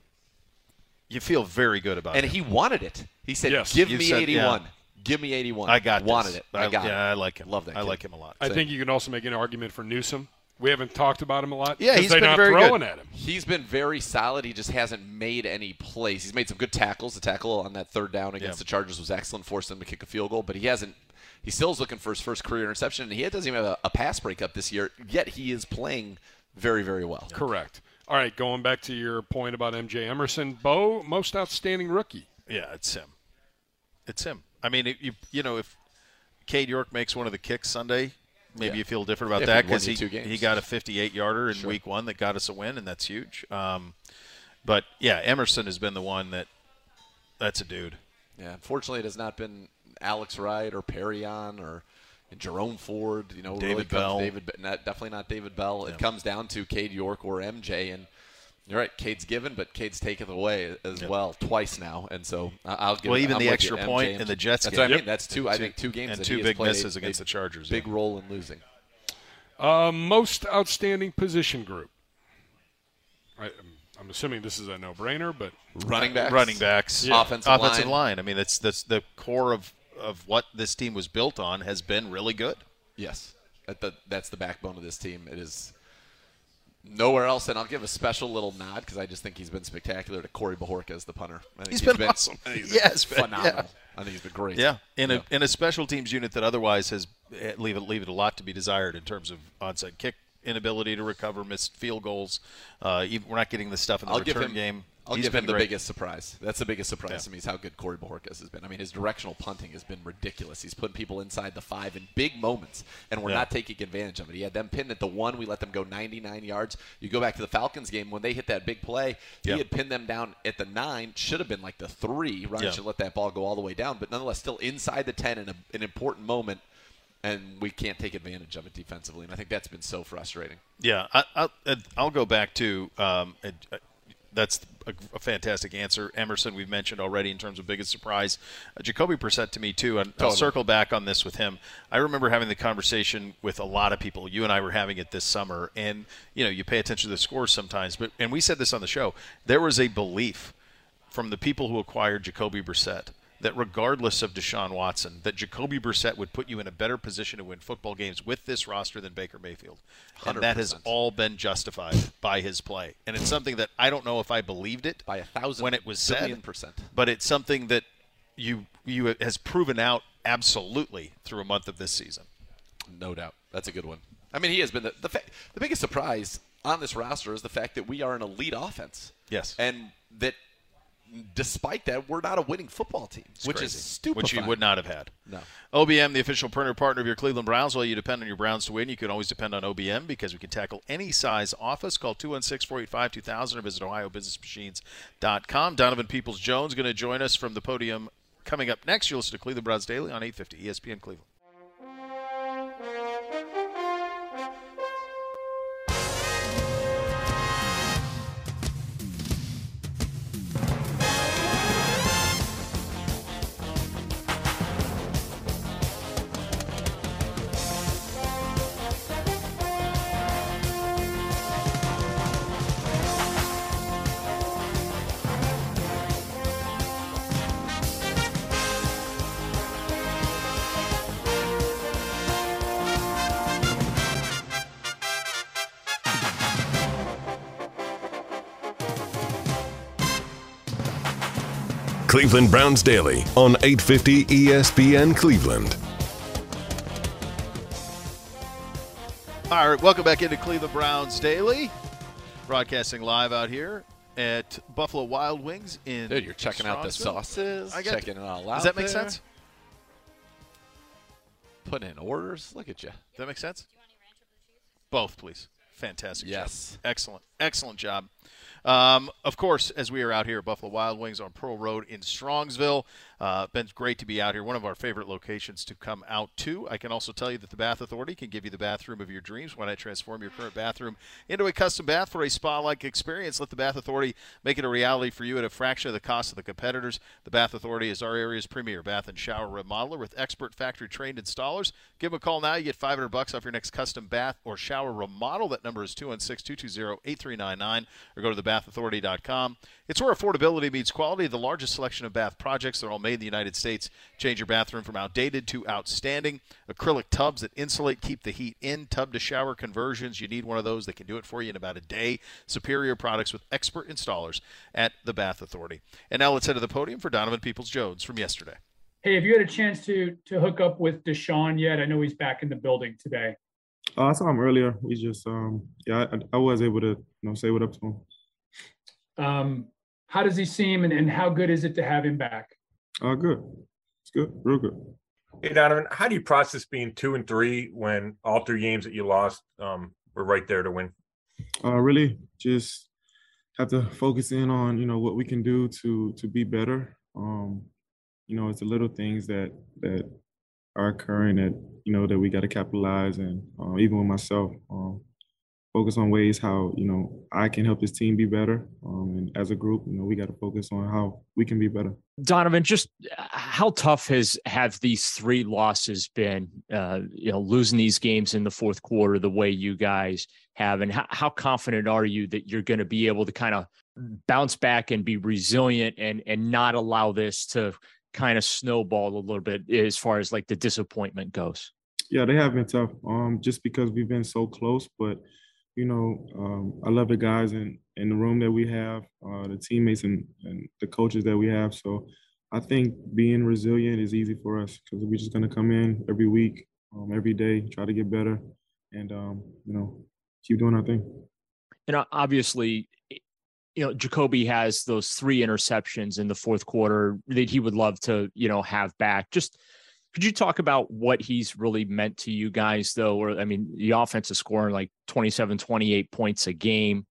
Speaker 2: You feel very good about
Speaker 3: And
Speaker 2: him.
Speaker 3: he wanted it. He said,
Speaker 4: Yes.
Speaker 3: "Give
Speaker 2: You
Speaker 3: me
Speaker 2: said-
Speaker 3: 81.
Speaker 2: yeah.
Speaker 3: Give me 81."
Speaker 2: I got this.
Speaker 3: wanted it. I, got
Speaker 2: yeah,
Speaker 3: it.
Speaker 2: I like him.
Speaker 3: Love that.
Speaker 2: I
Speaker 3: kid.
Speaker 2: like him a lot.
Speaker 4: I think you can also make an argument for Newsom. We haven't talked about him a lot.
Speaker 2: Yeah,
Speaker 4: 'cause
Speaker 2: he's
Speaker 4: they're
Speaker 2: been
Speaker 4: not
Speaker 2: very good.
Speaker 4: throwing at him.
Speaker 3: He's been very solid. He just hasn't made any plays. He's made some good tackles. The tackle on that third down against
Speaker 2: Yeah.
Speaker 3: the Chargers was excellent, forced them to kick a field goal, but he hasn't. He still is looking for his first career interception, and he doesn't even have a, a pass breakup this year. Yet he is playing very, very well.
Speaker 4: Correct. All right, going back to your point about MJ Emerson, Bo, most outstanding rookie.
Speaker 2: Yeah, it's him. It's him. I mean, it, you you know, if Cade York makes one of the kicks Sunday, maybe
Speaker 3: Yeah.
Speaker 2: you feel different about
Speaker 3: If
Speaker 2: that
Speaker 3: he'd won
Speaker 2: because
Speaker 3: you
Speaker 2: he
Speaker 3: two games.
Speaker 2: he got a 58 yarder in week one that got us a win, and that's huge. Um, but yeah, Emerson has been the one that that's a dude.
Speaker 3: Yeah, unfortunately, it has not been Alex Wright or Perryon or Jerome Ford. You know, really
Speaker 2: David
Speaker 3: comes-
Speaker 2: Bell.
Speaker 3: David, Be- not, definitely not David Bell. It comes down to Cade York or MJ, and you're right. Cade's given, but Cade's taken away as well twice now, and so I- I'll give.
Speaker 2: Well, even
Speaker 3: I'm
Speaker 2: the
Speaker 3: with
Speaker 2: extra
Speaker 3: you,
Speaker 2: point
Speaker 3: MJ,
Speaker 2: in the Jets
Speaker 3: That's
Speaker 2: game.
Speaker 3: what I mean.
Speaker 2: Yep.
Speaker 3: That's two. I
Speaker 2: Two-
Speaker 3: think two games
Speaker 2: and
Speaker 3: that
Speaker 2: two
Speaker 3: he has
Speaker 2: big
Speaker 3: played
Speaker 2: misses
Speaker 3: a
Speaker 2: against the Chargers,
Speaker 3: Big
Speaker 2: yeah.
Speaker 3: role in losing.
Speaker 4: Uh, most outstanding position group. I, um, I'm assuming this is a no-brainer, but
Speaker 3: Running backs.
Speaker 2: running backs,
Speaker 3: Yeah. Offensive
Speaker 2: line. I mean, that's that's the core of of what this team was built on has been really good.
Speaker 3: Yes, That- that- that's the backbone of this team. It is nowhere else, and I'll give a special little nod because I just think he's been spectacular to Corey Bohorka as the punter. I think
Speaker 2: He's been awesome.
Speaker 3: I think he's
Speaker 2: Yeah,
Speaker 3: been
Speaker 2: it's been- yeah.
Speaker 3: phenomenal. I think he's been great.
Speaker 2: Yeah, in a in a special teams unit that otherwise has eh, leave it leave it a lot to be desired in terms of onside kick inability to recover missed field goals. Uh, even, we're not getting the stuff in the
Speaker 3: I'll give
Speaker 2: return
Speaker 3: him
Speaker 2: game.
Speaker 3: I'll
Speaker 2: He's
Speaker 3: give
Speaker 2: been
Speaker 3: him the
Speaker 2: great.
Speaker 3: biggest surprise. That's the biggest surprise
Speaker 2: Yeah.
Speaker 3: to me is how good Corey Bohorquez has been. I mean, his directional punting has been ridiculous. He's putting people inside the five in big moments, and we're
Speaker 2: Yeah.
Speaker 3: not taking advantage of it. He had them pinned at the one. We let them go 99 yards. You go back to the Falcons game when they hit that big play. He
Speaker 2: Yeah.
Speaker 3: had pinned them down at the nine. Should have been like the three. Ryan
Speaker 2: Yeah.
Speaker 3: should let that ball go all the way down, but nonetheless, still inside the 10 in a, an important moment. And we can't take advantage of it defensively, and I think that's been so frustrating.
Speaker 2: Yeah, I, I'll, uh, I'll go back to um, uh, uh, that's a, a fantastic answer. Emerson, we've mentioned already in terms of biggest surprise. Uh, Jacoby Brissett to me, too. And I'll
Speaker 3: Totally.
Speaker 2: circle back on this with him. I remember having the conversation with a lot of people. You and I were having it this summer. And, you know, you pay attention to the scores sometimes. But And we said this on the show there was a belief from the people who acquired Jacoby Brissett that regardless of Deshaun Watson, that Jacoby Brissett would put you in a better position to win football games with this roster than Baker Mayfield. And that has
Speaker 3: 100%.
Speaker 2: all been justified by his play. And it's something that I don't know if I believed it
Speaker 3: By a thousand
Speaker 2: when it was
Speaker 3: billion
Speaker 2: said,
Speaker 3: percent.
Speaker 2: but it's something that you you has proven out absolutely through a month of this season.
Speaker 3: No doubt. That's a good one. I mean, he has been the the, fa- the biggest surprise on this roster is the fact that we are an elite offense.
Speaker 2: Yes.
Speaker 3: And that despite that, we're not a winning football team, which
Speaker 2: crazy,
Speaker 3: is stupid.
Speaker 2: Which you would not have had.
Speaker 3: No.
Speaker 2: OBM, the official printer partner of your Cleveland Browns. While you depend on your Browns to win, you can always depend on OBM because we can tackle any size office. Call 216 485 2000 or visit ohiobusinessmachines.com. Donovan Peoples Jones going to join us from the podium coming up next. You'll listen to Cleveland Browns Daily on E 850 ESPN Cleveland.
Speaker 1: Cleveland Browns Daily on E 850 ESPN Cleveland.
Speaker 2: All right, welcome back into Cleveland Browns Daily. Broadcasting live out here at Buffalo Wild Wings in
Speaker 3: Dude, you're checking out the
Speaker 2: Strongsville.
Speaker 3: sauces,
Speaker 2: I got-
Speaker 3: checking it all out.
Speaker 2: Does that make
Speaker 3: there,
Speaker 2: sense?
Speaker 3: Putting in orders. Look at you.
Speaker 2: Does that make sense? Both, please. Fantastic.
Speaker 3: Yes.
Speaker 2: Job. Excellent. Excellent job. Um, of course, as we are out here at Buffalo Wild Wings on Pearl Road in Strongsville, uh, been great to be out here. One of our favorite locations to come out to. I can also tell you that the Bath Authority can give you the bathroom of your dreams. Why not transform your current bathroom into a custom bath for a spa-like experience? Let the Bath Authority make it a reality for you at a fraction of the cost of the competitors. The Bath Authority is our area's premier bath and shower remodeler with expert factory-trained installers. Give them a call now. You get 500 bucks off your next custom bath or shower remodel. That number is 216-220-8399 or go to thebathauthority.com. It's where affordability meets quality. The largest selection of bath projects. They're all made in the United States. Change your bathroom from outdated to outstanding. Acrylic tubs that insulate, keep the heat in. Tub to shower conversions. You need one of those. They can do it for you in about a day. Superior products with expert installers at The Bath Authority. And now let's head to the podium for Donovan Peoples-Jones from yesterday.
Speaker 5: Hey, have you had a chance to to hook up with Deshaun yet? I know he's back in the building today.
Speaker 6: Oh, I saw him earlier. We just, um, yeah, I, I was able to, you know, say what up to him.
Speaker 5: Um, how does he seem, and, and how good is it to have him back?
Speaker 6: Uh, good. It's good. Real good.
Speaker 7: Hey Donovan, how do you process being two and three when all three games that you lost um, were right there to win?
Speaker 6: Uh, really, just have to focus in on, you know, what we can do to to be better. Um, you know, it's the little things that that are occurring that you know that we got to capitalize, and uh, even with myself, um, focus on ways how you know I can help this team be better. Um, and as a group, you know, we got to focus on how we can be better.
Speaker 8: Donovan, just uh, how tough has have these three losses been? Uh, you know, losing these games in the fourth quarter the way you guys have, and how, how confident are you that you're going to be able to kind of bounce back and be resilient and and not allow this to kind of snowball a little bit as far as like the disappointment goes?
Speaker 6: Yeah, they have been tough. Um, just because we've been so close, but you know, um, I love the guys in in the room that we have, uh, the teammates and, and the coaches that we have. So I think being resilient is easy for us because we're just gonna come in every week, um, every day, try to get better, and um, you know, keep doing our thing.
Speaker 8: And uh, obviously, you know Jacoby has those three interceptions in the fourth quarter that he would love to you know have back. Just could you talk about what he's really meant to you guys though? Or I mean, the offense is scoring like 27, 28 points a game.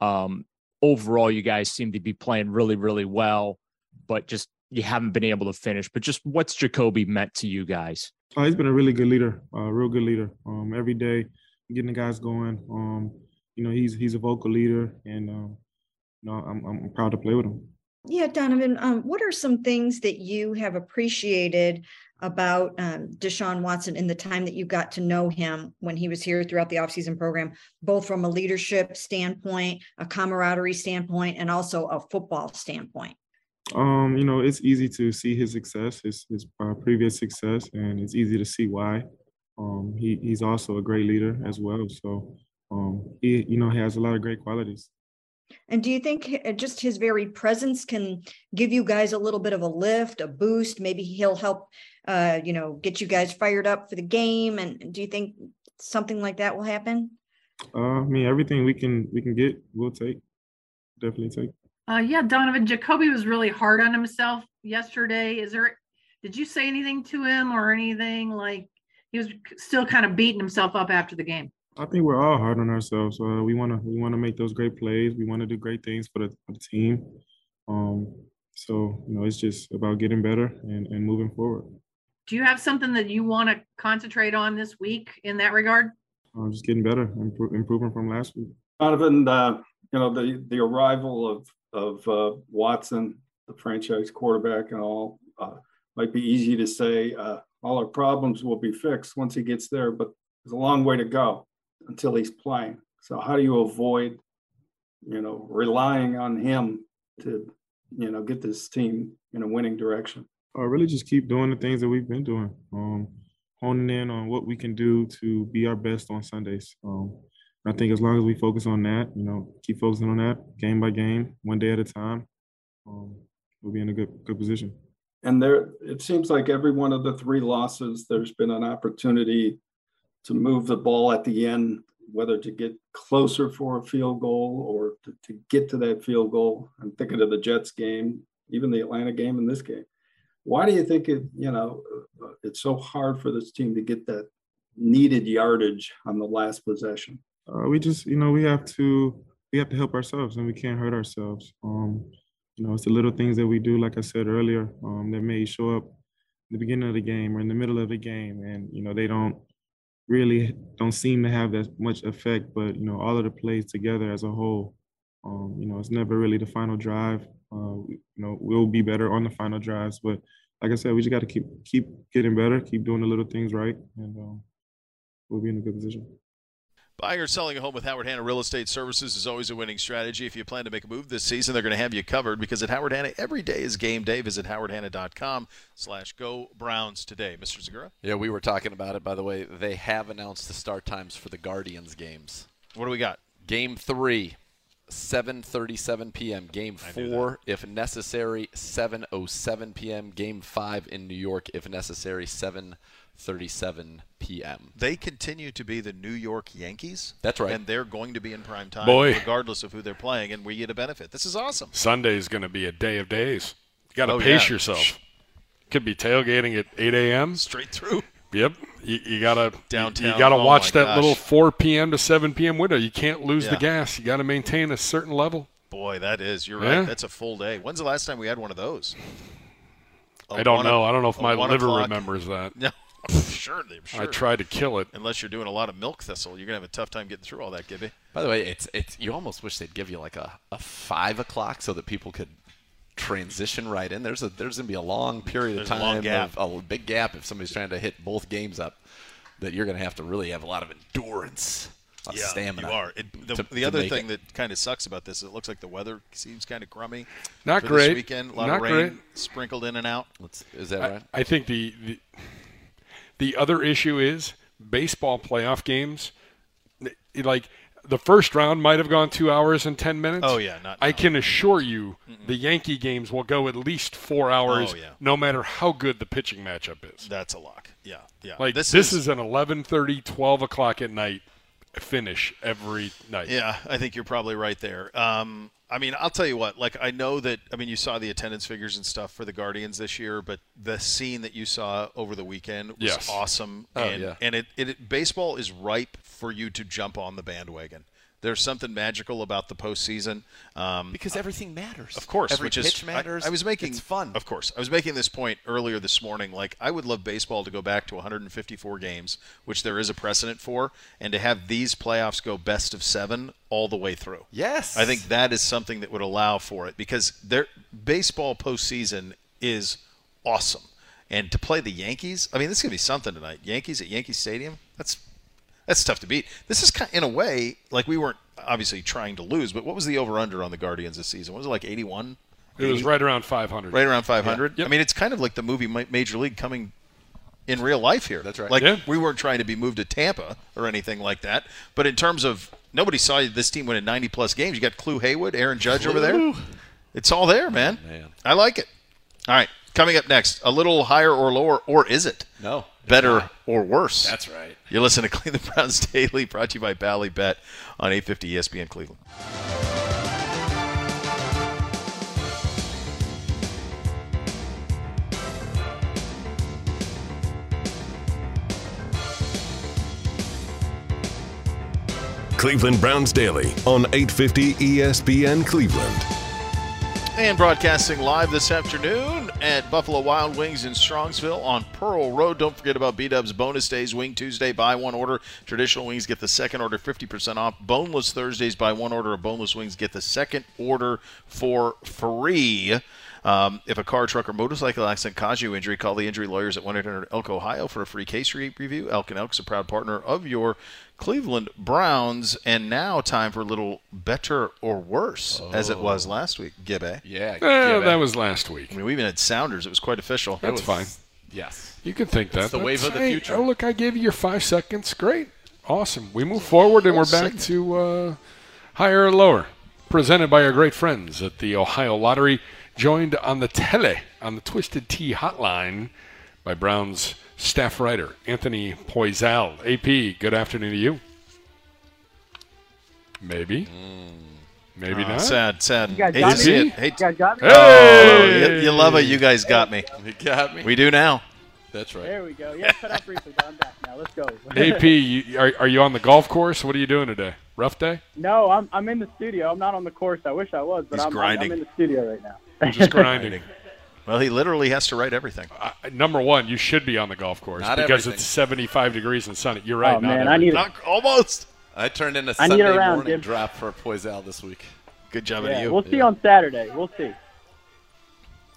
Speaker 8: Um, overall, you guys seem to be playing really, really well, but just you haven't been able to finish. But just what's Jacoby meant to you guys?
Speaker 6: Uh, he's been a really good leader, a uh, real good leader. Um, every day, getting the guys going. Um, you know, he's he's a vocal leader and. Um, no, I'm, I'm proud to play with them.
Speaker 9: Yeah, Donovan, um, what are some things that you have appreciated about um, Deshaun Watson in the time that you got to know him when he was here throughout the offseason program, both from a leadership standpoint, a camaraderie standpoint, and also a football standpoint?
Speaker 6: Um, you know, it's easy to see his success, his, his uh, previous success, and it's easy to see why. Um, he, he's also a great leader as well. So um, he, you know, he has a lot of great qualities.
Speaker 9: And do you think uh, just his very presence can give you guys a little bit of a lift, a boost? Maybe he'll help, uh, you know, get you guys fired up for the game. And do you think something like that will happen?
Speaker 6: Uh, I mean, everything we can we can get, we'll take. Definitely take.
Speaker 10: Uh, yeah, Donovan Jacoby was really hard on himself yesterday. Is there? Did you say anything to him or anything like he was still kind of beating himself up after the game?
Speaker 6: I think we're all hard on ourselves. Uh, we want to we want to make those great plays. We want to do great things for the, for the team. Um, so you know, it's just about getting better and, and moving forward.
Speaker 10: Do you have something that you want to concentrate on this week in that regard?
Speaker 6: I'm uh, just getting better, impro- improving from last week.
Speaker 11: Donovan, uh, you know the the arrival of of Watson, the franchise quarterback, and all uh, might be easy to say. uh, all our problems will be fixed once he gets there, but there's a long way to go until he's playing. So how do you avoid, you know, relying on him to, you know, get this team in a winning direction?
Speaker 6: Uh, really, just keep doing the things that we've been doing, um, honing in on what we can do to be our best on Sundays. Um, I think as long as we focus on that, you know, keep focusing on that game by game, one day at a time, um, we'll be in a good good position.
Speaker 11: And there, it seems like every one of the three losses, there's been an opportunity to move the ball at the end, whether to get closer for a field goal or to, to, get to that field goal. I'm thinking of the Jets game, even the Atlanta game, and this game. Why do you think it? You know, it's so hard for this team to get that needed yardage on the last possession.
Speaker 6: Uh, we just, you know, we have to we have to help ourselves, and we can't hurt ourselves. Um, you know, it's the little things that we do, like I said earlier, um, that may show up in the beginning of the game or in the middle of the game, and you know, they don't really don't seem to have that much effect. But you know, all of the plays together as a whole, um, you know, it's never really the final drive. Uh, you know, we'll be better on the final drives, but like I said, we just got to keep keep getting better, keep doing the little things right, and um, we'll be in a good position.
Speaker 2: Buying or selling a home with Howard Hanna Real Estate Services is always a winning strategy. If you plan to make a move this season, they're going to have you covered because at Howard Hanna, every day is game day. Visit howardhanna.com slash go Browns today. Mr. Zagura?
Speaker 3: Yeah, we were talking about it, by the way. They have announced the start times for the Guardians games.
Speaker 2: What do we got?
Speaker 3: Game three, 7.37 p.m. Game four, if necessary, 7.07 p.m. Game five in New York, if necessary, 7- 37 p.m.
Speaker 2: They continue to be the New York Yankees.
Speaker 3: That's right.
Speaker 2: And they're going to be in prime time
Speaker 4: Boy.
Speaker 2: regardless of who they're playing and we get a benefit. This is awesome.
Speaker 4: Sunday is going to be a day of days. You got to oh, pace yeah. yourself. Could be tailgating at 8 a.m.
Speaker 2: straight through.
Speaker 4: Yep. You, you gotta
Speaker 2: downtown.
Speaker 4: You, you gotta
Speaker 2: oh
Speaker 4: watch that
Speaker 2: gosh.
Speaker 4: little 4 p.m. to 7 p.m. window. You can't lose
Speaker 2: Yeah.
Speaker 4: the gas. You got to maintain a certain level.
Speaker 2: Boy, that is. You're
Speaker 4: Yeah.
Speaker 2: right. That's a full day. When's the last time we had one of those? I
Speaker 4: I don't know. I don't know if
Speaker 2: a
Speaker 4: my
Speaker 2: one
Speaker 4: liver
Speaker 2: o'clock-
Speaker 4: remembers that.
Speaker 2: No. sure, they- sure.
Speaker 4: I tried to kill it.
Speaker 2: Unless you're doing a lot of milk thistle, you're gonna have a tough time getting through all that, Gibby.
Speaker 3: By the way, it's it's you almost wish they'd give you like a, a five o'clock so that people could transition right in. There's a there's gonna be a long period
Speaker 2: There's a
Speaker 3: of time
Speaker 2: long gap.
Speaker 3: of a big gap if somebody's trying to hit both games up that you're gonna have to really have a lot of endurance lot of stamina.
Speaker 2: You are. It, the
Speaker 3: to-
Speaker 2: the
Speaker 3: to
Speaker 2: other
Speaker 3: make
Speaker 2: thing
Speaker 3: it.
Speaker 2: that kind of sucks about this, is it looks like the weather seems kind of crummy.
Speaker 4: Not
Speaker 2: for
Speaker 4: great.
Speaker 2: This weekend, a lot
Speaker 4: Not
Speaker 2: of rain
Speaker 4: great.
Speaker 2: sprinkled in and out.
Speaker 3: is that
Speaker 4: I- I, think the, the the other issue is baseball playoff games. th- Like the first round might have gone two hours and ten minutes.
Speaker 2: Oh, yeah, not-
Speaker 4: I can assure you, the Yankee games will go at least four hours,
Speaker 2: Oh, yeah.
Speaker 4: no matter how good the pitching matchup is.
Speaker 2: That's a lock. Yeah, yeah.
Speaker 4: Like
Speaker 2: This
Speaker 4: this,
Speaker 2: is-
Speaker 4: is, an 11:30, 12 o'clock at night finish every night.
Speaker 2: Yeah, I think you're probably right there. Um, I mean, I'll tell you what. Like, I know that. I mean, you saw the attendance figures and stuff for the Guardians this year, but the scene that you saw over the weekend was
Speaker 4: Yes.
Speaker 2: awesome.
Speaker 4: Oh,
Speaker 2: and
Speaker 4: yeah.
Speaker 2: and it, it baseball is ripe for you to jump on the bandwagon. There's something magical about the postseason. Um,
Speaker 3: because everything matters.
Speaker 2: of course,
Speaker 3: every
Speaker 2: which
Speaker 3: pitch
Speaker 2: is I-
Speaker 3: matters.
Speaker 2: I, was making
Speaker 3: it's fun.
Speaker 2: Of course, I was making this point earlier this morning. Like, I would love baseball to go back to 154 games, which there is a precedent for, and to have these playoffs go best of seven all the way through.
Speaker 3: Yes.
Speaker 2: I think that is something that would allow for it because their baseball postseason is awesome, and to play the Yankees. I mean, this is gonna be something tonight. Yankees at Yankee Stadium. That's that's tough to beat. This is kind in a way like we weren't obviously trying to lose, but what was the over under on the Guardians this season? Was it like 81?
Speaker 4: It was right around 500.
Speaker 2: right around 500. I mean, it's kind of like the movie Ma- Major League coming in real life here. That's right. Like
Speaker 4: Yeah.
Speaker 2: we weren't trying to be moved to Tampa or anything like that. But in terms of nobody saw this team winning 90 plus games. You got Clue Haywood, Aaron Judge over there.
Speaker 4: Clue.
Speaker 2: It's all there, man. I like it. All right, coming up next, a little higher or lower, or is it?
Speaker 3: No.
Speaker 2: Better or worse?
Speaker 3: That's right.
Speaker 2: You listen to Cleveland Browns Daily, brought to you by Bally Bet on E 850 ESPN Cleveland.
Speaker 1: Cleveland Browns Daily on E 850 ESPN Cleveland.
Speaker 2: And broadcasting live this afternoon at Buffalo Wild Wings in Strongsville on Pearl Road. Don't forget about B Dub's bonus days, Wing Tuesday, buy one order. Traditional wings get the second order 50% off. Boneless Thursdays, buy one order of boneless wings, get the second order for free. Um, if a car, truck, or motorcycle accident caused you injury, call the injury lawyers at 1 800 Elk E Ohio for a free case re- review. Elk and Elk's a proud partner of your Cleveland Browns. And now, time for a little better or worse, as it was last week, Gibbe.
Speaker 3: Yeah,
Speaker 4: Eh, that was last week.
Speaker 2: I mean, we even had Sounders. It was quite official.
Speaker 4: That's fine.
Speaker 3: Yes.
Speaker 4: You can think that.
Speaker 3: It's the wave of the
Speaker 4: Hey,
Speaker 3: future.
Speaker 4: oh, look, I gave you your five seconds. Great. Awesome. We move forward and we're
Speaker 2: Whole
Speaker 4: back to uh, higher or lower. Presented by our great friends at the Ohio Lottery, joined on the tele, on the Twisted Tea hotline by Browns staff writer, Anthony Poisel. AP, good afternoon to you. Maybe.
Speaker 3: Mm.
Speaker 4: Maybe
Speaker 3: Uh,
Speaker 2: Oh,
Speaker 4: not.
Speaker 2: Sad, sad.
Speaker 4: You guys
Speaker 2: Hate
Speaker 4: got
Speaker 2: to see
Speaker 4: me?
Speaker 2: it. Hate
Speaker 4: You
Speaker 2: to-
Speaker 4: guys got me?
Speaker 2: Oh,
Speaker 4: Hey!
Speaker 2: you, you love it. You guys got me.
Speaker 3: You got me.
Speaker 2: We do now.
Speaker 3: That's right.
Speaker 12: There we go. Yeah, cut out briefly, but I'm back now. Let's go.
Speaker 4: AP, you, are, are you on the golf course? What are you doing today? Rough day?
Speaker 12: No, I'm I'm in the studio. I'm not on the course. I wish I was, but
Speaker 4: He's
Speaker 12: I'm, I'm-
Speaker 4: grinding.
Speaker 12: I'm in the studio right now.
Speaker 4: Just grinding.
Speaker 2: Well, he literally has to write everything.
Speaker 4: number one, you should be on the golf course
Speaker 3: Not
Speaker 4: because
Speaker 3: everything.
Speaker 4: it's 75 degrees and sunny. You're right.
Speaker 12: Oh,
Speaker 4: not
Speaker 12: man, I
Speaker 4: everything.
Speaker 12: need it.
Speaker 2: Knock- almost.
Speaker 3: I turned in a
Speaker 12: I need
Speaker 3: Sunday
Speaker 12: a round,
Speaker 3: morning
Speaker 12: Jim.
Speaker 3: drop for Poisel this week.
Speaker 2: Good job
Speaker 12: Yeah, we'll see on Saturday. We'll see.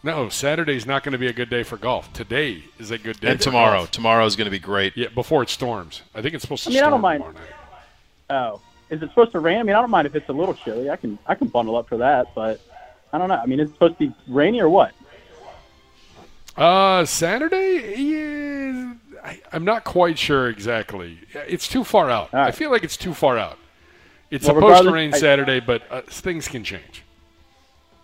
Speaker 4: No, Saturday's not going to be a good day for golf. Today is a good day.
Speaker 2: And
Speaker 4: for
Speaker 2: tomorrow.
Speaker 4: golf.
Speaker 2: Tomorrow's going to be great.
Speaker 4: Yeah, before it storms. I think it's supposed to
Speaker 12: I mean, I
Speaker 4: storm
Speaker 12: don't mind.
Speaker 4: tomorrow night.
Speaker 12: Oh, is it supposed to rain? I mean, I don't mind if it's a little chilly. I can I can bundle up for that, but I don't know. I mean, is it supposed to be rainy or what?
Speaker 4: Uh, Saturday? Yeah, I, I'm not quite sure exactly. It's too far out. I feel like it's too far out. It's
Speaker 12: Well,
Speaker 4: supposed to
Speaker 12: regardless,
Speaker 4: rain
Speaker 12: I-
Speaker 4: Saturday, but uh, things can change.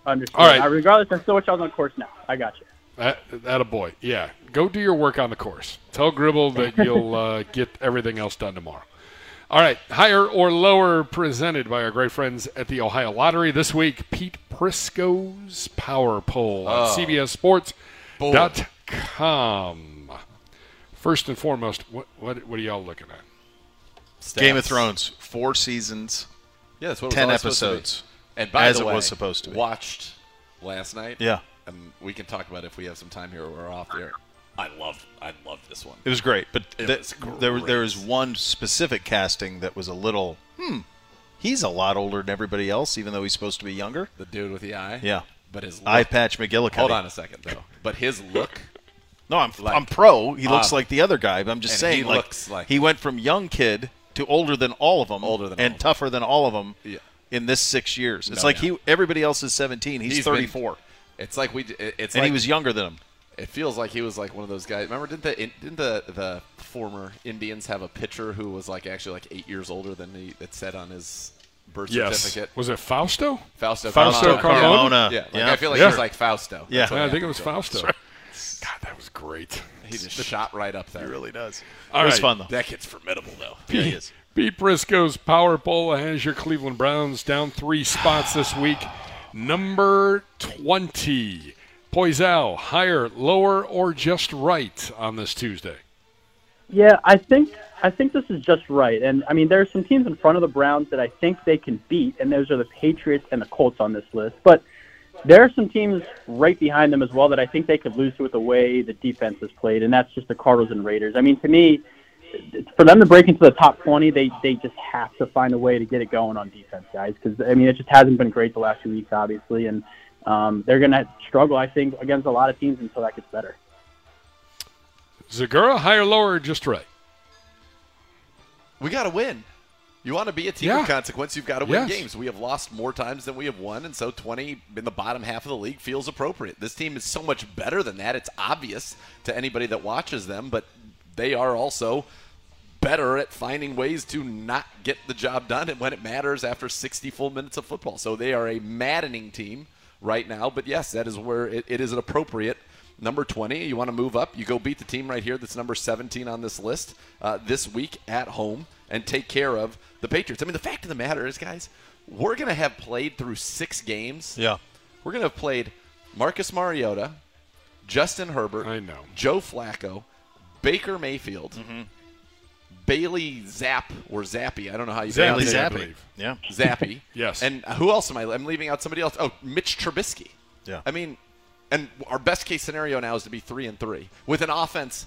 Speaker 12: Understood.
Speaker 4: All right.
Speaker 12: Uh, regardless, I still wish I was on the course now. I got you.
Speaker 4: That, that a boy. Yeah. Go do your work on the course. Tell Gribble that you'll uh, get everything else done tomorrow. All right. Higher or lower presented by our great friends at the Ohio Lottery. This week, Pete Prisco's Power Poll on
Speaker 3: Oh.
Speaker 4: CBS Sports.
Speaker 3: Boy.
Speaker 4: Dot com. First and foremost, what, what, what are y'all looking at?
Speaker 2: Game of Thrones, four seasons.
Speaker 3: Yeah, that's what it was
Speaker 2: ten
Speaker 3: always supposed to be.
Speaker 2: episodes.
Speaker 3: And by
Speaker 2: as
Speaker 3: the
Speaker 2: it
Speaker 3: way,
Speaker 2: was supposed to be.
Speaker 3: Watched last night.
Speaker 2: Yeah.
Speaker 3: And we can talk about it if we have some time here or we're off here. I love I love this one.
Speaker 2: It was great, but
Speaker 3: It
Speaker 2: th-
Speaker 3: was
Speaker 2: there there
Speaker 3: great.
Speaker 2: was one specific casting that was a little. Hmm. He's a lot older than everybody else, even though he's supposed to be younger.
Speaker 3: The dude with the eye.
Speaker 2: Yeah.
Speaker 3: But his look,
Speaker 2: Eye patch McGillicuddy.
Speaker 3: Hold on a second though. But his look
Speaker 2: No, I'm
Speaker 3: Like-
Speaker 2: I'm pro. He looks
Speaker 3: Ah.
Speaker 2: like the other guy, but I'm just
Speaker 3: And
Speaker 2: saying
Speaker 3: he
Speaker 2: like,
Speaker 3: looks like-
Speaker 2: he went from young kid to older than all of them,
Speaker 3: Older than
Speaker 2: and
Speaker 3: all of
Speaker 2: tougher than all of them
Speaker 3: Yeah.
Speaker 2: in this six years. It's
Speaker 3: No
Speaker 2: like
Speaker 3: doubt.
Speaker 2: he everybody else is 17. He's,
Speaker 3: He's been-
Speaker 2: 34.
Speaker 3: It's like we. d- it- It's
Speaker 2: And he
Speaker 3: like-
Speaker 2: was younger than him.
Speaker 3: It feels like he was like one of those guys. Remember, didn't the in- didn't the the former Indians have a pitcher who was like actually like eight years older than he it said on his birth
Speaker 4: Yes.
Speaker 3: certificate?
Speaker 4: Was it Fausto?
Speaker 3: Fausto.
Speaker 4: Fausto Carmona?
Speaker 3: Yeah, like,
Speaker 4: Yeah.
Speaker 3: I feel like
Speaker 4: Yeah.
Speaker 3: he's like Fausto.
Speaker 4: Yeah.
Speaker 3: That's what
Speaker 4: Yeah, I think it was
Speaker 3: to him.
Speaker 4: Fausto.
Speaker 3: That's
Speaker 4: God, that was great.
Speaker 3: right. He just shot right up there. He really
Speaker 2: does.
Speaker 4: All right.
Speaker 3: That kid's formidable though.
Speaker 4: Pete- Pete Briscoe's power poll has your Cleveland Browns down three spots this week. Number 20. Poisel, higher, lower, or just right on this Tuesday?
Speaker 12: Yeah, I think I think this is just right. And I mean, there are some teams in front of the Browns that I think they can beat, and those are the Patriots and the Colts on this list. But there are some teams right behind them as well that I think they could lose to with the way the defense is played, and that's just the Cardinals and Raiders. I mean, to me, for them to break into the top 20, they they just have to find a way to get it going on defense, guys. Because I mean, it just hasn't been great the last few weeks, obviously, and um, they're going to struggle, I think, against a lot of teams until that gets better.
Speaker 4: Zagura, higher, lower, or just right?
Speaker 3: We got to win. You want to be a team
Speaker 4: Yeah.
Speaker 3: of consequence, you've got to win
Speaker 4: Yes.
Speaker 3: games. We have lost more times than we have won, and so 20 in the bottom half of the league feels appropriate. This team is so much better than that. It's obvious to anybody that watches them, but they are also better at finding ways to not get the job done and when it matters after 60 full minutes of football. So they are a maddening team right now, but yes, that is where it, it is an appropriate number 20. You want to move up, you go beat the team right here that's number 17 on this list uh, this week at home and take care of the Patriots. I mean, the fact of the matter is, guys, we're going to have played through six games.
Speaker 2: Yeah.
Speaker 3: We're going to have played Marcus Mariota, Justin Herbert, I know. Joe Flacco, Baker Mayfield,
Speaker 2: Mm-hmm.
Speaker 3: Bailey Zapp or Zappy. I don't know how you
Speaker 2: Bailey
Speaker 3: pronounce it.
Speaker 2: Zappi, I believe. Yeah.
Speaker 3: Zappy.
Speaker 2: Yes.
Speaker 3: And who else am I? I'm leaving out somebody else. Oh, Mitch Trubisky.
Speaker 2: Yeah.
Speaker 3: I mean, and our best case scenario now is to be three and three with an offense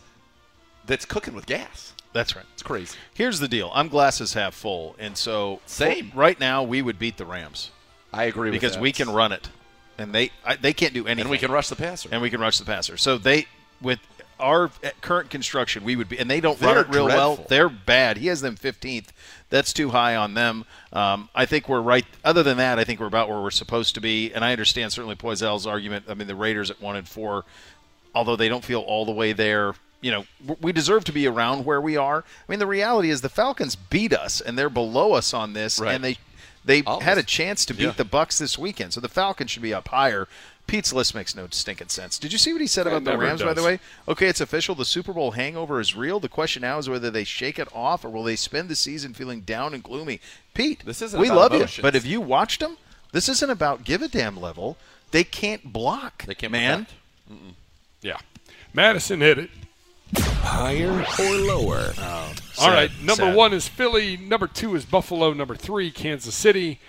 Speaker 3: that's cooking with gas.
Speaker 2: That's right.
Speaker 3: It's crazy.
Speaker 2: Here's the deal. I'm glasses half full, and so
Speaker 3: Same.
Speaker 2: for- right now we would beat the Rams.
Speaker 3: I agree with
Speaker 2: because
Speaker 3: that.
Speaker 2: we can run it, and they I, they can't do anything.
Speaker 3: And we can rush the passer.
Speaker 2: And we can rush the passer. So they with our current construction, we would be, and they don't run
Speaker 3: They're
Speaker 2: it real well.
Speaker 3: dreadful.
Speaker 2: They're bad. He has them 15th. That's too high on them. Um, I think we're right. Other than that, I think we're about where we're supposed to be. And I understand certainly Poizel's argument. I mean, the Raiders at one and four, although they don't feel all the way there. You know, w- we deserve to be around where we are. I mean, the reality is the Falcons beat us, and they're below us on this,
Speaker 3: Right.
Speaker 2: and they they had a
Speaker 3: Almost.
Speaker 2: chance to beat
Speaker 3: Yeah.
Speaker 2: the Bucks this weekend, so the Falcons should be up higher. Pete's list makes no stinking sense. Did you see what he said
Speaker 4: It
Speaker 2: about the
Speaker 4: never
Speaker 2: Rams, by
Speaker 4: does.
Speaker 2: the way? Okay, it's official. The Super Bowl hangover is real. The question now is whether they shake it off or will they spend the season feeling down and gloomy. Pete,
Speaker 3: This isn't
Speaker 2: we
Speaker 3: about
Speaker 2: love
Speaker 3: emotions.
Speaker 2: you, but have you watched them? This isn't about give a damn level. They can't block. They can't man.
Speaker 4: Yeah. Madison hit it.
Speaker 2: Higher
Speaker 1: or lower?
Speaker 4: All right. Number one is Philly. Number two is Buffalo. Number three, Kansas City.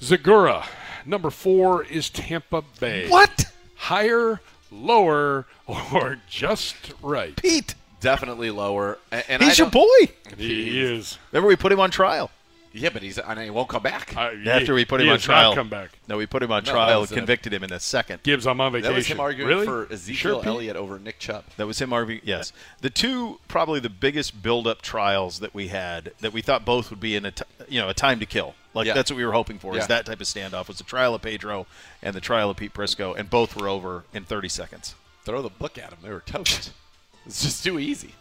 Speaker 4: Zagura. Number four is Tampa Bay.
Speaker 2: What?
Speaker 4: Higher, lower, or just right?
Speaker 2: Pete.
Speaker 3: Definitely lower. A- And
Speaker 2: He's
Speaker 3: I
Speaker 2: your
Speaker 3: don't-
Speaker 2: boy.
Speaker 4: He is.
Speaker 2: Remember, we put him on trial.
Speaker 3: Yeah, but he's and he won't come back.
Speaker 2: After we put him
Speaker 4: he
Speaker 2: on
Speaker 4: has not
Speaker 2: trial.
Speaker 4: come back.
Speaker 2: No, we put him on
Speaker 3: No, that
Speaker 2: trial,
Speaker 3: was a-
Speaker 2: convicted him in a second.
Speaker 4: Gibbs, I'm on vacation.
Speaker 3: That was him arguing
Speaker 4: really?
Speaker 3: for
Speaker 4: Sure,
Speaker 3: Ezekiel
Speaker 4: Pete?
Speaker 3: Elliott over Nick Chubb.
Speaker 2: That was him arguing. Yes, the two probably the biggest build-up trials that we had that we thought both would be in a t- you know a time to kill. Like
Speaker 3: Yeah.
Speaker 2: that's what we were hoping for
Speaker 3: Yeah.
Speaker 2: is that type of standoff was the trial of Pedro and the trial of Pete Briscoe, and both were over in 30 seconds.
Speaker 3: throw the book at them. They were toast. it's just too easy.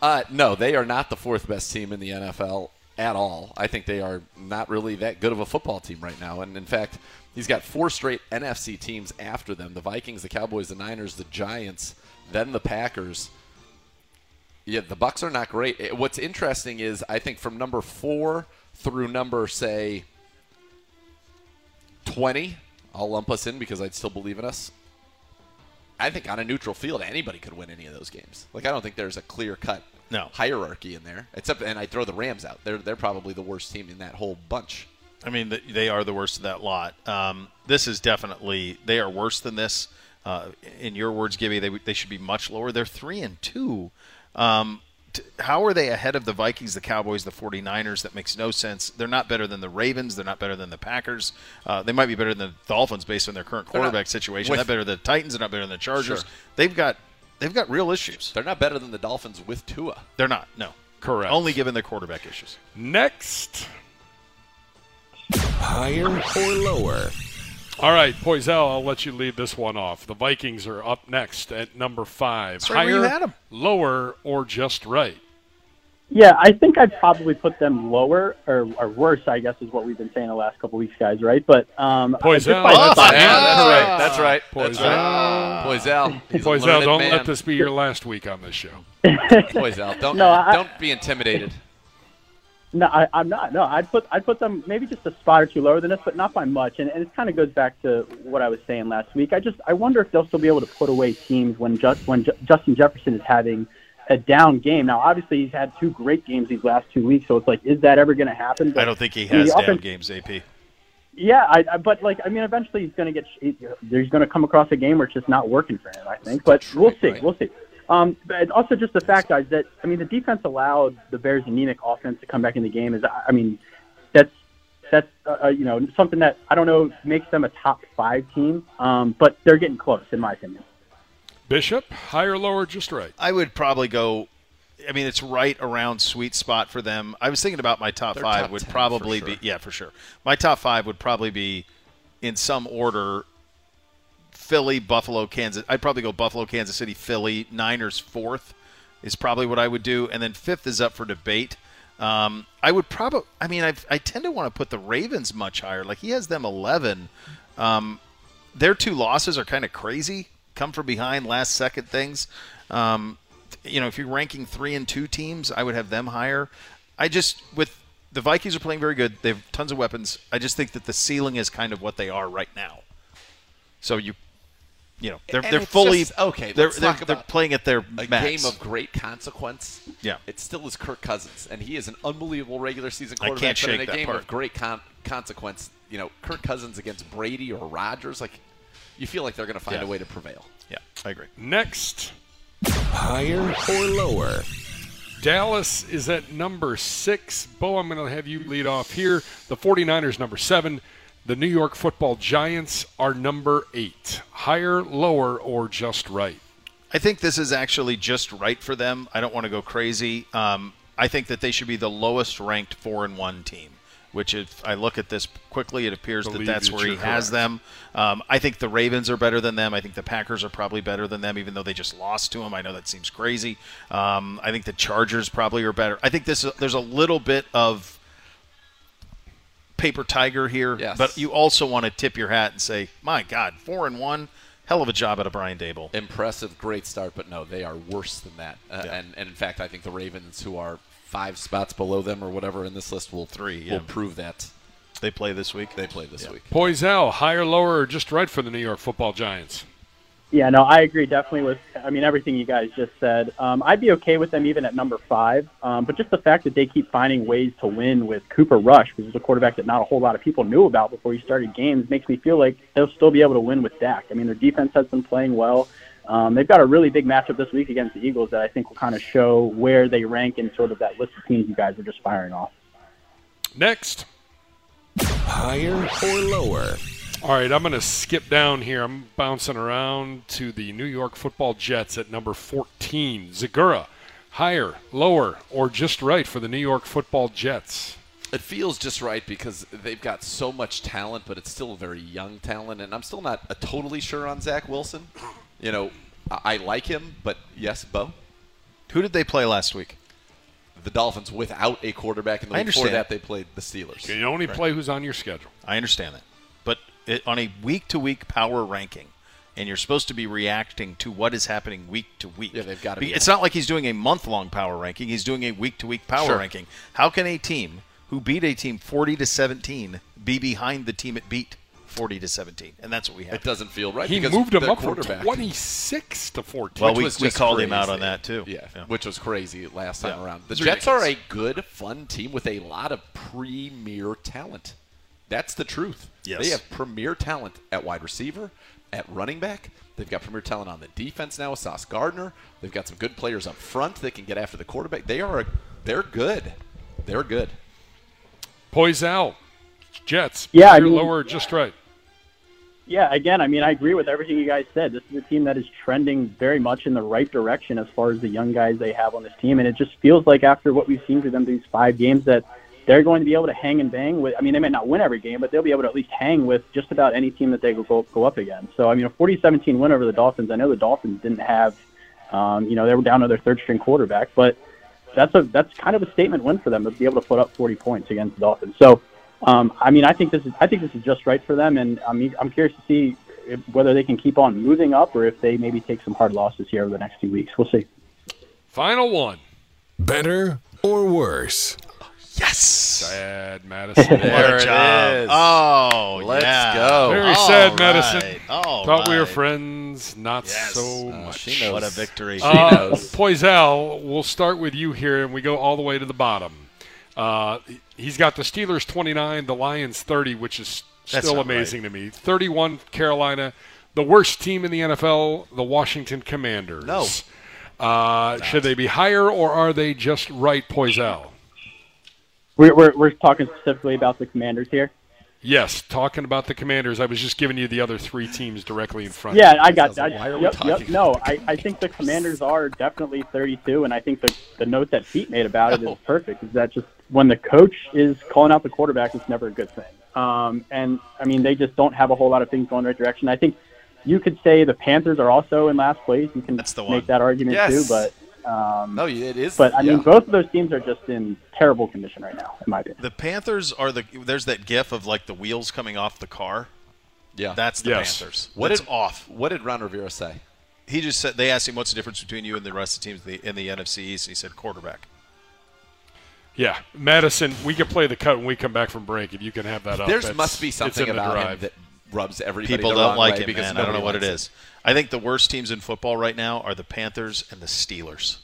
Speaker 3: Uh, no, they are not the fourth best team in the NFL at all. I think they are not really that good of a football team right now. And in fact, he's got four straight NFC teams after them the Vikings, the Cowboys, the Niners, the Giants, then the Packers. Yeah, the Bucks are not great. Eh, What's interesting is I think from number four through number say twenty, I'll lump us in because I'd still believe in us. I think on a neutral field, anybody could win any of those games. Like I don't think there's a clear cut
Speaker 2: No.
Speaker 3: hierarchy in there. Except, and I throw the Rams out. They're they're probably the worst team in that whole bunch.
Speaker 2: I mean, th- they are the worst of that lot. Um, this is definitely they are worse than this. Uh, in your words, Gibby, they, they should be much lower. They're three and two. Um, t- how are they ahead of the Vikings, the Cowboys, the 49ers? That makes no sense. They're not better than the Ravens. They're not better than the Packers. Uh, they might be better than the Dolphins based on their current
Speaker 3: They're not-
Speaker 2: quarterback situation.
Speaker 3: with-
Speaker 2: They're not better than the Titans. They're not better than the Chargers.
Speaker 3: Sure.
Speaker 2: They've got they've got real issues.
Speaker 3: They're not better than the Dolphins with Tua.
Speaker 2: They're not. No.
Speaker 4: Correct.
Speaker 2: Only given the quarterback issues.
Speaker 4: Next.
Speaker 1: Higher or lower?
Speaker 4: All right, Poisel, I'll let you lead this one off. The Vikings are up next at number five.
Speaker 2: right where you
Speaker 4: Higher,
Speaker 2: had 'em.
Speaker 4: lower, or just right?
Speaker 12: Yeah, I think I'd probably put them lower or, or worse. I guess is what we've been saying the last couple weeks, guys. Right? But um, I
Speaker 4: Poisel.
Speaker 12: think by
Speaker 4: Oh,
Speaker 12: five-
Speaker 3: yeah, that's right. That's right. That's
Speaker 4: Poisel.
Speaker 3: right. Poisel. He's a
Speaker 4: Poisel,
Speaker 3: learned
Speaker 4: don't
Speaker 3: man.
Speaker 4: let this be your last week on this show.
Speaker 3: Poisel, don't
Speaker 12: No, I-
Speaker 3: don't be intimidated.
Speaker 12: No, I, I'm not. No, I'd put I'd put them maybe just a spot or two lower than this, but not by much. And, and it kind of goes back to what I was saying last week. I just I wonder if they'll still be able to put away teams when just when Ju- Justin Jefferson is having a down game. Now, obviously, he's had two great games these last two weeks, so it's like, is that ever going to happen? But,
Speaker 2: I don't think he
Speaker 12: I mean,
Speaker 2: has
Speaker 12: the
Speaker 2: down
Speaker 12: offense-
Speaker 2: games, AP.
Speaker 12: Yeah, I, I, but like I mean, eventually he's going to get he- he's going to come across a game where it's just not working for him. I think, but we'll see. We'll see. Um, but also just the fact, guys, that I mean, the defense allowed the Bears' anemic offense to come back in the game. Is I I mean, that's that's uh, uh, you know something that I don't know makes them a top five team, um, but they're getting close in my opinion.
Speaker 4: Bishop, higher, lower, just right.
Speaker 2: I would probably go. I mean, it's right around sweet spot for them. I was thinking about my top
Speaker 3: Their
Speaker 2: five
Speaker 3: top
Speaker 2: would
Speaker 3: 10 for
Speaker 2: probably
Speaker 3: sure.
Speaker 2: be yeah for sure. My top five would probably be in some order: Philly, Buffalo, Kansas. I'd probably go Buffalo, Kansas City, Philly, Niners fourth is probably what I would do, and then fifth is up for debate. Um, I would probably. I mean, I've, I tend to want to put the Ravens much higher. Like he has them eleven. Um, their two losses are kind of crazy. Come from behind, last second things. Um, you know, if you're ranking three and two teams, I would have them higher. I just with the Vikings are playing very good. They have tons of weapons. I just think that the ceiling is kind of what they are right now. So you, you know, they're
Speaker 3: And
Speaker 2: they're
Speaker 3: it's
Speaker 2: fully
Speaker 3: just- okay.
Speaker 2: They're
Speaker 3: let's
Speaker 2: they're,
Speaker 3: talk
Speaker 2: they're
Speaker 3: about
Speaker 2: playing at their
Speaker 3: a
Speaker 2: max.
Speaker 3: game of great consequence.
Speaker 2: Yeah.
Speaker 3: it still is Kirk Cousins, and he is an unbelievable regular season
Speaker 2: I can't
Speaker 3: quarterback. but
Speaker 2: shake
Speaker 3: in a
Speaker 2: that
Speaker 3: game
Speaker 2: part.
Speaker 3: of great con- consequence, you know, Kirk Cousins against Brady or Rodgers, like you feel like they're going to find
Speaker 2: Yeah.
Speaker 3: a way to prevail.
Speaker 2: yeah, I agree.
Speaker 4: Next,
Speaker 1: Higher or lower?
Speaker 4: Dallas is at number six. Bo, I'm going to have you lead off here. The 49ers, number seven. The New York football giants are number eight. Higher, lower, or just right?
Speaker 2: I think this is actually just right for them. I don't want to go crazy. Um, I think that they should be the lowest ranked four and one team. Which, if I look at this quickly, it appears that
Speaker 4: Believe
Speaker 2: that's
Speaker 4: that
Speaker 2: where he
Speaker 4: you're
Speaker 2: has
Speaker 4: correct.
Speaker 2: them. Um, I think the Ravens are better than them. I think the Packers are probably better than them, even though they just lost to them. I know that seems crazy. Um, I think the Chargers probably are better. I think this there's a little bit of paper tiger here,
Speaker 3: Yes.
Speaker 2: but you also want to tip your hat and say, "My God, four and one, hell of a job out of Brian Dable."
Speaker 3: Impressive, great start, but no, they are worse than that. Uh,
Speaker 2: Yeah.
Speaker 3: and, and in fact, I think the Ravens, who are five spots below them or whatever in this list, will
Speaker 2: Three, yeah.
Speaker 3: will prove that
Speaker 2: They play this week.
Speaker 3: they play this week.
Speaker 4: Poisel, higher, lower, or just right for the New York football giants?
Speaker 12: Yeah, no, I agree definitely with. I mean, everything you guys just said. Um, I'd be okay with them even at number five, um, but just the fact that they keep finding ways to win with Cooper Rush, which is a quarterback that not a whole lot of people knew about before he started games, makes me feel like they'll still be able to win with Dak. I mean, their defense has been playing well. Um, they've got a really big matchup this week against the Eagles that I think will kind of show where they rank in sort of that list of teams you guys were just firing off.
Speaker 4: Next.
Speaker 1: Higher or lower?
Speaker 4: All right, I'm going to skip down here. I'm bouncing around to the New York football Jets at number 14. Zagura, higher, lower, or just right for the New York football Jets?
Speaker 3: It feels just right because they've got so much talent, but it's still very young talent, and I'm still not uh, totally sure on Zach Wilson. You know, I, I like him, but yes, Bo,
Speaker 2: Who did they play last week?
Speaker 3: the Dolphins without a quarterback, and the
Speaker 2: I
Speaker 3: week before
Speaker 2: understand.
Speaker 3: that they played the Steelers.
Speaker 4: You can only play who's on your schedule.
Speaker 2: I understand that, but it, on a week-to-week power ranking, and you're supposed to be reacting to what is happening week to week.
Speaker 3: Yeah, they've gotta
Speaker 2: Be-
Speaker 3: be-
Speaker 2: It's not like he's doing a month-long power ranking. He's doing a week-to-week power
Speaker 3: Sure.
Speaker 2: ranking. How can a team who beat a team 40 to 17 be behind the team it beat 40 to 17? And that's what we
Speaker 3: It
Speaker 2: have.
Speaker 3: doesn't feel right.
Speaker 4: He
Speaker 3: because
Speaker 4: moved him
Speaker 3: the
Speaker 4: up from
Speaker 3: quarterback.
Speaker 4: 26 to 14.
Speaker 2: Well,
Speaker 3: which
Speaker 2: we-
Speaker 3: was
Speaker 2: we
Speaker 3: just
Speaker 2: called him out
Speaker 3: crazy.
Speaker 2: on that, too.
Speaker 3: Yeah,
Speaker 2: Yeah.
Speaker 3: which was crazy last time
Speaker 2: Yeah.
Speaker 3: around. The
Speaker 2: It's
Speaker 3: Jets are a good, fun team with a lot of premier talent. That's the truth.
Speaker 2: Yes.
Speaker 3: They have premier talent at wide receiver, at running back. They've got premier talent on the defense now with Sauce Gardner. They've got some good players up front that can get after the quarterback. They are a, they're good. They're good.
Speaker 4: Poisel, Jets,
Speaker 12: Yeah, I
Speaker 4: higher,
Speaker 12: mean-
Speaker 4: lower, or just right?
Speaker 12: Yeah, again, I mean, I agree with everything you guys said. This is a team that is trending very much in the right direction as far as the young guys they have on this team, and it just feels like after what we've seen through them these five games that they're going to be able to hang and bang with. I mean, they might not win every game, but they'll be able to at least hang with just about any team that they go go up against. So, I mean, a 40-17 win over the Dolphins. I know the Dolphins didn't have, um, you know, they were down to their third-string quarterback, but that's a that's kind of a statement win for them to be able to put up 40 points against the Dolphins. So, um, I mean, I think this is I think this is just right for them, and I mean, I'm curious to see if, whether they can keep on moving up or if they maybe take some hard losses here over the next few weeks. We'll see.
Speaker 4: Final one.
Speaker 1: Better or worse?
Speaker 4: Yes. Sad Madison.
Speaker 2: There it is. Oh,
Speaker 3: Let's
Speaker 2: yeah. Oh,
Speaker 3: go.
Speaker 4: Very
Speaker 2: All
Speaker 4: sad,
Speaker 2: right.
Speaker 4: Madison.
Speaker 2: All
Speaker 4: Thought we were
Speaker 2: right.
Speaker 4: friends, not so
Speaker 2: Oh,
Speaker 4: much.
Speaker 2: she knows. What a victory. She
Speaker 4: Uh,
Speaker 2: knows.
Speaker 4: Poisel, we'll start with you here, and we go all the way to the bottom. Uh, he's got the Steelers 29, the Lions 30, which is
Speaker 2: That's
Speaker 4: still
Speaker 2: not
Speaker 4: amazing to me. 31, Carolina, the worst team in the NFL, the Washington Commanders.
Speaker 2: No.
Speaker 4: Uh, should they be higher, or are they just right, Poisel?
Speaker 12: We're we're, we're talking specifically about the Commanders here.
Speaker 4: Yes, talking about the Commanders, I was just giving you the other three teams directly in front.
Speaker 12: Yeah,
Speaker 4: of you.
Speaker 12: I got that. yep, yep. No, I, I think the Commanders are definitely 32, and I think the, the note that Pete made about it is perfect. Is that just when the coach is calling out the quarterback, it's never a good thing. Um, and I mean, they just don't have a whole lot of things going the right direction. I think you could say the Panthers are also in last place. You can
Speaker 3: one.
Speaker 12: make that argument too,
Speaker 3: Yes.
Speaker 12: but um,
Speaker 3: No, it is.
Speaker 12: but I mean,
Speaker 2: yeah.
Speaker 12: both of those teams are just in terrible condition right now, in my opinion.
Speaker 2: The Panthers are the there's that gif of like the wheels coming off the car.
Speaker 3: Yeah.
Speaker 2: That's the
Speaker 3: Yes.
Speaker 2: Panthers.
Speaker 3: What
Speaker 2: That's
Speaker 3: did-
Speaker 2: off.
Speaker 3: What did Ron Rivera say?
Speaker 2: He just said they asked him what's the difference between you and the rest of the teams in the, in the NFC East and he said quarterback.
Speaker 4: Yeah, Madison, we can play the cut when we come back from break, and you can have that up.
Speaker 3: There
Speaker 4: Oh, That's-
Speaker 3: must be
Speaker 4: it's in
Speaker 3: something
Speaker 4: the
Speaker 3: about him
Speaker 4: drive.
Speaker 3: that rubs everybody.
Speaker 2: People
Speaker 3: the
Speaker 2: don't
Speaker 3: wrong
Speaker 2: like
Speaker 3: way
Speaker 2: it,
Speaker 3: because
Speaker 2: man. I don't know
Speaker 3: nobody
Speaker 2: what it
Speaker 3: likes
Speaker 2: is. I think the worst teams in football right now are the Panthers and the Steelers.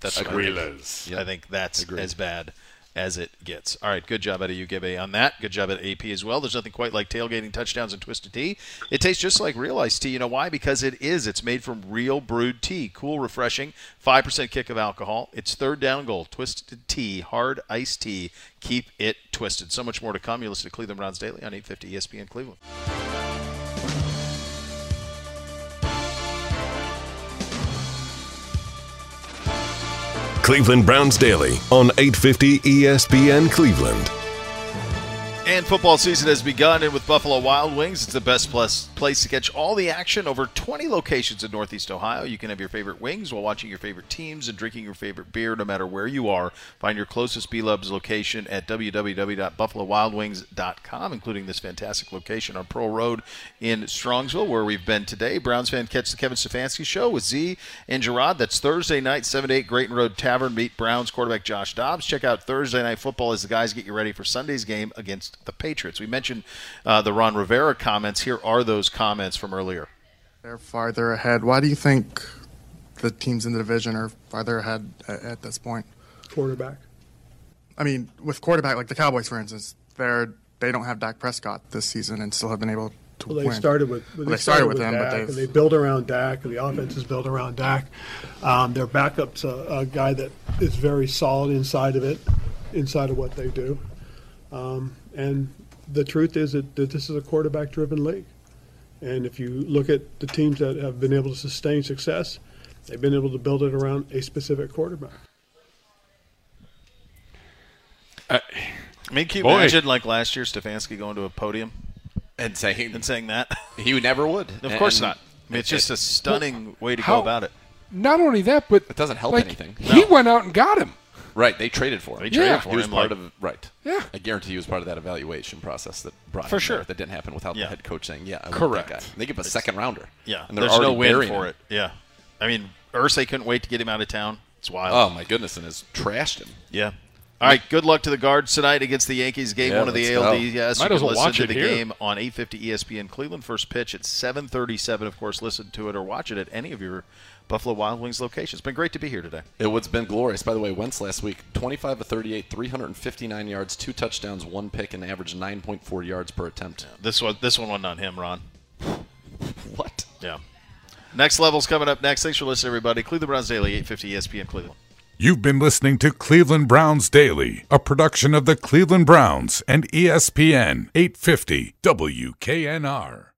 Speaker 2: That's what I think.
Speaker 4: Squealers.
Speaker 2: I think that's as bad as it gets. All right, good job out of you, Gibby, on that. Good job at AP as well. There's nothing quite like tailgating touchdowns and twisted tea. It tastes just like real iced tea. You know why? Because it is. It's made from real brewed tea. Cool, refreshing, 5% kick of alcohol. It's third down goal. Twisted tea, hard iced tea. Keep it twisted. So much more to come. You listen to Cleveland Browns Daily on E 850 ESPN Cleveland.
Speaker 1: Cleveland Browns Daily on E 850 ESPN Cleveland.
Speaker 2: And football season has begun, and with Buffalo Wild Wings, it's the best plus place to catch all the action. Over 20 locations in Northeast Ohio. You can have your favorite wings while watching your favorite teams and drinking your favorite beer, no matter where you are. Find your closest B Lubs location at www.buffalowildwings.com, including this fantastic location on Pearl Road in Strongsville, where we've been today. Browns fan catch the Kevin Stefanski show with Z and Gerard. That's Thursday night, 7 to 8, Grayton Road Tavern. Meet Browns quarterback Josh Dobbs. Check out Thursday night football as the guys get you ready for Sunday's game against the Patriots. We mentioned uh, the Ron Rivera comments. Here are those comments from earlier.
Speaker 13: They're farther ahead. Why do you think the teams in the division are farther ahead at, at this point?
Speaker 14: quarterback.
Speaker 13: I mean, with quarterback like the Cowboys, for instance, they're they don't have Dak Prescott this season and still have been able to
Speaker 14: Well, they
Speaker 13: win.
Speaker 14: started with
Speaker 13: Well, they started with him,
Speaker 14: Dak,
Speaker 13: but they've
Speaker 14: and they build around Dak, and the offense is built around Dak. Um, their backup's a, a guy that is very solid inside of it, inside of what they do. Um, and the truth is that, that this is a quarterback-driven league. And if you look at the teams that have been able to sustain success, they've been able to build it around a specific quarterback.
Speaker 3: Uh,
Speaker 2: I mean, can you
Speaker 4: Boy.
Speaker 2: imagine like last year Stefanski going to a podium
Speaker 3: and saying
Speaker 2: and saying that?
Speaker 3: He never would.
Speaker 2: Of course
Speaker 3: And-
Speaker 2: not. I mean, it's just a stunning way to
Speaker 4: how-
Speaker 2: go about it.
Speaker 4: Not only that, but it
Speaker 3: doesn't help
Speaker 4: like,
Speaker 3: anything.
Speaker 4: He went out and got him.
Speaker 3: Right, they traded for him.
Speaker 4: They traded Yeah. for
Speaker 3: He was
Speaker 4: him,
Speaker 3: part
Speaker 4: like-
Speaker 3: of right.
Speaker 4: Yeah.
Speaker 3: I guarantee he was part of that evaluation process that brought
Speaker 2: For
Speaker 3: him there.
Speaker 2: sure.
Speaker 3: That didn't happen without
Speaker 2: Yeah.
Speaker 3: the head coach saying, "Yeah, I
Speaker 2: Correct.
Speaker 3: Want that guy. And They give a second rounder.
Speaker 2: Yeah,
Speaker 3: and they're
Speaker 2: there's no
Speaker 3: already
Speaker 2: win
Speaker 3: burying
Speaker 2: for
Speaker 3: him.
Speaker 2: it. Yeah, I mean, Ursay couldn't wait to get him out of town. It's wild.
Speaker 3: Oh my goodness, and has trashed him.
Speaker 2: Yeah. All right, good luck to the guards tonight against the Yankees. Game
Speaker 3: Yeah,
Speaker 2: one of the
Speaker 3: let's go.
Speaker 2: ALDS. Yes,
Speaker 3: Might
Speaker 2: you
Speaker 3: as
Speaker 2: can
Speaker 3: well
Speaker 2: listen
Speaker 3: watch
Speaker 2: to
Speaker 3: it
Speaker 2: the
Speaker 3: here.
Speaker 2: game on E 850 ESPN Cleveland. First pitch at 7:37. Of course, listen to it or watch it at any of your Buffalo Wild Wings locations. It's been great to be here today.
Speaker 3: It would have been glorious. By the way, Wentz last week, 25 of 38, 359 yards, two touchdowns, one pick, and averaged 9.4 yards per attempt.
Speaker 2: This one, this one wasn't on him, Ron.
Speaker 3: What?
Speaker 2: Yeah. Next level's coming up next. Thanks for listening, everybody. Cleveland Browns Daily, E 850 ESPN Cleveland.
Speaker 15: You've been listening to Cleveland Browns Daily, a E production of the Cleveland Browns and ESPN 850 WKNR.